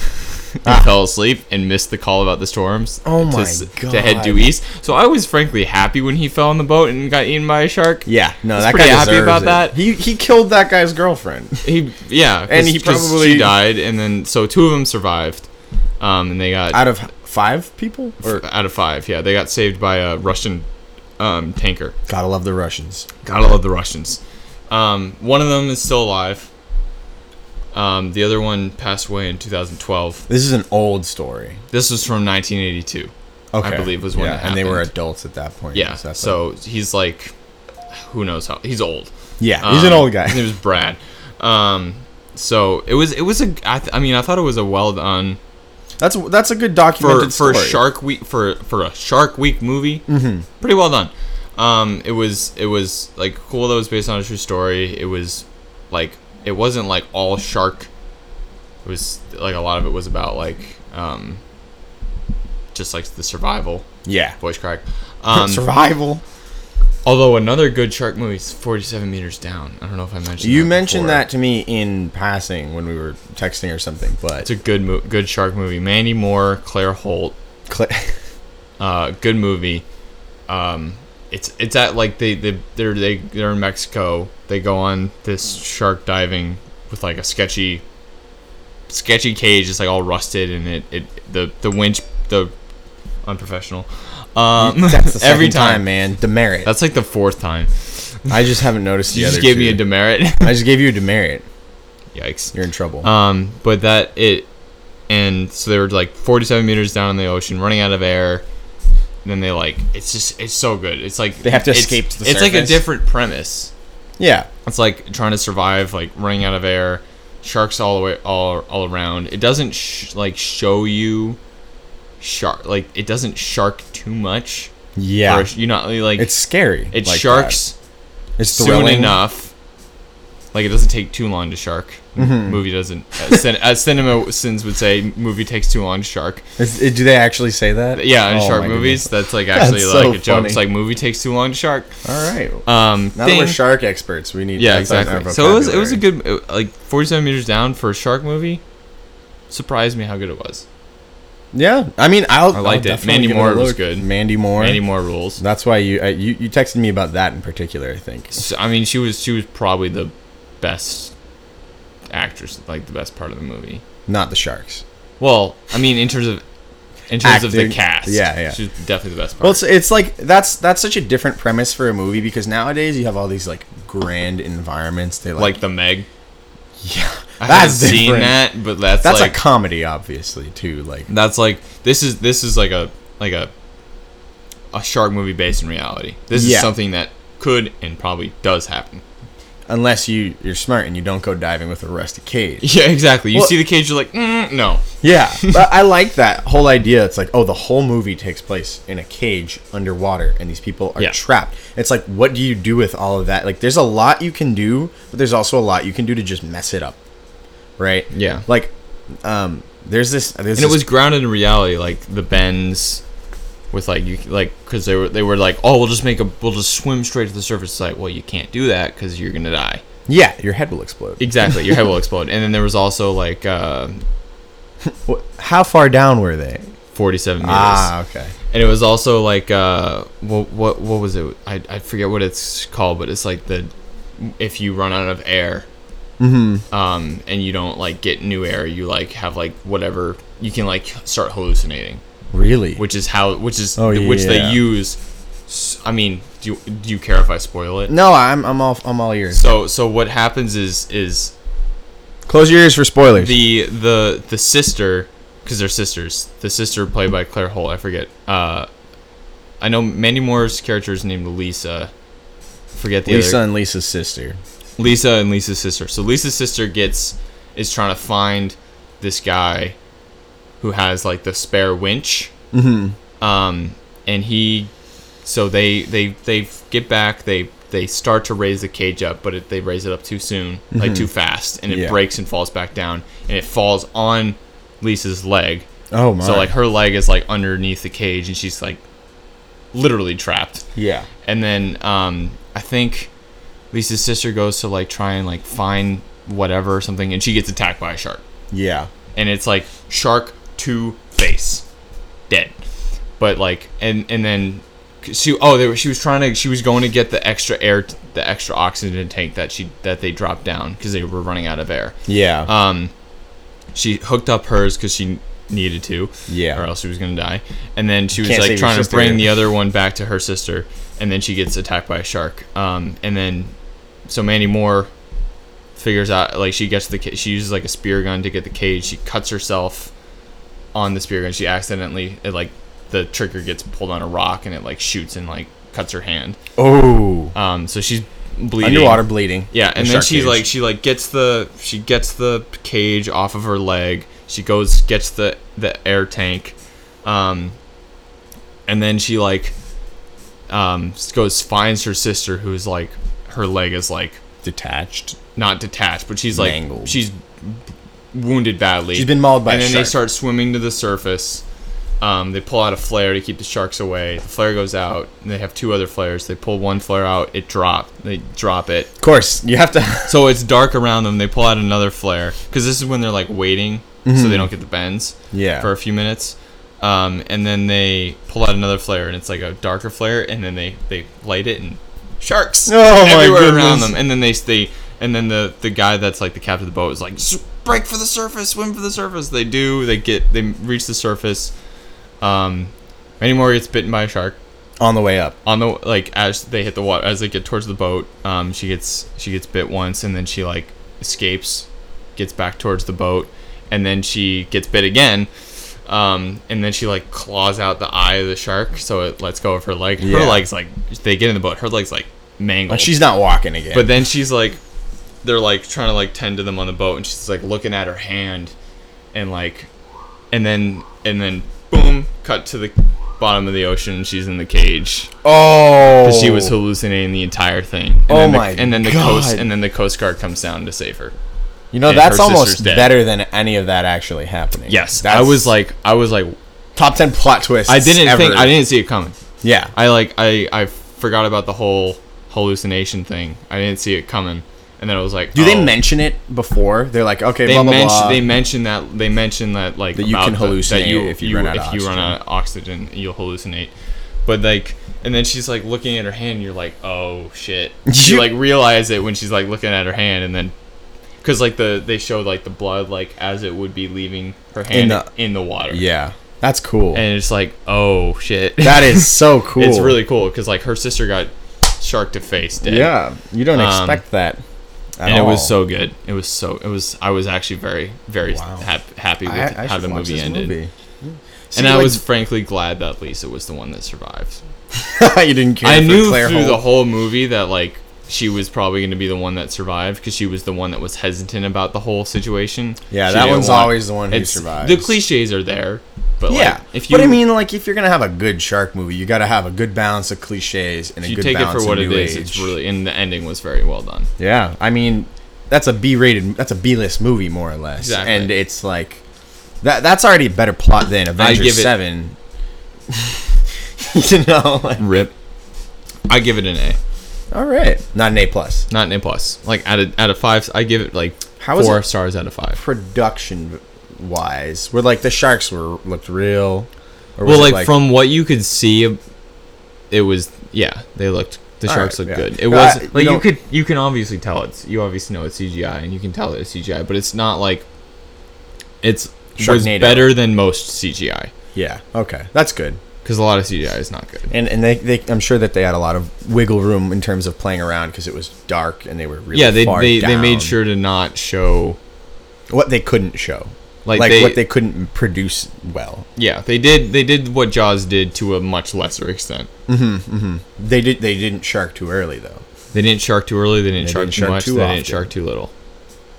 [SPEAKER 2] and fell asleep and missed the call about the storms.
[SPEAKER 1] Ah. Oh
[SPEAKER 2] to
[SPEAKER 1] my
[SPEAKER 2] s- To head due
[SPEAKER 1] God.
[SPEAKER 2] east. So I was frankly happy when he fell on the boat and got eaten by a shark.
[SPEAKER 1] Yeah, no,
[SPEAKER 2] was
[SPEAKER 1] that
[SPEAKER 2] pretty
[SPEAKER 1] guy
[SPEAKER 2] happy
[SPEAKER 1] deserves
[SPEAKER 2] about
[SPEAKER 1] it.
[SPEAKER 2] that.
[SPEAKER 1] He he killed that guy's girlfriend.
[SPEAKER 2] He yeah,
[SPEAKER 1] And he
[SPEAKER 2] probably
[SPEAKER 1] probably-
[SPEAKER 2] died, and then so two of them survived, um, and they got
[SPEAKER 1] Out of five people, or
[SPEAKER 2] or out of five. Yeah, they got saved by a Russian um, tanker.
[SPEAKER 1] gotta love the Russians.
[SPEAKER 2] Gotta love the Russians. Um, one of them is still alive. Um, the other one passed away in 2012.
[SPEAKER 1] This is an old story.
[SPEAKER 2] This was from 1982.
[SPEAKER 1] Okay,
[SPEAKER 2] believe was when
[SPEAKER 1] yeah,
[SPEAKER 2] it
[SPEAKER 1] and they were
[SPEAKER 2] happened.
[SPEAKER 1] adults at that point.
[SPEAKER 2] Yeah.
[SPEAKER 1] so, that's like-
[SPEAKER 2] So he's like, who knows how? He's old.
[SPEAKER 1] yeah, he's an
[SPEAKER 2] Um,
[SPEAKER 1] old
[SPEAKER 2] His
[SPEAKER 1] guy.
[SPEAKER 2] name was Brad. Um, so it was it was a I, th- I mean I thought it was a well done
[SPEAKER 1] That's that's a good
[SPEAKER 2] for
[SPEAKER 1] documented
[SPEAKER 2] for a
[SPEAKER 1] story. Mm-hmm.
[SPEAKER 2] Shark Week for for a Shark Week movie. Pretty well done. Um, it was it was like cool that it was based on a true story. It was like it wasn't like all shark. It was like a lot of it was about like um, just like the survival.
[SPEAKER 1] Yeah,
[SPEAKER 2] Voice crack. Um,
[SPEAKER 1] survival.
[SPEAKER 2] although another good shark movie is Forty Seven Meters Down. I don't know if I mentioned.
[SPEAKER 1] You
[SPEAKER 2] that
[SPEAKER 1] mentioned
[SPEAKER 2] before.
[SPEAKER 1] that to me in passing when we were texting or something, but
[SPEAKER 2] It's a good mo- good shark movie. Mandy Moore, Claire Holt.
[SPEAKER 1] Cla-
[SPEAKER 2] uh, good movie. Um, it's it's at like they they they're they, they're in Mexico. They go on this shark diving with like a sketchy sketchy cage. It's like all rusted and it, it the the winch the unprofessional. Um,
[SPEAKER 1] that's the second
[SPEAKER 2] every
[SPEAKER 1] time,
[SPEAKER 2] time.
[SPEAKER 1] man. Demerit.
[SPEAKER 2] That's like the fourth time.
[SPEAKER 1] I just haven't noticed.
[SPEAKER 2] You
[SPEAKER 1] the
[SPEAKER 2] just
[SPEAKER 1] other
[SPEAKER 2] gave me
[SPEAKER 1] two.
[SPEAKER 2] a demerit.
[SPEAKER 1] I just gave you a demerit.
[SPEAKER 2] Yikes.
[SPEAKER 1] You're in trouble.
[SPEAKER 2] Um, but that it, and so they were like 47 meters down in the ocean, running out of air. And then they like it's just it's so good. It's like
[SPEAKER 1] They have to
[SPEAKER 2] it's-
[SPEAKER 1] escape to the
[SPEAKER 2] It's like a
[SPEAKER 1] surface.
[SPEAKER 2] different premise.
[SPEAKER 1] yeah,
[SPEAKER 2] It's like trying to survive, like running out of air, sharks all the way all all around. It doesn't sh- like show you shark like it doesn't shark too much.
[SPEAKER 1] yeah.
[SPEAKER 2] Or you not like
[SPEAKER 1] it's scary.
[SPEAKER 2] it's
[SPEAKER 1] like
[SPEAKER 2] sharks
[SPEAKER 1] that. It's
[SPEAKER 2] soon
[SPEAKER 1] thrilling.
[SPEAKER 2] enough. Like it doesn't take too long to shark.
[SPEAKER 1] Mm-hmm.
[SPEAKER 2] Movie doesn't. As, cin- as cinema sins would say, movie takes too long to shark.
[SPEAKER 1] Is- it- do they actually say that?
[SPEAKER 2] Yeah, in
[SPEAKER 1] Oh
[SPEAKER 2] shark
[SPEAKER 1] my
[SPEAKER 2] movies, that's like actually
[SPEAKER 1] That's
[SPEAKER 2] like
[SPEAKER 1] so
[SPEAKER 2] a joke. It's
[SPEAKER 1] funny.
[SPEAKER 2] like movie takes too long to shark.
[SPEAKER 1] goodness. All right.
[SPEAKER 2] Um,
[SPEAKER 1] now that
[SPEAKER 2] thing-
[SPEAKER 1] we're shark experts, we need.
[SPEAKER 2] yeah,
[SPEAKER 1] that's on our
[SPEAKER 2] exactly. So it was it was a
[SPEAKER 1] vocabulary.
[SPEAKER 2] good it- like forty seven meters down for a shark movie. Surprised me how good it was.
[SPEAKER 1] Yeah, I mean, I'll,
[SPEAKER 2] I liked
[SPEAKER 1] I'll
[SPEAKER 2] it.
[SPEAKER 1] definitely
[SPEAKER 2] Mandy
[SPEAKER 1] give a
[SPEAKER 2] Moore was
[SPEAKER 1] look.
[SPEAKER 2] good.
[SPEAKER 1] Mandy Moore.
[SPEAKER 2] Any more rules?
[SPEAKER 1] That's why you, uh, you you texted me about that in particular. I think.
[SPEAKER 2] So, I mean, she was she was probably the best actress, like the best part of the movie.
[SPEAKER 1] Not the sharks.
[SPEAKER 2] Well, I mean, in terms of in terms of the
[SPEAKER 1] Acting.
[SPEAKER 2] cast,
[SPEAKER 1] Yeah, yeah.
[SPEAKER 2] she's definitely the best part.
[SPEAKER 1] Well, it's, it's like that's that's such a different premise for a movie because nowadays you have all these like grand environments. They like,
[SPEAKER 2] like the Meg.
[SPEAKER 1] yeah,
[SPEAKER 2] I
[SPEAKER 1] that's
[SPEAKER 2] haven't seen
[SPEAKER 1] different.
[SPEAKER 2] that, but that's,
[SPEAKER 1] That's
[SPEAKER 2] like
[SPEAKER 1] a comedy, obviously too. Like
[SPEAKER 2] that's like this is this is like a like a a shark movie based in reality. This
[SPEAKER 1] Yeah.
[SPEAKER 2] is something that could and probably does happen.
[SPEAKER 1] unless you you're smart and you don't go diving with a rusty cage.
[SPEAKER 2] Yeah, exactly. You
[SPEAKER 1] Well-
[SPEAKER 2] see the cage, you're like, mm, no.
[SPEAKER 1] Yeah, but I like that whole idea. It's like oh, the whole movie takes place in a cage underwater, and these people are
[SPEAKER 2] Yeah.
[SPEAKER 1] trapped. It's like what do you do with all of that? Like there's a lot you can do, but there's also a lot you can do to just mess it up, right?
[SPEAKER 2] Yeah.
[SPEAKER 1] Like, um, there's this. There's
[SPEAKER 2] and it
[SPEAKER 1] this-
[SPEAKER 2] was grounded in reality, like the bends, with like you like because they were they were like, oh, we'll just make a we'll just swim straight to the surface. It's like, well, you can't do that because you're gonna die.
[SPEAKER 1] yeah, your head will explode.
[SPEAKER 2] Exactly, your head will explode. And then there was also like uh,
[SPEAKER 1] Wh- How far down were they?
[SPEAKER 2] 47 meters,
[SPEAKER 1] Ah, okay.
[SPEAKER 2] and it was also like uh, what what what was it? I I forget what it's called, but it's like the if you run out of
[SPEAKER 1] Mm-hmm.
[SPEAKER 2] air, um, and you don't like get new air, you like have like whatever you can like start hallucinating,
[SPEAKER 1] Really?
[SPEAKER 2] which is how which is
[SPEAKER 1] Oh,
[SPEAKER 2] which
[SPEAKER 1] yeah.
[SPEAKER 2] they use. s- I mean, do you, do you care if I spoil it?
[SPEAKER 1] no, I'm I'm all I'm all ears.
[SPEAKER 2] So so what happens is is
[SPEAKER 1] Close your ears for spoilers.
[SPEAKER 2] the the the sister because they're sisters. The sister played by Claire Holt. I forget. Uh, I know Mandy Moore's character is named Lisa. Forget the
[SPEAKER 1] Lisa
[SPEAKER 2] other
[SPEAKER 1] and Lisa's sister.
[SPEAKER 2] Lisa and Lisa's sister. So Lisa's sister gets is trying to find this guy who has like the spare winch. Mm-hmm. Um, and he, so they they they get back. They they start to raise the cage up, but it, they raise it up too soon, like too fast, and it
[SPEAKER 1] Yeah.
[SPEAKER 2] breaks and falls back down, and it falls on Lisa's leg.
[SPEAKER 1] Oh my.
[SPEAKER 2] So like her leg is like underneath the cage, and she's like literally trapped
[SPEAKER 1] yeah.
[SPEAKER 2] and then um, I think Lisa's sister goes to like try and like find whatever or something, and she gets attacked by a shark,
[SPEAKER 1] Yeah.
[SPEAKER 2] and it's like shark to face, dead. But like, and and then she oh they were, she was trying to she was going to get the extra air t- the extra oxygen tank that she that they dropped down because they were running out of air.
[SPEAKER 1] Yeah.
[SPEAKER 2] Um, she hooked up hers because she needed to.
[SPEAKER 1] Yeah.
[SPEAKER 2] Or else she was gonna die. And then she was
[SPEAKER 1] Can't
[SPEAKER 2] like
[SPEAKER 1] save your
[SPEAKER 2] trying to
[SPEAKER 1] sister.
[SPEAKER 2] bring the other one back to her sister, and then she gets attacked by a shark. Um, and then so Mandy Moore figures out like she gets the ca- she uses like a spear gun to get the cage. She cuts herself on the spear gun. She accidentally it like the trigger gets pulled on a rock and it like shoots and like cuts her hand.
[SPEAKER 1] oh.
[SPEAKER 2] Um, so she's bleeding.
[SPEAKER 1] Underwater bleeding.
[SPEAKER 2] Yeah,
[SPEAKER 1] The
[SPEAKER 2] and then
[SPEAKER 1] shark
[SPEAKER 2] she
[SPEAKER 1] cage.
[SPEAKER 2] like she like gets the she gets the cage off of her leg. She goes gets the the air tank, um, and then she like um goes finds her sister who's like her leg is like
[SPEAKER 1] detached.
[SPEAKER 2] not detached, but she's like
[SPEAKER 1] Mangled.
[SPEAKER 2] she's wounded badly.
[SPEAKER 1] She's been mauled by
[SPEAKER 2] and
[SPEAKER 1] a
[SPEAKER 2] then they
[SPEAKER 1] shark.
[SPEAKER 2] start swimming to the surface. Um, they pull out a flare to keep the sharks away. The flare goes out. And they have two other flares. They pull one flare out. It drop. They drop it.
[SPEAKER 1] Of course, you have to.
[SPEAKER 2] So it's dark around them. They pull out another flare because this is when they're like waiting, so they don't get the bends
[SPEAKER 1] Mm-hmm. Yeah.
[SPEAKER 2] for a few minutes. Um, and then they pull out another flare, and it's like a darker flare. And then they they light it, and sharks
[SPEAKER 1] Oh, my
[SPEAKER 2] around
[SPEAKER 1] goodness.
[SPEAKER 2] them. And then they they and then the the guy that's like the captain of the boat is like "S- break for the surface, swim for the surface. They do. They get they reach the surface. Um, Manny Moore gets bitten by a shark
[SPEAKER 1] on the way up.
[SPEAKER 2] on the like as they hit the water as they get towards the boat um she gets she gets bit once and then she like escapes gets back towards the boat and then she gets bit again um and then she like claws out the eye of the shark so it lets go of her leg
[SPEAKER 1] Yeah.
[SPEAKER 2] her legs like they get in the boat her legs like mangled
[SPEAKER 1] Like she's not walking again.
[SPEAKER 2] but then she's like, they're like trying to like tend to them on the boat, and she's like looking at her hand, and like, and then and then boom, cut to the bottom of the ocean, and she's in the cage.
[SPEAKER 1] oh,
[SPEAKER 2] She was hallucinating the entire thing. And
[SPEAKER 1] Oh
[SPEAKER 2] then the,
[SPEAKER 1] my
[SPEAKER 2] And then the coast
[SPEAKER 1] God.
[SPEAKER 2] and then the coast guard comes down to save her.
[SPEAKER 1] You know,
[SPEAKER 2] and
[SPEAKER 1] that's
[SPEAKER 2] her
[SPEAKER 1] almost
[SPEAKER 2] sister's dead.
[SPEAKER 1] better than any of that actually happening.
[SPEAKER 2] Yes,
[SPEAKER 1] that's
[SPEAKER 2] I was like, I was like,
[SPEAKER 1] top ten plot twists.
[SPEAKER 2] I didn't
[SPEAKER 1] ever.
[SPEAKER 2] think, I didn't see it coming.
[SPEAKER 1] Yeah,
[SPEAKER 2] I like I I forgot about the whole hallucination thing. I didn't see it coming, and then I was like,
[SPEAKER 1] do they
[SPEAKER 2] oh.
[SPEAKER 1] mention it before? They're like, okay,
[SPEAKER 2] they
[SPEAKER 1] blah blah
[SPEAKER 2] mention
[SPEAKER 1] blah.
[SPEAKER 2] they mention that they mention that like
[SPEAKER 1] That you
[SPEAKER 2] about
[SPEAKER 1] can
[SPEAKER 2] the-
[SPEAKER 1] hallucinate if you run out
[SPEAKER 2] if
[SPEAKER 1] of
[SPEAKER 2] you run out of oxygen you'll hallucinate but like and then she's like looking at her hand and you're like oh shit you
[SPEAKER 1] You-
[SPEAKER 2] like realize it when she's like looking at her hand and then because like the they show like the blood like as it would be leaving her hand in the,
[SPEAKER 1] the-
[SPEAKER 2] water
[SPEAKER 1] yeah, that's cool.
[SPEAKER 2] and it's like oh shit
[SPEAKER 1] that is so cool.
[SPEAKER 2] it's really cool because like her sister got shark to face dead
[SPEAKER 1] yeah. You don't
[SPEAKER 2] Um,
[SPEAKER 1] expect that. at
[SPEAKER 2] and it was
[SPEAKER 1] all.
[SPEAKER 2] so good. It was so. It was. I was actually very, very
[SPEAKER 1] Wow.
[SPEAKER 2] hap- happy with
[SPEAKER 1] I, I
[SPEAKER 2] how
[SPEAKER 1] should
[SPEAKER 2] the
[SPEAKER 1] watch
[SPEAKER 2] movie
[SPEAKER 1] this
[SPEAKER 2] ended.
[SPEAKER 1] movie. See,
[SPEAKER 2] and I
[SPEAKER 1] like-
[SPEAKER 2] was frankly glad that Lisa was the one that survived.
[SPEAKER 1] you didn't care.
[SPEAKER 2] I
[SPEAKER 1] for
[SPEAKER 2] knew
[SPEAKER 1] Claire
[SPEAKER 2] through
[SPEAKER 1] Holt.
[SPEAKER 2] the whole movie that like she was probably going to be the one that survived because she was the one that was hesitant about the whole situation.
[SPEAKER 1] Yeah,
[SPEAKER 2] She
[SPEAKER 1] that
[SPEAKER 2] didn't
[SPEAKER 1] one's always the one who survives.
[SPEAKER 2] The cliches are there, but
[SPEAKER 1] Yeah,
[SPEAKER 2] like, if you
[SPEAKER 1] but I mean, like, if you're gonna have a good shark movie, you gotta have a good balance of cliches and a
[SPEAKER 2] if you
[SPEAKER 1] good
[SPEAKER 2] take it
[SPEAKER 1] balance
[SPEAKER 2] for what
[SPEAKER 1] of
[SPEAKER 2] it
[SPEAKER 1] new
[SPEAKER 2] is,
[SPEAKER 1] age.
[SPEAKER 2] it's really and the ending was very well done.
[SPEAKER 1] yeah. I mean, that's a B-rated, that's a B-list movie more or less,
[SPEAKER 2] Exactly.
[SPEAKER 1] and it's like that. That's already a better plot than Avengers
[SPEAKER 2] give it-
[SPEAKER 1] Seven. you know, like,
[SPEAKER 2] Rip. I give it an A,
[SPEAKER 1] all right, not an A plus.
[SPEAKER 2] not an A plus. Like out of out of five, I give it like
[SPEAKER 1] How is
[SPEAKER 2] four
[SPEAKER 1] it-
[SPEAKER 2] stars out of five.
[SPEAKER 1] Production wise, where like the sharks were looked real. Or was
[SPEAKER 2] Well,
[SPEAKER 1] it,
[SPEAKER 2] like, from what you could see, it was yeah. They looked the
[SPEAKER 1] All
[SPEAKER 2] sharks
[SPEAKER 1] right,
[SPEAKER 2] looked
[SPEAKER 1] yeah.
[SPEAKER 2] good. It
[SPEAKER 1] But
[SPEAKER 2] was
[SPEAKER 1] I- you
[SPEAKER 2] like you,
[SPEAKER 1] don't-
[SPEAKER 2] could you can obviously tell it's you obviously know it's CGI and you can tell it's CGI, but it's not like it's was
[SPEAKER 1] Sharknado.
[SPEAKER 2] better than most CGI
[SPEAKER 1] Yeah. Okay. That's good.
[SPEAKER 2] because a lot of CGI is not good.
[SPEAKER 1] And and they, they I'm sure that they had a lot of wiggle room in terms of playing around because it was dark and they were really
[SPEAKER 2] yeah, they
[SPEAKER 1] far
[SPEAKER 2] they, they
[SPEAKER 1] down.
[SPEAKER 2] made sure to not show
[SPEAKER 1] what they couldn't show,
[SPEAKER 2] like,
[SPEAKER 1] like
[SPEAKER 2] they,
[SPEAKER 1] what they couldn't produce well.
[SPEAKER 2] yeah they did they did what Jaws did to a much lesser extent.
[SPEAKER 1] They did they didn't shark too early though.
[SPEAKER 2] They didn't shark too early. They didn't
[SPEAKER 1] They
[SPEAKER 2] shark
[SPEAKER 1] didn't
[SPEAKER 2] too
[SPEAKER 1] shark
[SPEAKER 2] much.
[SPEAKER 1] too
[SPEAKER 2] they
[SPEAKER 1] often.
[SPEAKER 2] didn't shark too little.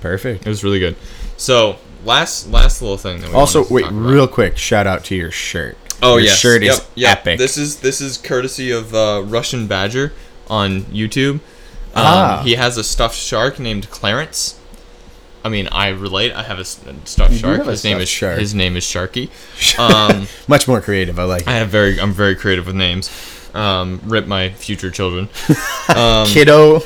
[SPEAKER 1] Perfect.
[SPEAKER 2] It was really good. So last last little thing that we
[SPEAKER 1] Also,
[SPEAKER 2] wanted to
[SPEAKER 1] wait,
[SPEAKER 2] talk about.
[SPEAKER 1] real quick, shout out to your shirt.
[SPEAKER 2] Oh
[SPEAKER 1] your
[SPEAKER 2] yes,
[SPEAKER 1] shirt is
[SPEAKER 2] Yep, yep.
[SPEAKER 1] epic.
[SPEAKER 2] This is this is courtesy of uh, Russian Badger on YouTube. Um,
[SPEAKER 1] Ah.
[SPEAKER 2] He has a stuffed shark named Clarence. I mean, I relate. I have a s- stuffed
[SPEAKER 1] You do
[SPEAKER 2] shark.
[SPEAKER 1] have a
[SPEAKER 2] His name
[SPEAKER 1] stuffed
[SPEAKER 2] is
[SPEAKER 1] shark.
[SPEAKER 2] His name is Sharky. Um,
[SPEAKER 1] Much more creative. I like
[SPEAKER 2] I
[SPEAKER 1] it.
[SPEAKER 2] have very. I'm very creative with names. Um, rip my future children.
[SPEAKER 1] kiddo,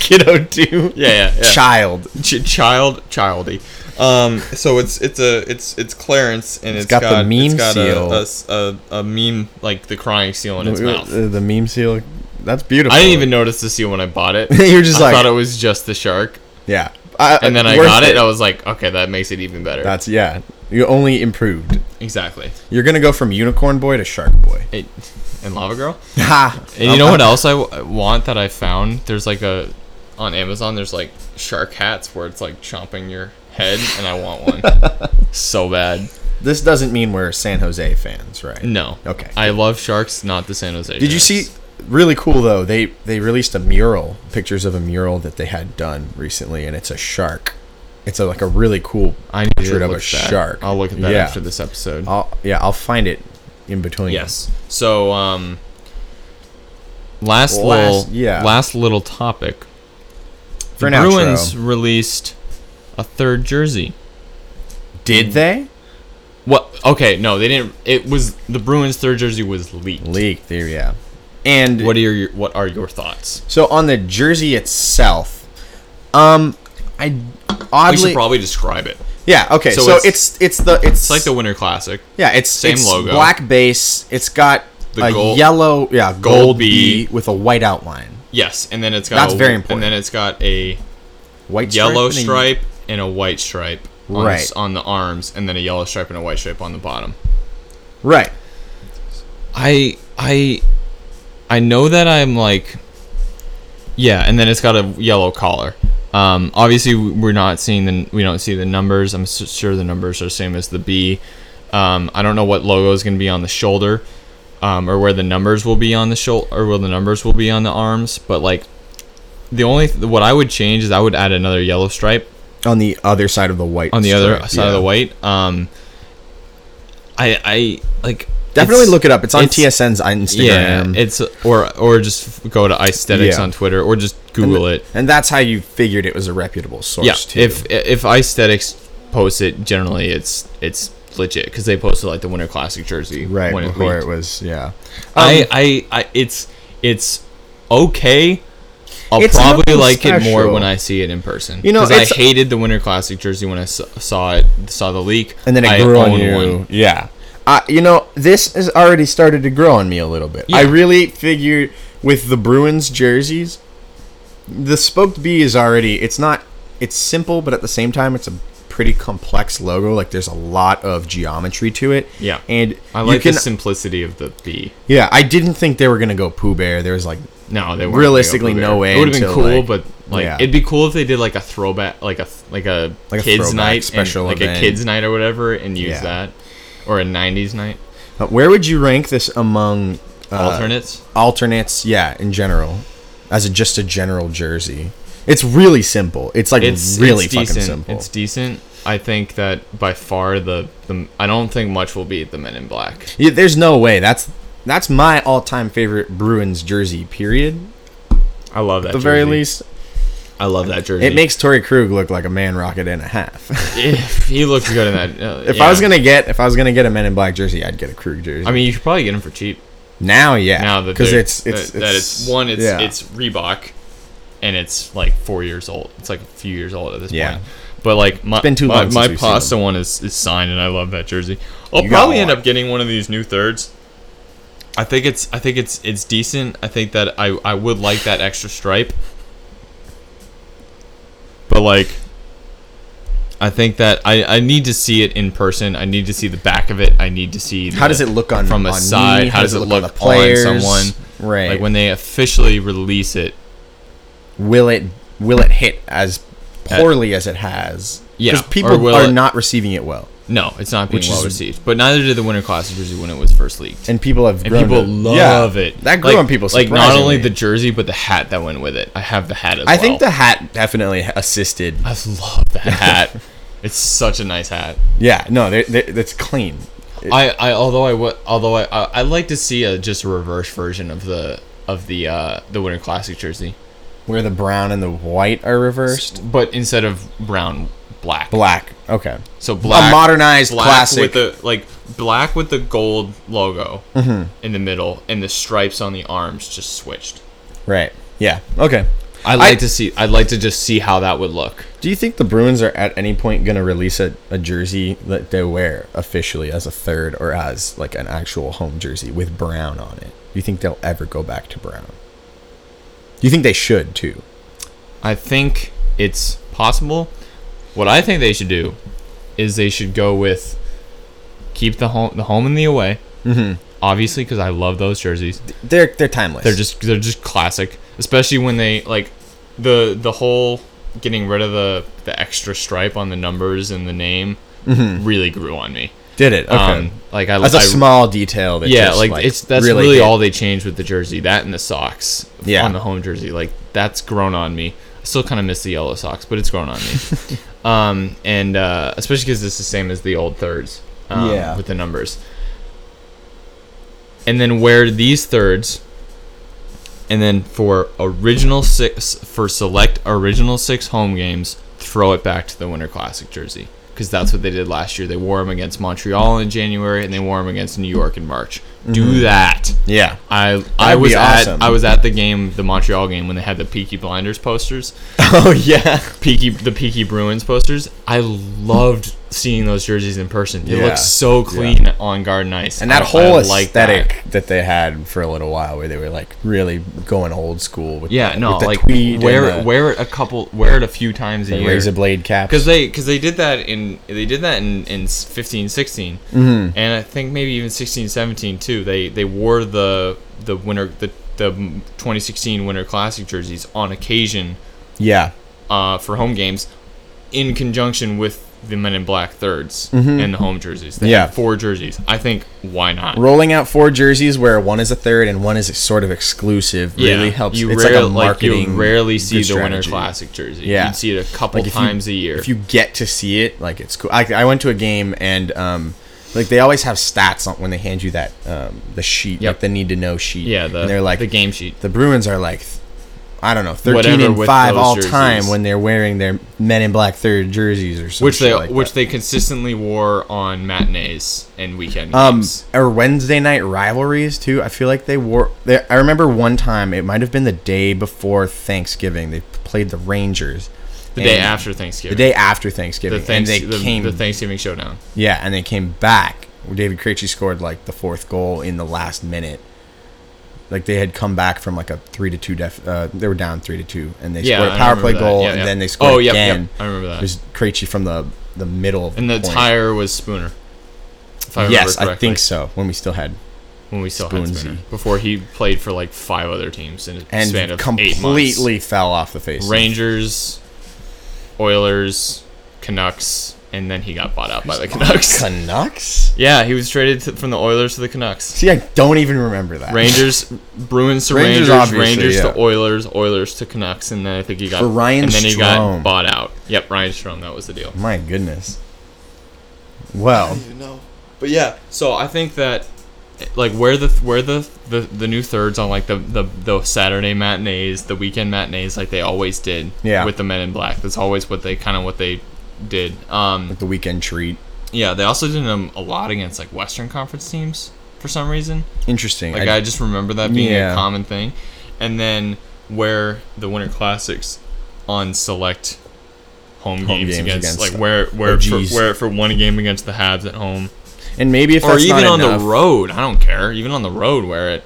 [SPEAKER 1] kiddo two,
[SPEAKER 2] Um, Yeah, yeah. yeah.
[SPEAKER 1] child.
[SPEAKER 2] Ch- child, childy. Um, so it's it's a it's it's Clarence and
[SPEAKER 1] got the meme
[SPEAKER 2] it's got
[SPEAKER 1] seal.
[SPEAKER 2] A, a s- a- a meme like the crying seal in its mouth.
[SPEAKER 1] The, the meme seal. That's beautiful.
[SPEAKER 2] I didn't even notice the seal when I bought it.
[SPEAKER 1] You're just
[SPEAKER 2] I
[SPEAKER 1] like-
[SPEAKER 2] thought it was just the shark,
[SPEAKER 1] Yeah.
[SPEAKER 2] and then I
[SPEAKER 1] worth
[SPEAKER 2] got it. I was like, okay, that makes it even better.
[SPEAKER 1] That's yeah. You only improved.
[SPEAKER 2] exactly.
[SPEAKER 1] You're gonna go from unicorn boy to shark boy.
[SPEAKER 2] It, and lava girl.
[SPEAKER 1] Ha!
[SPEAKER 2] And you know what else I w- want that I found? There's like a on Amazon. There's like shark hats where it's like chomping your head, and I want one so bad.
[SPEAKER 1] This doesn't mean we're San Jose fans, right?
[SPEAKER 2] No.
[SPEAKER 1] Okay.
[SPEAKER 2] I love sharks, not the San Jose.
[SPEAKER 1] Did you
[SPEAKER 2] Sharks.
[SPEAKER 1] see? Really cool though. They they released a mural, pictures of a mural that they had done recently, and it's a shark. It's a, like a really cool
[SPEAKER 2] I need
[SPEAKER 1] picture
[SPEAKER 2] to
[SPEAKER 1] of
[SPEAKER 2] look
[SPEAKER 1] a
[SPEAKER 2] at that.
[SPEAKER 1] shark.
[SPEAKER 2] I'll look at that
[SPEAKER 1] yeah.
[SPEAKER 2] after this episode.
[SPEAKER 1] I'll, yeah, I'll find it in between.
[SPEAKER 2] Yes. So, um, last,
[SPEAKER 1] Last-
[SPEAKER 2] little,
[SPEAKER 1] yeah.
[SPEAKER 2] last little topic.
[SPEAKER 1] For an
[SPEAKER 2] the
[SPEAKER 1] outro.
[SPEAKER 2] Bruins released a third jersey.
[SPEAKER 1] Did they?
[SPEAKER 2] What? Okay, no, they didn't. It was the Bruins' third jersey was leaked.
[SPEAKER 1] Leak theory, yeah. And
[SPEAKER 2] What are your What are your thoughts?
[SPEAKER 1] so on the jersey itself, um, I
[SPEAKER 2] We
[SPEAKER 1] oddly
[SPEAKER 2] should probably describe it.
[SPEAKER 1] yeah okay. So,
[SPEAKER 2] so
[SPEAKER 1] it's,
[SPEAKER 2] it's-
[SPEAKER 1] it's the it's,
[SPEAKER 2] It's like the Winter Classic.
[SPEAKER 1] yeah it's
[SPEAKER 2] same
[SPEAKER 1] it's
[SPEAKER 2] logo.
[SPEAKER 1] black base. It's got
[SPEAKER 2] The
[SPEAKER 1] a
[SPEAKER 2] gold-
[SPEAKER 1] yellow yeah gold,
[SPEAKER 2] B.
[SPEAKER 1] B with a white outline.
[SPEAKER 2] Yes, and then it's got
[SPEAKER 1] That's
[SPEAKER 2] a-
[SPEAKER 1] very important.
[SPEAKER 2] And then it's got a
[SPEAKER 1] White
[SPEAKER 2] yellow
[SPEAKER 1] and a-
[SPEAKER 2] stripe and a white stripe on,
[SPEAKER 1] Right.
[SPEAKER 2] the, on the arms, and then a yellow stripe and a white stripe on the bottom.
[SPEAKER 1] right.
[SPEAKER 2] I I I know that I'm like yeah, and then it's got a yellow collar. Um, obviously we're not seeing the we don't see the numbers. I'm s- sure the numbers are same as the B. Um, I don't know what logo is going to be on the shoulder, um, or where the numbers will be on the shoulder, or where the numbers will be on the arms. But like, the only th- what I would change is I would add another yellow stripe
[SPEAKER 1] On the other side of the white.
[SPEAKER 2] on the other
[SPEAKER 1] stripe,
[SPEAKER 2] side of
[SPEAKER 1] yeah.
[SPEAKER 2] the white. Um, I I like
[SPEAKER 1] Definitely
[SPEAKER 2] it's-
[SPEAKER 1] look it up. It's on
[SPEAKER 2] it's-
[SPEAKER 1] TSN's Instagram.
[SPEAKER 2] yeah, it's or or just f- go to aesthetics
[SPEAKER 1] Yeah.
[SPEAKER 2] on Twitter or just Google it.
[SPEAKER 1] and that's how you figured it was a reputable source.
[SPEAKER 2] Yeah,
[SPEAKER 1] too.
[SPEAKER 2] if if aesthetics posts it, generally it's it's legit because they posted like the Winter Classic jersey
[SPEAKER 1] right
[SPEAKER 2] when it
[SPEAKER 1] before
[SPEAKER 2] leaked.
[SPEAKER 1] it was yeah. Um,
[SPEAKER 2] I, I I it's it's okay. I'll
[SPEAKER 1] It's
[SPEAKER 2] probably
[SPEAKER 1] nothing
[SPEAKER 2] like it more
[SPEAKER 1] special.
[SPEAKER 2] when I see it in person.
[SPEAKER 1] You know,
[SPEAKER 2] 'Cause
[SPEAKER 1] it's-
[SPEAKER 2] I hated the Winter Classic jersey when I s- saw it, saw the leak,
[SPEAKER 1] and then it
[SPEAKER 2] I
[SPEAKER 1] grew on
[SPEAKER 2] own
[SPEAKER 1] you.
[SPEAKER 2] one.
[SPEAKER 1] Yeah. Uh, you know, this has already started to grow on me a little bit. I
[SPEAKER 2] Yeah.
[SPEAKER 1] really figured with the Bruins jerseys, the spoked B is already. It's not. It's simple, but at the same time, it's a pretty complex logo. Like there's a lot of geometry to it.
[SPEAKER 2] Yeah.
[SPEAKER 1] and
[SPEAKER 2] I like
[SPEAKER 1] you
[SPEAKER 2] the
[SPEAKER 1] can.
[SPEAKER 2] simplicity of the B.
[SPEAKER 1] yeah, I didn't think they were gonna go Pooh Bear. There was like,
[SPEAKER 2] No, they weren't.
[SPEAKER 1] Realistically,
[SPEAKER 2] They
[SPEAKER 1] no
[SPEAKER 2] were-
[SPEAKER 1] way
[SPEAKER 2] It would have been
[SPEAKER 1] until,
[SPEAKER 2] cool,
[SPEAKER 1] like-
[SPEAKER 2] but like
[SPEAKER 1] yeah.
[SPEAKER 2] it'd be cool if they did like a throwback, like a like a
[SPEAKER 1] Like a
[SPEAKER 2] kids
[SPEAKER 1] throwback
[SPEAKER 2] night,
[SPEAKER 1] special
[SPEAKER 2] special, like
[SPEAKER 1] event.
[SPEAKER 2] a kids night or whatever, and use
[SPEAKER 1] Yeah.
[SPEAKER 2] that, or a '90s night
[SPEAKER 1] uh, where would you rank this among uh,
[SPEAKER 2] alternates.
[SPEAKER 1] alternates? Yeah, in general, as a, just a general jersey. It's really simple. It's like
[SPEAKER 2] It's
[SPEAKER 1] really
[SPEAKER 2] it's
[SPEAKER 1] fucking
[SPEAKER 2] decent.
[SPEAKER 1] simple.
[SPEAKER 2] It's decent. I think that by far the the I don't think much will beat the Men in Black.
[SPEAKER 1] Yeah, there's no way. That's that's my all-time favorite Bruins jersey. Period. At
[SPEAKER 2] I love that.
[SPEAKER 1] the very least,
[SPEAKER 2] I love that jersey.
[SPEAKER 1] it makes Tori Krug look like a man rocket and a half.
[SPEAKER 2] he looks good in that. uh,
[SPEAKER 1] if
[SPEAKER 2] yeah.
[SPEAKER 1] I was gonna get, if I was gonna get a Men in Black jersey, I'd get a Krug jersey.
[SPEAKER 2] I mean, you should probably get him for cheap
[SPEAKER 1] now, yeah,
[SPEAKER 2] now that
[SPEAKER 1] because
[SPEAKER 2] they're-
[SPEAKER 1] it's it's,
[SPEAKER 2] that, that it's one. It's
[SPEAKER 1] yeah.
[SPEAKER 2] it's Reebok, and it's like four years old. It's like a few years old at this
[SPEAKER 1] Yeah.
[SPEAKER 2] point. But like my
[SPEAKER 1] been too
[SPEAKER 2] my,
[SPEAKER 1] long since
[SPEAKER 2] my
[SPEAKER 1] we've seen
[SPEAKER 2] pasta one is, is signed, and I love that jersey. I'll
[SPEAKER 1] You got
[SPEAKER 2] probably end
[SPEAKER 1] one.
[SPEAKER 2] up getting one of these new thirds. I think it's I think it's it's decent. I think that I I would like that extra stripe. But like, I think that I, I need to see it in person. I need to see the back of it. I need to see
[SPEAKER 1] How
[SPEAKER 2] the-
[SPEAKER 1] does it look on
[SPEAKER 2] from a
[SPEAKER 1] on me?
[SPEAKER 2] side? How, does it look,
[SPEAKER 1] on the
[SPEAKER 2] on
[SPEAKER 1] players?
[SPEAKER 2] someone?
[SPEAKER 1] Right.
[SPEAKER 2] Like when they officially release it.
[SPEAKER 1] will it will it hit as poorly as it has?
[SPEAKER 2] Yeah, or
[SPEAKER 1] people
[SPEAKER 2] will
[SPEAKER 1] are
[SPEAKER 2] it-
[SPEAKER 1] not receiving it well,
[SPEAKER 2] No, it's not being
[SPEAKER 1] Which is-
[SPEAKER 2] well received. But neither did the Winter Classic jersey when it was first leaked.
[SPEAKER 1] and people have
[SPEAKER 2] and
[SPEAKER 1] grown
[SPEAKER 2] people
[SPEAKER 1] to-
[SPEAKER 2] love
[SPEAKER 1] Yeah,
[SPEAKER 2] it.
[SPEAKER 1] That grew
[SPEAKER 2] like,
[SPEAKER 1] on people.
[SPEAKER 2] Like not
[SPEAKER 1] surprisingly.
[SPEAKER 2] only the jersey, but the hat that went with it. I have the hat as
[SPEAKER 1] I
[SPEAKER 2] well.
[SPEAKER 1] think the hat definitely assisted.
[SPEAKER 2] I love that hat. it's such a nice hat.
[SPEAKER 1] Yeah, no, they they that's clean. It-
[SPEAKER 2] I, I although I would although I, I I'd like to see a just a reverse version of the of the uh the Winter Classic jersey,
[SPEAKER 1] Where the brown and the white are reversed,
[SPEAKER 2] but instead of brown, black.
[SPEAKER 1] black. Okay,
[SPEAKER 2] So black,
[SPEAKER 1] a modernized
[SPEAKER 2] black
[SPEAKER 1] classic.
[SPEAKER 2] with the like black with the gold logo in the middle and the stripes on the arms just switched.
[SPEAKER 1] right. Yeah. Okay.
[SPEAKER 2] I'd like to see. I'd like to just see how that would look.
[SPEAKER 1] Do you think the Bruins are at any point going to release a, a jersey that they wear officially as a third or as like an actual home jersey with brown on it? Do you think they'll ever go back to brown? Do you think they should too?
[SPEAKER 2] I think it's possible. What I think they should do is they should go with keep the home the home and the away. Mm-hmm. Obviously, because I love those jerseys.
[SPEAKER 1] They're they're timeless.
[SPEAKER 2] They're just they're just classic, especially when they like the the whole getting rid of the the extra stripe on the numbers and the name really grew on me.
[SPEAKER 1] did it. Mm-hmm. Okay.
[SPEAKER 2] Um, like I
[SPEAKER 1] That's a
[SPEAKER 2] I-
[SPEAKER 1] small detail. That
[SPEAKER 2] yeah,
[SPEAKER 1] just,
[SPEAKER 2] like, it's that's really,
[SPEAKER 1] hit.
[SPEAKER 2] all they changed with the jersey. That and the socks
[SPEAKER 1] Yeah.
[SPEAKER 2] on the home jersey. Like that's grown on me. I still kind of miss the yellow socks, but it's grown on me. um, and uh, especially because it's the same as the old thirds. Um,
[SPEAKER 1] Yeah.
[SPEAKER 2] with the numbers. And then wear these thirds. And then for original six, for select original six home games, throw it back to the Winter Classic jersey because that's what they did last year. They wore them against Montreal in January, and they wore them against New York in March. Do that.
[SPEAKER 1] yeah.
[SPEAKER 2] I I
[SPEAKER 1] be
[SPEAKER 2] was
[SPEAKER 1] awesome.
[SPEAKER 2] at I was at the game, the Montreal game, when they had the Peaky Blinders posters,
[SPEAKER 1] Oh yeah.
[SPEAKER 2] Peaky the Peaky Bruins posters. I loved seeing those jerseys in person. They
[SPEAKER 1] Yeah.
[SPEAKER 2] looked so clean on garden ice,
[SPEAKER 1] And that
[SPEAKER 2] I- I
[SPEAKER 1] whole
[SPEAKER 2] like that.
[SPEAKER 1] aesthetic that. they had for a little while, where they were like really going old school with
[SPEAKER 2] Yeah,
[SPEAKER 1] the,
[SPEAKER 2] no,
[SPEAKER 1] with the
[SPEAKER 2] like
[SPEAKER 1] tweed
[SPEAKER 2] wear
[SPEAKER 1] and
[SPEAKER 2] it, wear it a couple, wear it a few times a
[SPEAKER 1] the, the
[SPEAKER 2] year.
[SPEAKER 1] razor blade cap.
[SPEAKER 2] because they because they did that in they did that in in 15 16
[SPEAKER 1] Mm-hmm.
[SPEAKER 2] and i think maybe even 16 17 too they they wore the the winter the the 2016 winter classic jerseys on occasion
[SPEAKER 1] yeah,
[SPEAKER 2] uh, for home games in conjunction with the men in black 3rds and the home jerseys they
[SPEAKER 1] Mm-hmm. Yeah.
[SPEAKER 2] had four jerseys i think why not
[SPEAKER 1] rolling out four jerseys where one is a third and one is sort of exclusive really helps.
[SPEAKER 2] You
[SPEAKER 1] it's
[SPEAKER 2] rare-
[SPEAKER 1] like a marketing.
[SPEAKER 2] you rarely see
[SPEAKER 1] good
[SPEAKER 2] the winter
[SPEAKER 1] strategy.
[SPEAKER 2] classic jersey.
[SPEAKER 1] Yeah.
[SPEAKER 2] you'd see it a couple
[SPEAKER 1] Like, if you-
[SPEAKER 2] times a year.
[SPEAKER 1] If you get to see it, like it's cool. I, I went to a game and um, like they always have stats on when they hand you that um, the sheet,
[SPEAKER 2] Yep.
[SPEAKER 1] like the need to know sheet.
[SPEAKER 2] yeah, the,
[SPEAKER 1] and they're like
[SPEAKER 2] the game sheet.
[SPEAKER 1] the Bruins are like, I don't know, thirteen
[SPEAKER 2] Whatever
[SPEAKER 1] and
[SPEAKER 2] with
[SPEAKER 1] five
[SPEAKER 2] those
[SPEAKER 1] all
[SPEAKER 2] jerseys.
[SPEAKER 1] time when they're wearing their Men in Black third jerseys or something.
[SPEAKER 2] which they
[SPEAKER 1] like
[SPEAKER 2] which
[SPEAKER 1] that.
[SPEAKER 2] they consistently wore on matinees and weekend
[SPEAKER 1] um
[SPEAKER 2] games.
[SPEAKER 1] or Wednesday night rivalries too. I feel like they wore. They, I remember one time it might have been the day before Thanksgiving. They played the Rangers.
[SPEAKER 2] the day
[SPEAKER 1] and-
[SPEAKER 2] after
[SPEAKER 1] The
[SPEAKER 2] Thanksgiving.
[SPEAKER 1] day after
[SPEAKER 2] the,
[SPEAKER 1] Thanksgiving,
[SPEAKER 2] thanks,
[SPEAKER 1] and they
[SPEAKER 2] the,
[SPEAKER 1] came
[SPEAKER 2] the Thanksgiving showdown.
[SPEAKER 1] Yeah, and they came back. David Krejci scored like the fourth goal in the last minute. Like they had come back from like a three to two def. Uh, they were down three to two, and they
[SPEAKER 2] Yeah,
[SPEAKER 1] scored
[SPEAKER 2] I
[SPEAKER 1] a power play
[SPEAKER 2] remember that.
[SPEAKER 1] goal,
[SPEAKER 2] Yeah,
[SPEAKER 1] and
[SPEAKER 2] yeah.
[SPEAKER 1] then they scored
[SPEAKER 2] Oh, yep, yep.
[SPEAKER 1] again.
[SPEAKER 2] I remember that.
[SPEAKER 1] It was Krejci from the the middle of
[SPEAKER 2] And the
[SPEAKER 1] point.
[SPEAKER 2] tire was Spooner. If I
[SPEAKER 1] Yes,
[SPEAKER 2] remember
[SPEAKER 1] I
[SPEAKER 2] correctly,
[SPEAKER 1] think so. When we still had
[SPEAKER 2] when we still had Spooner
[SPEAKER 1] Spoonsy.
[SPEAKER 2] before he played for like five other teams in a
[SPEAKER 1] and
[SPEAKER 2] span of eight months.
[SPEAKER 1] completely fell off the face. of-
[SPEAKER 2] Rangers, Oilers, Canucks, and then he got bought out by the Canucks.
[SPEAKER 1] Canucks.
[SPEAKER 2] Yeah, he was traded to, from the Oilers to the Canucks.
[SPEAKER 1] See, I don't even remember that.
[SPEAKER 2] Rangers, Bruins to
[SPEAKER 1] Rangers,
[SPEAKER 2] Rangers,
[SPEAKER 1] obviously,
[SPEAKER 2] Rangers
[SPEAKER 1] yeah.
[SPEAKER 2] to Oilers, Oilers to Canucks, and then I think he got
[SPEAKER 1] For Ryan
[SPEAKER 2] and then he
[SPEAKER 1] Strome.
[SPEAKER 2] got bought out. Yep, Ryan Strom, that was the deal.
[SPEAKER 1] My goodness. Well,
[SPEAKER 2] But yeah, so I think that like where the where the the, the new thirds on like the, the the Saturday matinees, the weekend matinees, like they always did.
[SPEAKER 1] Yeah.
[SPEAKER 2] With the Men in Black, that's always what they kind of what they did. Um,
[SPEAKER 1] the weekend treat.
[SPEAKER 2] yeah, they also did them a lot against like Western Conference teams for some reason.
[SPEAKER 1] Interesting.
[SPEAKER 2] Like I, just remember that being
[SPEAKER 1] Yeah.
[SPEAKER 2] a common thing. And then wear the Winter Classics on select home, games,
[SPEAKER 1] games against
[SPEAKER 2] against,
[SPEAKER 1] Oh,
[SPEAKER 2] like where where for,
[SPEAKER 1] OGs.
[SPEAKER 2] where for one game against the Habs at home
[SPEAKER 1] and maybe if
[SPEAKER 2] or
[SPEAKER 1] that's
[SPEAKER 2] even
[SPEAKER 1] not
[SPEAKER 2] on
[SPEAKER 1] enough-
[SPEAKER 2] the road. I don't care. Even on the road, wear it.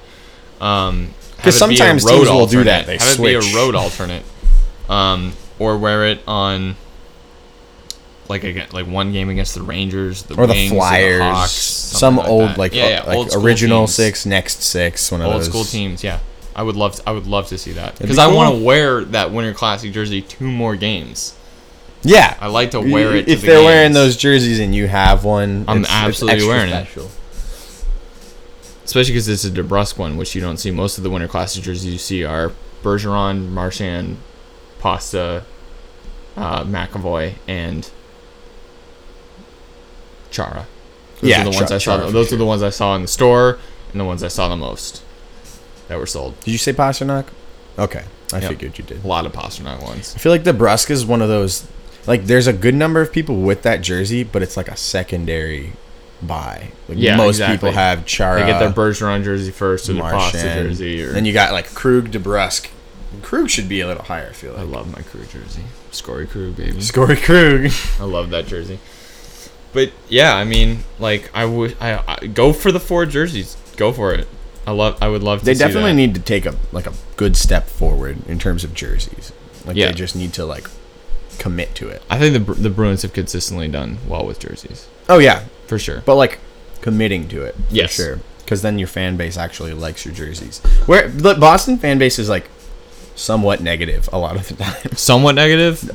[SPEAKER 2] Um, have
[SPEAKER 1] 'Cause
[SPEAKER 2] it be a
[SPEAKER 1] sometimes
[SPEAKER 2] road
[SPEAKER 1] teams will do that.
[SPEAKER 2] alternate.
[SPEAKER 1] They
[SPEAKER 2] have it
[SPEAKER 1] switch.
[SPEAKER 2] be a road alternate, um, or wear it on like against, like one game against the Rangers, the
[SPEAKER 1] or the
[SPEAKER 2] Wings, and
[SPEAKER 1] Flyers,
[SPEAKER 2] Hawks,
[SPEAKER 1] some
[SPEAKER 2] something like
[SPEAKER 1] old
[SPEAKER 2] that.
[SPEAKER 1] like uh,
[SPEAKER 2] Yeah, yeah,
[SPEAKER 1] like
[SPEAKER 2] old school
[SPEAKER 1] original
[SPEAKER 2] teams.
[SPEAKER 1] six, next six, one of
[SPEAKER 2] old
[SPEAKER 1] those.
[SPEAKER 2] school teams. Yeah, I would love to, I would love to see that
[SPEAKER 1] be
[SPEAKER 2] because I want
[SPEAKER 1] cool.
[SPEAKER 2] to wear that Winter Classic jersey two more games.
[SPEAKER 1] Yeah,
[SPEAKER 2] I like to wear it. to
[SPEAKER 1] If
[SPEAKER 2] the
[SPEAKER 1] they're wearing
[SPEAKER 2] games.
[SPEAKER 1] those jerseys and you have one,
[SPEAKER 2] I'm
[SPEAKER 1] it's- it's
[SPEAKER 2] absolutely
[SPEAKER 1] extra
[SPEAKER 2] wearing it.
[SPEAKER 1] special.
[SPEAKER 2] especially because it's a DeBrusque one, which you don't see. Most of the Winter Classic jerseys you see are Bergeron, Marchand, Pasta, uh, McAvoy, and Chara. Those
[SPEAKER 1] Yeah,
[SPEAKER 2] are the
[SPEAKER 1] Cha-
[SPEAKER 2] ones I saw.
[SPEAKER 1] Chara for
[SPEAKER 2] those
[SPEAKER 1] sure.
[SPEAKER 2] are the ones I saw in the store, and the ones I saw the most that were sold.
[SPEAKER 1] Did you say Pasternak? Okay, I
[SPEAKER 2] Yep.
[SPEAKER 1] figured you did.
[SPEAKER 2] A lot of Pasternak ones.
[SPEAKER 1] I feel like DeBrusque is one of those. Like, there's a good number of people with that jersey, but it's like a secondary buy. Like,
[SPEAKER 2] Yeah,
[SPEAKER 1] most
[SPEAKER 2] exactly.
[SPEAKER 1] people have Chara.
[SPEAKER 2] They get their Bergeron jersey first, or their Pasta
[SPEAKER 1] uh, Marchand.
[SPEAKER 2] jersey. Or
[SPEAKER 1] Then you got like Krug, DeBrusque. Krug should be a little higher. I feel
[SPEAKER 2] I
[SPEAKER 1] like.
[SPEAKER 2] love my crew jersey, Scory crew baby.
[SPEAKER 1] Scory Krug.
[SPEAKER 2] I love that jersey. But yeah, I mean, like I would, I, I go for the four jerseys. Go for it. I love. I would love to.
[SPEAKER 1] they
[SPEAKER 2] see
[SPEAKER 1] definitely
[SPEAKER 2] that.
[SPEAKER 1] need to take a like a good step forward in terms of jerseys. Like
[SPEAKER 2] Yeah.
[SPEAKER 1] they just need to like commit to it.
[SPEAKER 2] I think the Bru- the Bruins have consistently done well with jerseys
[SPEAKER 1] Oh yeah,
[SPEAKER 2] for sure.
[SPEAKER 1] but like committing to it.
[SPEAKER 2] Yes.
[SPEAKER 1] for sure. Because then your fan base actually likes your jerseys. Where the Boston fan base is like somewhat negative a lot of the time.
[SPEAKER 2] Somewhat negative.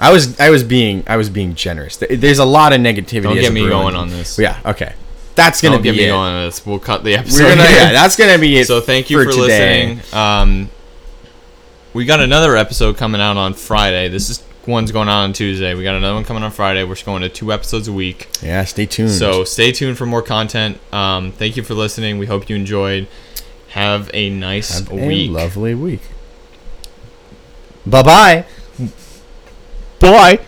[SPEAKER 1] I was I was being I was being generous. There- There's a lot of negativity.
[SPEAKER 2] Don't
[SPEAKER 1] as
[SPEAKER 2] get
[SPEAKER 1] a
[SPEAKER 2] me
[SPEAKER 1] Bruin.
[SPEAKER 2] going on this.
[SPEAKER 1] Yeah. Okay. That's gonna
[SPEAKER 2] Don't
[SPEAKER 1] be
[SPEAKER 2] get me
[SPEAKER 1] it.
[SPEAKER 2] going on this. We'll cut the episode.
[SPEAKER 1] We're gonna.
[SPEAKER 2] here.
[SPEAKER 1] Yeah. That's gonna be it.
[SPEAKER 2] so thank you for,
[SPEAKER 1] today.
[SPEAKER 2] listening. Um, we got another episode coming out on Friday. This is one's going out on Tuesday. We got another one coming on Friday. We're just going to two episodes a week.
[SPEAKER 1] Yeah. Stay tuned.
[SPEAKER 2] So stay tuned for more content. Um, thank you for listening. We hope you enjoyed. Have a nice
[SPEAKER 1] Have
[SPEAKER 2] week.
[SPEAKER 1] a lovely week. Bye bye. Bye.